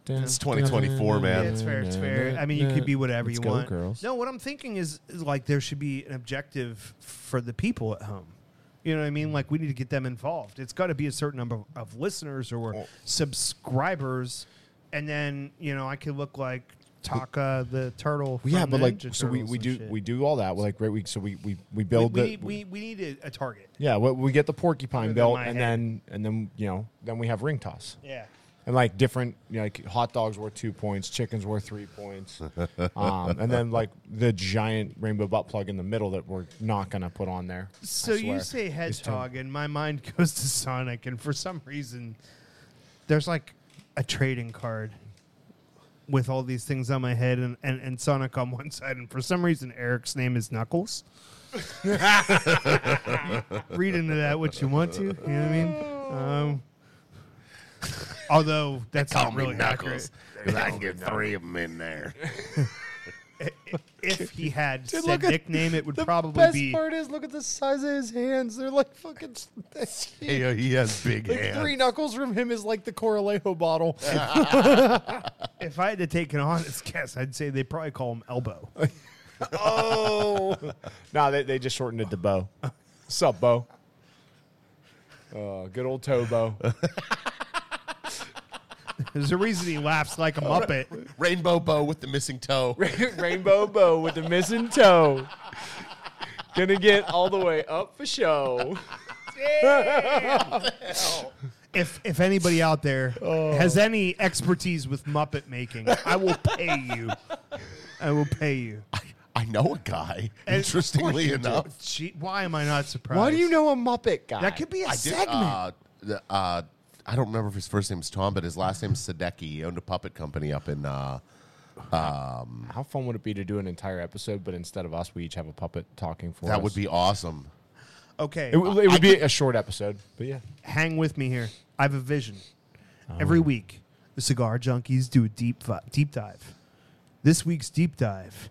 [SPEAKER 4] it's 2024,
[SPEAKER 1] Yeah,
[SPEAKER 4] man.
[SPEAKER 1] it's fair. It's fair. I mean, you could be whatever
[SPEAKER 5] Let's
[SPEAKER 1] you
[SPEAKER 5] go,
[SPEAKER 1] want.
[SPEAKER 5] girls.
[SPEAKER 1] No, what I'm thinking is, is like there should be an objective for the people at home. You know what I
[SPEAKER 5] Mm.
[SPEAKER 1] mean? Like we need to get them involved. It's got to be a certain number of listeners or subscribers, and then you know I could look like Taka the turtle.
[SPEAKER 5] Well, yeah,
[SPEAKER 1] from
[SPEAKER 5] but
[SPEAKER 1] the
[SPEAKER 5] like,
[SPEAKER 1] Ninja
[SPEAKER 5] so we,
[SPEAKER 1] Turtles
[SPEAKER 5] we
[SPEAKER 1] and
[SPEAKER 5] do
[SPEAKER 1] shit.
[SPEAKER 5] we do all that. We're like, great week. So we we we
[SPEAKER 1] we,
[SPEAKER 5] build
[SPEAKER 1] we
[SPEAKER 5] the
[SPEAKER 1] need we, we need a, a target.
[SPEAKER 5] yeah. We, we get the porcupine
[SPEAKER 1] Other than
[SPEAKER 5] belt,
[SPEAKER 1] my
[SPEAKER 5] and
[SPEAKER 1] head.
[SPEAKER 5] then and then you know then we have ring toss.
[SPEAKER 1] Yeah.
[SPEAKER 5] and like different you know, like hot dogs worth two points chickens worth three points um, and then like the giant rainbow butt plug in the middle that we're not going to put on there I
[SPEAKER 1] So you
[SPEAKER 5] swear.
[SPEAKER 1] say
[SPEAKER 5] It's too-
[SPEAKER 1] hedgehog, and my mind goes to Sonic, and for some reason, there's like a trading card with all these things on my head, and, and, and Sonic on one side, and for some reason, Eric's name is Knuckles. Read into that what you want to. You know what I mean? Um, although that's
[SPEAKER 4] Call
[SPEAKER 1] not
[SPEAKER 4] me
[SPEAKER 1] really
[SPEAKER 4] Knuckles
[SPEAKER 1] Knuckles.
[SPEAKER 4] 'cause I can get three of them in there.
[SPEAKER 1] If he had
[SPEAKER 5] Dude,
[SPEAKER 1] said
[SPEAKER 5] look at-
[SPEAKER 1] nickname, it would
[SPEAKER 5] the
[SPEAKER 1] probably
[SPEAKER 5] best
[SPEAKER 1] be
[SPEAKER 5] part is look at the size of his hands they're like fucking
[SPEAKER 4] Hey, uh, he has big
[SPEAKER 5] like
[SPEAKER 4] hands.
[SPEAKER 5] three knuckles from him is like the coralejo bottle
[SPEAKER 1] if I had to take an honest guess, I'd say they probably call him Elbow.
[SPEAKER 5] oh no they, they just shortened it to bo sup bo uh, good old Tobo.
[SPEAKER 1] There's a reason he laughs like a muppet.
[SPEAKER 4] Rainbow bow with the missing toe.
[SPEAKER 5] Rainbow Bow with the missing toe. Gonna get all the way up for show.
[SPEAKER 1] If if anybody out there
[SPEAKER 4] Oh.
[SPEAKER 1] has any expertise with muppet making, I will pay you. I will pay you.
[SPEAKER 4] I know a guy. Interestingly enough,
[SPEAKER 1] Gee, why am I not surprised?
[SPEAKER 5] Why do you know a Muppet guy?
[SPEAKER 1] That could be a
[SPEAKER 4] I did.
[SPEAKER 1] segment.
[SPEAKER 4] Uh, the- uh, I don't remember if his first name's Tom, but his last name's Sadecki. He owned a puppet company up in uh,
[SPEAKER 5] How fun would it be to do an entire episode, but instead of us, we each have a puppet talking for us?
[SPEAKER 4] That would be awesome.
[SPEAKER 1] Okay,
[SPEAKER 5] It, would- it would be a short episode, but yeah.
[SPEAKER 1] hang with me here. I have a vision.
[SPEAKER 5] Oh.
[SPEAKER 1] Every week, the cigar junkies do a deep vi- deep dive. This week's deep dive,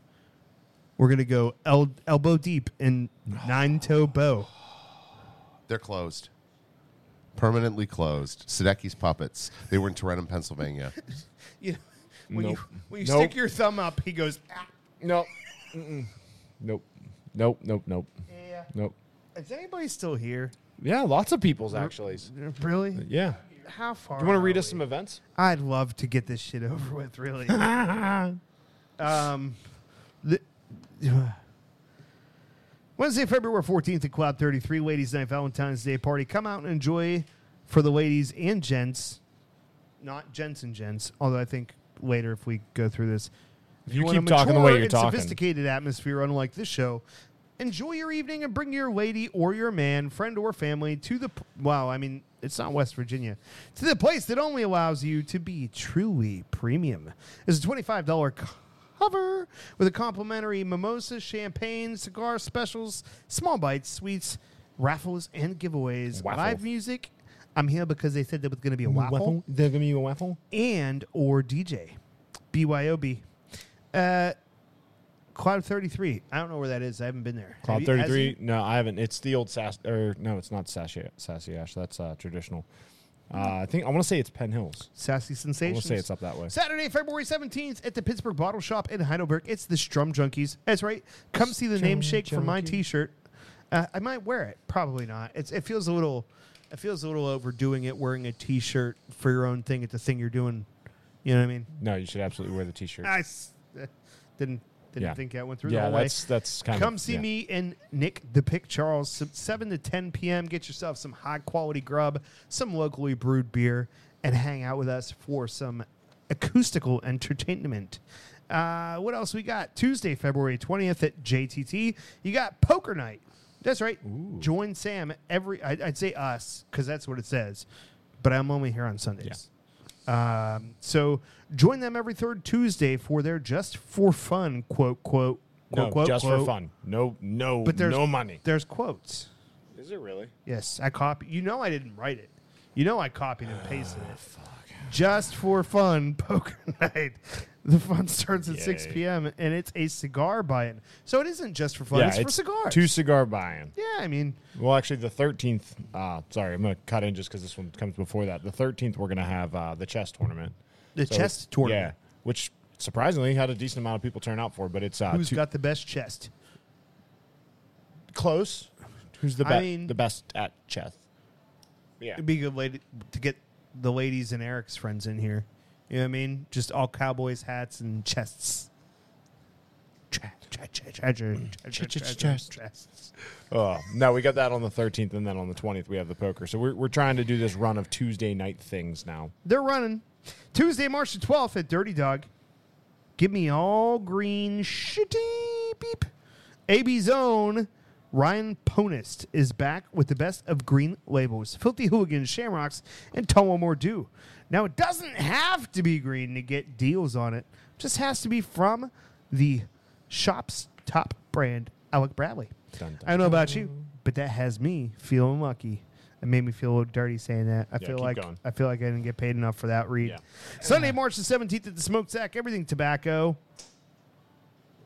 [SPEAKER 1] we're gonna go el- elbow deep in nine toe bow.
[SPEAKER 4] They're closed. Permanently closed. Sedeki's puppets. They were in Tarentum, Pennsylvania.
[SPEAKER 1] You know, when
[SPEAKER 5] Nope.
[SPEAKER 1] you when you
[SPEAKER 5] Nope.
[SPEAKER 1] stick your thumb up, he goes. "Ah."
[SPEAKER 5] Nope. Mm-mm. Nope. Nope. Nope. Nope. Nope.
[SPEAKER 1] Is anybody still here?
[SPEAKER 5] Yeah, lots of people's actually.
[SPEAKER 1] Really?
[SPEAKER 5] Yeah.
[SPEAKER 1] How far?
[SPEAKER 5] Uh, You want to
[SPEAKER 1] are
[SPEAKER 5] read us
[SPEAKER 1] we?
[SPEAKER 5] some events?
[SPEAKER 1] I'd love to get this shit over with, really. um, the, Wednesday, February 14th at Cloud 33, Ladies Night Valentine's Day Party. Come out and enjoy for the ladies and gents, not gents and gents, although I think later if we go through this. If
[SPEAKER 5] You
[SPEAKER 1] want a
[SPEAKER 5] keep talking the way
[SPEAKER 1] mature
[SPEAKER 5] you're
[SPEAKER 1] and
[SPEAKER 5] talking.
[SPEAKER 1] sophisticated atmosphere, unlike this show, enjoy your evening and bring your lady or your man, friend or family to the. p- Wow, I mean, it's not West Virginia. To the place that only allows you to be truly premium. It's a $25 cover with a complimentary mimosa, champagne, cigar specials, small bites, sweets, raffles, and giveaways.
[SPEAKER 5] Waffle.
[SPEAKER 1] Live music. I'm here because they said there was going to be a waffle
[SPEAKER 5] They're gonna be a waffle.
[SPEAKER 1] and or DJ. BYOB. Uh, Cloud 33. I don't know where that is. I haven't been there. Have
[SPEAKER 5] Cloud
[SPEAKER 1] you- has
[SPEAKER 5] thirty three.
[SPEAKER 1] it?
[SPEAKER 5] No, I haven't. It's the old sass. Or no, it's not sassy sassy ash. That's uh, traditional.
[SPEAKER 1] Hmm.
[SPEAKER 5] Uh, I think I want to say it's Penn Hills.
[SPEAKER 1] Sassy
[SPEAKER 5] I
[SPEAKER 1] Sensations.
[SPEAKER 5] want to say it's up that way.
[SPEAKER 1] Saturday, February 17th at the Pittsburgh Bottle Shop in Heidelberg. It's the Strum Junkies. That's right. Come see the name shake for my t-shirt. Uh, I might wear it. Probably not. It's, it feels a little it feels a little overdoing it wearing a t-shirt for your own thing at the thing you're doing. You know what I mean?
[SPEAKER 5] No, you should absolutely wear the T-shirt.
[SPEAKER 1] I s- uh, didn't didn't
[SPEAKER 5] Yeah.
[SPEAKER 1] think that went through the
[SPEAKER 5] Yeah,
[SPEAKER 1] whole way.
[SPEAKER 5] that's that's kind of.
[SPEAKER 1] Come see
[SPEAKER 5] yeah.
[SPEAKER 1] me and Nick the Pick Charles, some- 7 to 10 p.m. Get yourself some high quality grub, some locally brewed beer, and hang out with us for some acoustical entertainment. Uh, what else we got? Tuesday, February 20th at JTT, you got Poker Night. That's right. Join Sam every, I, I'd say us, because that's what it says, but I'm only here on Sundays. Um, so join them every third Tuesday for their just for fun quote quote
[SPEAKER 5] No,
[SPEAKER 1] quote quote
[SPEAKER 5] just
[SPEAKER 1] quote.
[SPEAKER 5] for fun. No, no,
[SPEAKER 1] But there's
[SPEAKER 5] no money.
[SPEAKER 1] There's quotes.
[SPEAKER 5] Is it really?
[SPEAKER 1] Yes, I copy. You know I didn't write it. You know I copied and pasted it. Just for fun, poker night. The fun starts at 6
[SPEAKER 5] Yay.
[SPEAKER 1] p.m. and it's a cigar buy-in. So it isn't just for fun. it's, for cigars.
[SPEAKER 5] Two cigar buying.
[SPEAKER 1] yeah, I mean,
[SPEAKER 5] Well, actually, the thirteenth. Uh, sorry, I'm gonna cut in just because this one comes before that. The thirteenth, we're gonna have uh, the chess tournament.
[SPEAKER 1] the
[SPEAKER 5] So
[SPEAKER 1] chest
[SPEAKER 5] it's-
[SPEAKER 1] tournament.
[SPEAKER 5] yeah, which surprisingly had a decent amount of people turn out for. But it's uh,
[SPEAKER 1] Who's
[SPEAKER 5] two-
[SPEAKER 1] got the best chest?
[SPEAKER 5] close? Who's the
[SPEAKER 1] I
[SPEAKER 5] best?
[SPEAKER 1] mean-
[SPEAKER 5] the best at chess? Yeah,
[SPEAKER 1] It'd be a good way to, to get the ladies and Eric's friends in here. You know what I mean? Just all cowboys hats and chests. Tre- tre- tre- treasure- treasure- treasure- chests.
[SPEAKER 5] Oh, no, we got that on the 13th, and then on the 20th, we have the poker. So we're, we're trying to do this run of Tuesday night things now.
[SPEAKER 1] They're running Tuesday, March the twelfth at Dirty Dog. Give me all green shitty beep. AB Zone. Ryan Ponist is back with the best of green labels, Filthy Hooligans, Shamrocks, and Tomo Mordew. Now, it doesn't have to be green to get deals on it. Just has to be from the shop's top brand, Alec Bradley.
[SPEAKER 5] Dun, dun,
[SPEAKER 1] I don't know about you, but that has me feeling lucky. It made me feel a little dirty saying that. I
[SPEAKER 5] Yeah,
[SPEAKER 1] feel
[SPEAKER 5] keep
[SPEAKER 1] like
[SPEAKER 5] going.
[SPEAKER 1] I feel like I didn't get paid enough for that read.
[SPEAKER 5] Yeah.
[SPEAKER 1] Sunday, March the seventeenth at the Smoke Sack. Everything tobacco.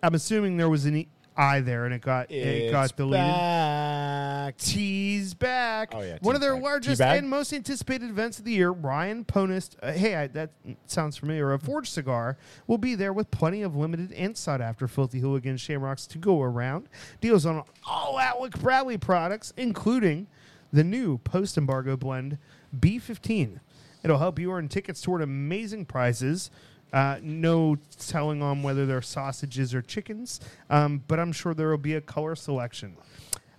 [SPEAKER 1] I'm assuming there was an e- I there, and it got it got deleted.
[SPEAKER 3] 呃
[SPEAKER 5] back.
[SPEAKER 1] T's back.
[SPEAKER 5] Oh, yeah,
[SPEAKER 1] One
[SPEAKER 5] T's
[SPEAKER 1] of their
[SPEAKER 5] back.
[SPEAKER 1] largest
[SPEAKER 5] T-bag?
[SPEAKER 1] and most anticipated events of the year, Ryan Ponist. Uh, hey, I, that sounds familiar. A forged cigar will be there with plenty of limited and sought after filthy hooligan shamrocks to go around. Deals on all Outlook Bradley products, including the new post embargo blend B15. It'll help you earn tickets toward amazing prizes. Uh, no telling on whether they're sausages or chickens, um, but I'm sure there will be a color selection.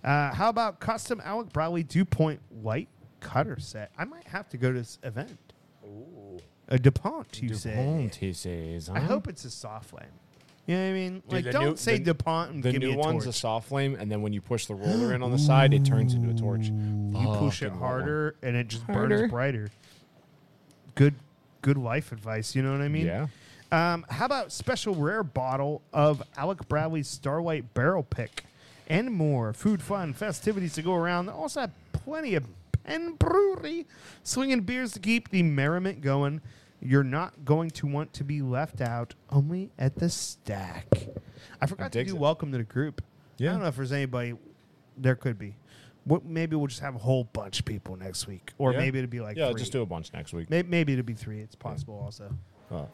[SPEAKER 1] Uh, how about custom Alec Bradley dew point white cutter set? I might have to go to this event. Ooh. A DuPont, you say? I hope it's a soft flame. You know what I mean? like,
[SPEAKER 5] the
[SPEAKER 1] don't
[SPEAKER 5] new-
[SPEAKER 1] say
[SPEAKER 5] the-
[SPEAKER 1] DuPont and
[SPEAKER 5] The
[SPEAKER 1] give
[SPEAKER 5] new
[SPEAKER 1] me a
[SPEAKER 5] one's a
[SPEAKER 1] torch.
[SPEAKER 5] soft flame, and then when you push the roller in on the side, it turns into a torch.
[SPEAKER 1] you push it
[SPEAKER 5] Oh, Fucking love
[SPEAKER 1] harder and it just
[SPEAKER 5] Harder.
[SPEAKER 1] burns brighter. Good, good life advice. You know what I mean?
[SPEAKER 5] Yeah.
[SPEAKER 1] Um, how about special rare bottle of Alec Bradley's Starlight Barrel Pick and more food, fun, festivities to go around. They also have plenty of Penn Brewery swinging beers to keep the merriment going. You're not going to want to be left out only at the stack. I forgot to
[SPEAKER 5] digs
[SPEAKER 1] do
[SPEAKER 5] it.
[SPEAKER 1] welcome to the group.
[SPEAKER 9] Yeah.
[SPEAKER 1] I don't know if there's anybody. There could be. What, maybe we'll just have a whole bunch of people next week, or
[SPEAKER 5] Yeah.
[SPEAKER 1] maybe it'll be like
[SPEAKER 5] yeah,
[SPEAKER 1] three.
[SPEAKER 5] just do a bunch next week.
[SPEAKER 1] Maybe, maybe it'll be three. It's possible also.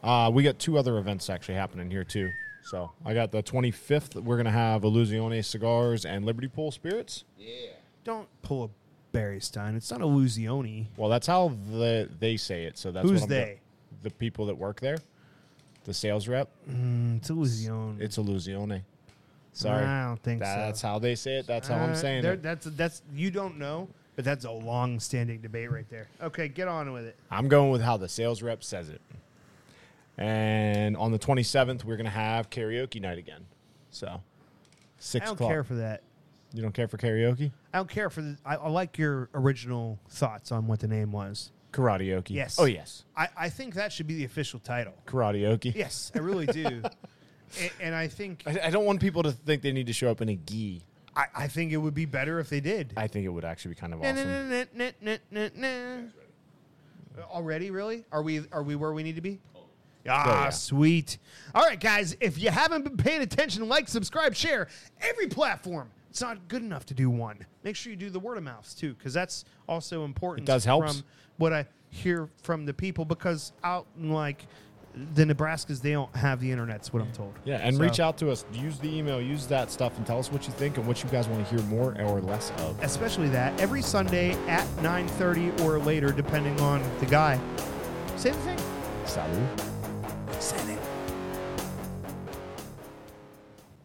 [SPEAKER 5] Uh, we got two other events actually happening here too. So I got the 25th. We're gonna have Illusione cigars and Liberty Pool spirits.
[SPEAKER 1] Don't pull a Barry Stein. It's not a Luzioni.
[SPEAKER 5] Well, that's how the, they say it. So that's
[SPEAKER 1] Who's
[SPEAKER 5] what I'm go-
[SPEAKER 1] they?
[SPEAKER 5] the people that work there, the sales rep.
[SPEAKER 1] It's a Luzioni.
[SPEAKER 5] It's Illusione. Sorry,
[SPEAKER 1] I don't think so.
[SPEAKER 5] that's how they say it. That's how
[SPEAKER 1] Uh,
[SPEAKER 5] I'm saying
[SPEAKER 1] there-
[SPEAKER 5] it.
[SPEAKER 1] That's that's you don't know, but that's a long-standing debate right there. Okay, get on with it.
[SPEAKER 5] I'm going with how the sales rep says it. And on the 27th, we're gonna have karaoke night again. So
[SPEAKER 1] I
[SPEAKER 5] six
[SPEAKER 1] don't
[SPEAKER 5] o'clock.
[SPEAKER 1] care for that.
[SPEAKER 5] you don't care for karaoke?
[SPEAKER 1] I don't care for. The, I, I like your original thoughts on what the name was.
[SPEAKER 5] Karaoke.
[SPEAKER 1] Yes.
[SPEAKER 5] Oh yes.
[SPEAKER 1] I, I think that should be the official title.
[SPEAKER 5] Karaoke.
[SPEAKER 1] Yes, I really do. A- and I think
[SPEAKER 5] I, I don't want people to think they need to show up in a gi.
[SPEAKER 1] I, I think it would be better if they did.
[SPEAKER 5] I think it would actually be kind of
[SPEAKER 1] Na-
[SPEAKER 5] awesome.
[SPEAKER 1] na- na- na- na- na- na- na. Already, really? Are we are we where we need to be? Ah,
[SPEAKER 5] Oh, yeah.
[SPEAKER 1] sweet. All right, guys. If you haven't been paying attention, like, subscribe, share every platform. It's not good enough to do one. Make sure you do the word of mouths too, because that's also important.
[SPEAKER 5] It does helps.
[SPEAKER 1] From what I hear from the people, because out in like the Nebraskas, they don't have the internet's what I'm told.
[SPEAKER 5] Yeah, and
[SPEAKER 1] So-
[SPEAKER 5] reach out to us. Use the email, use that stuff, and tell us what you think and what you guys want to hear more or less of.
[SPEAKER 1] especially that every sunday at 9.30 or later depending on the guy same thing
[SPEAKER 5] Salud.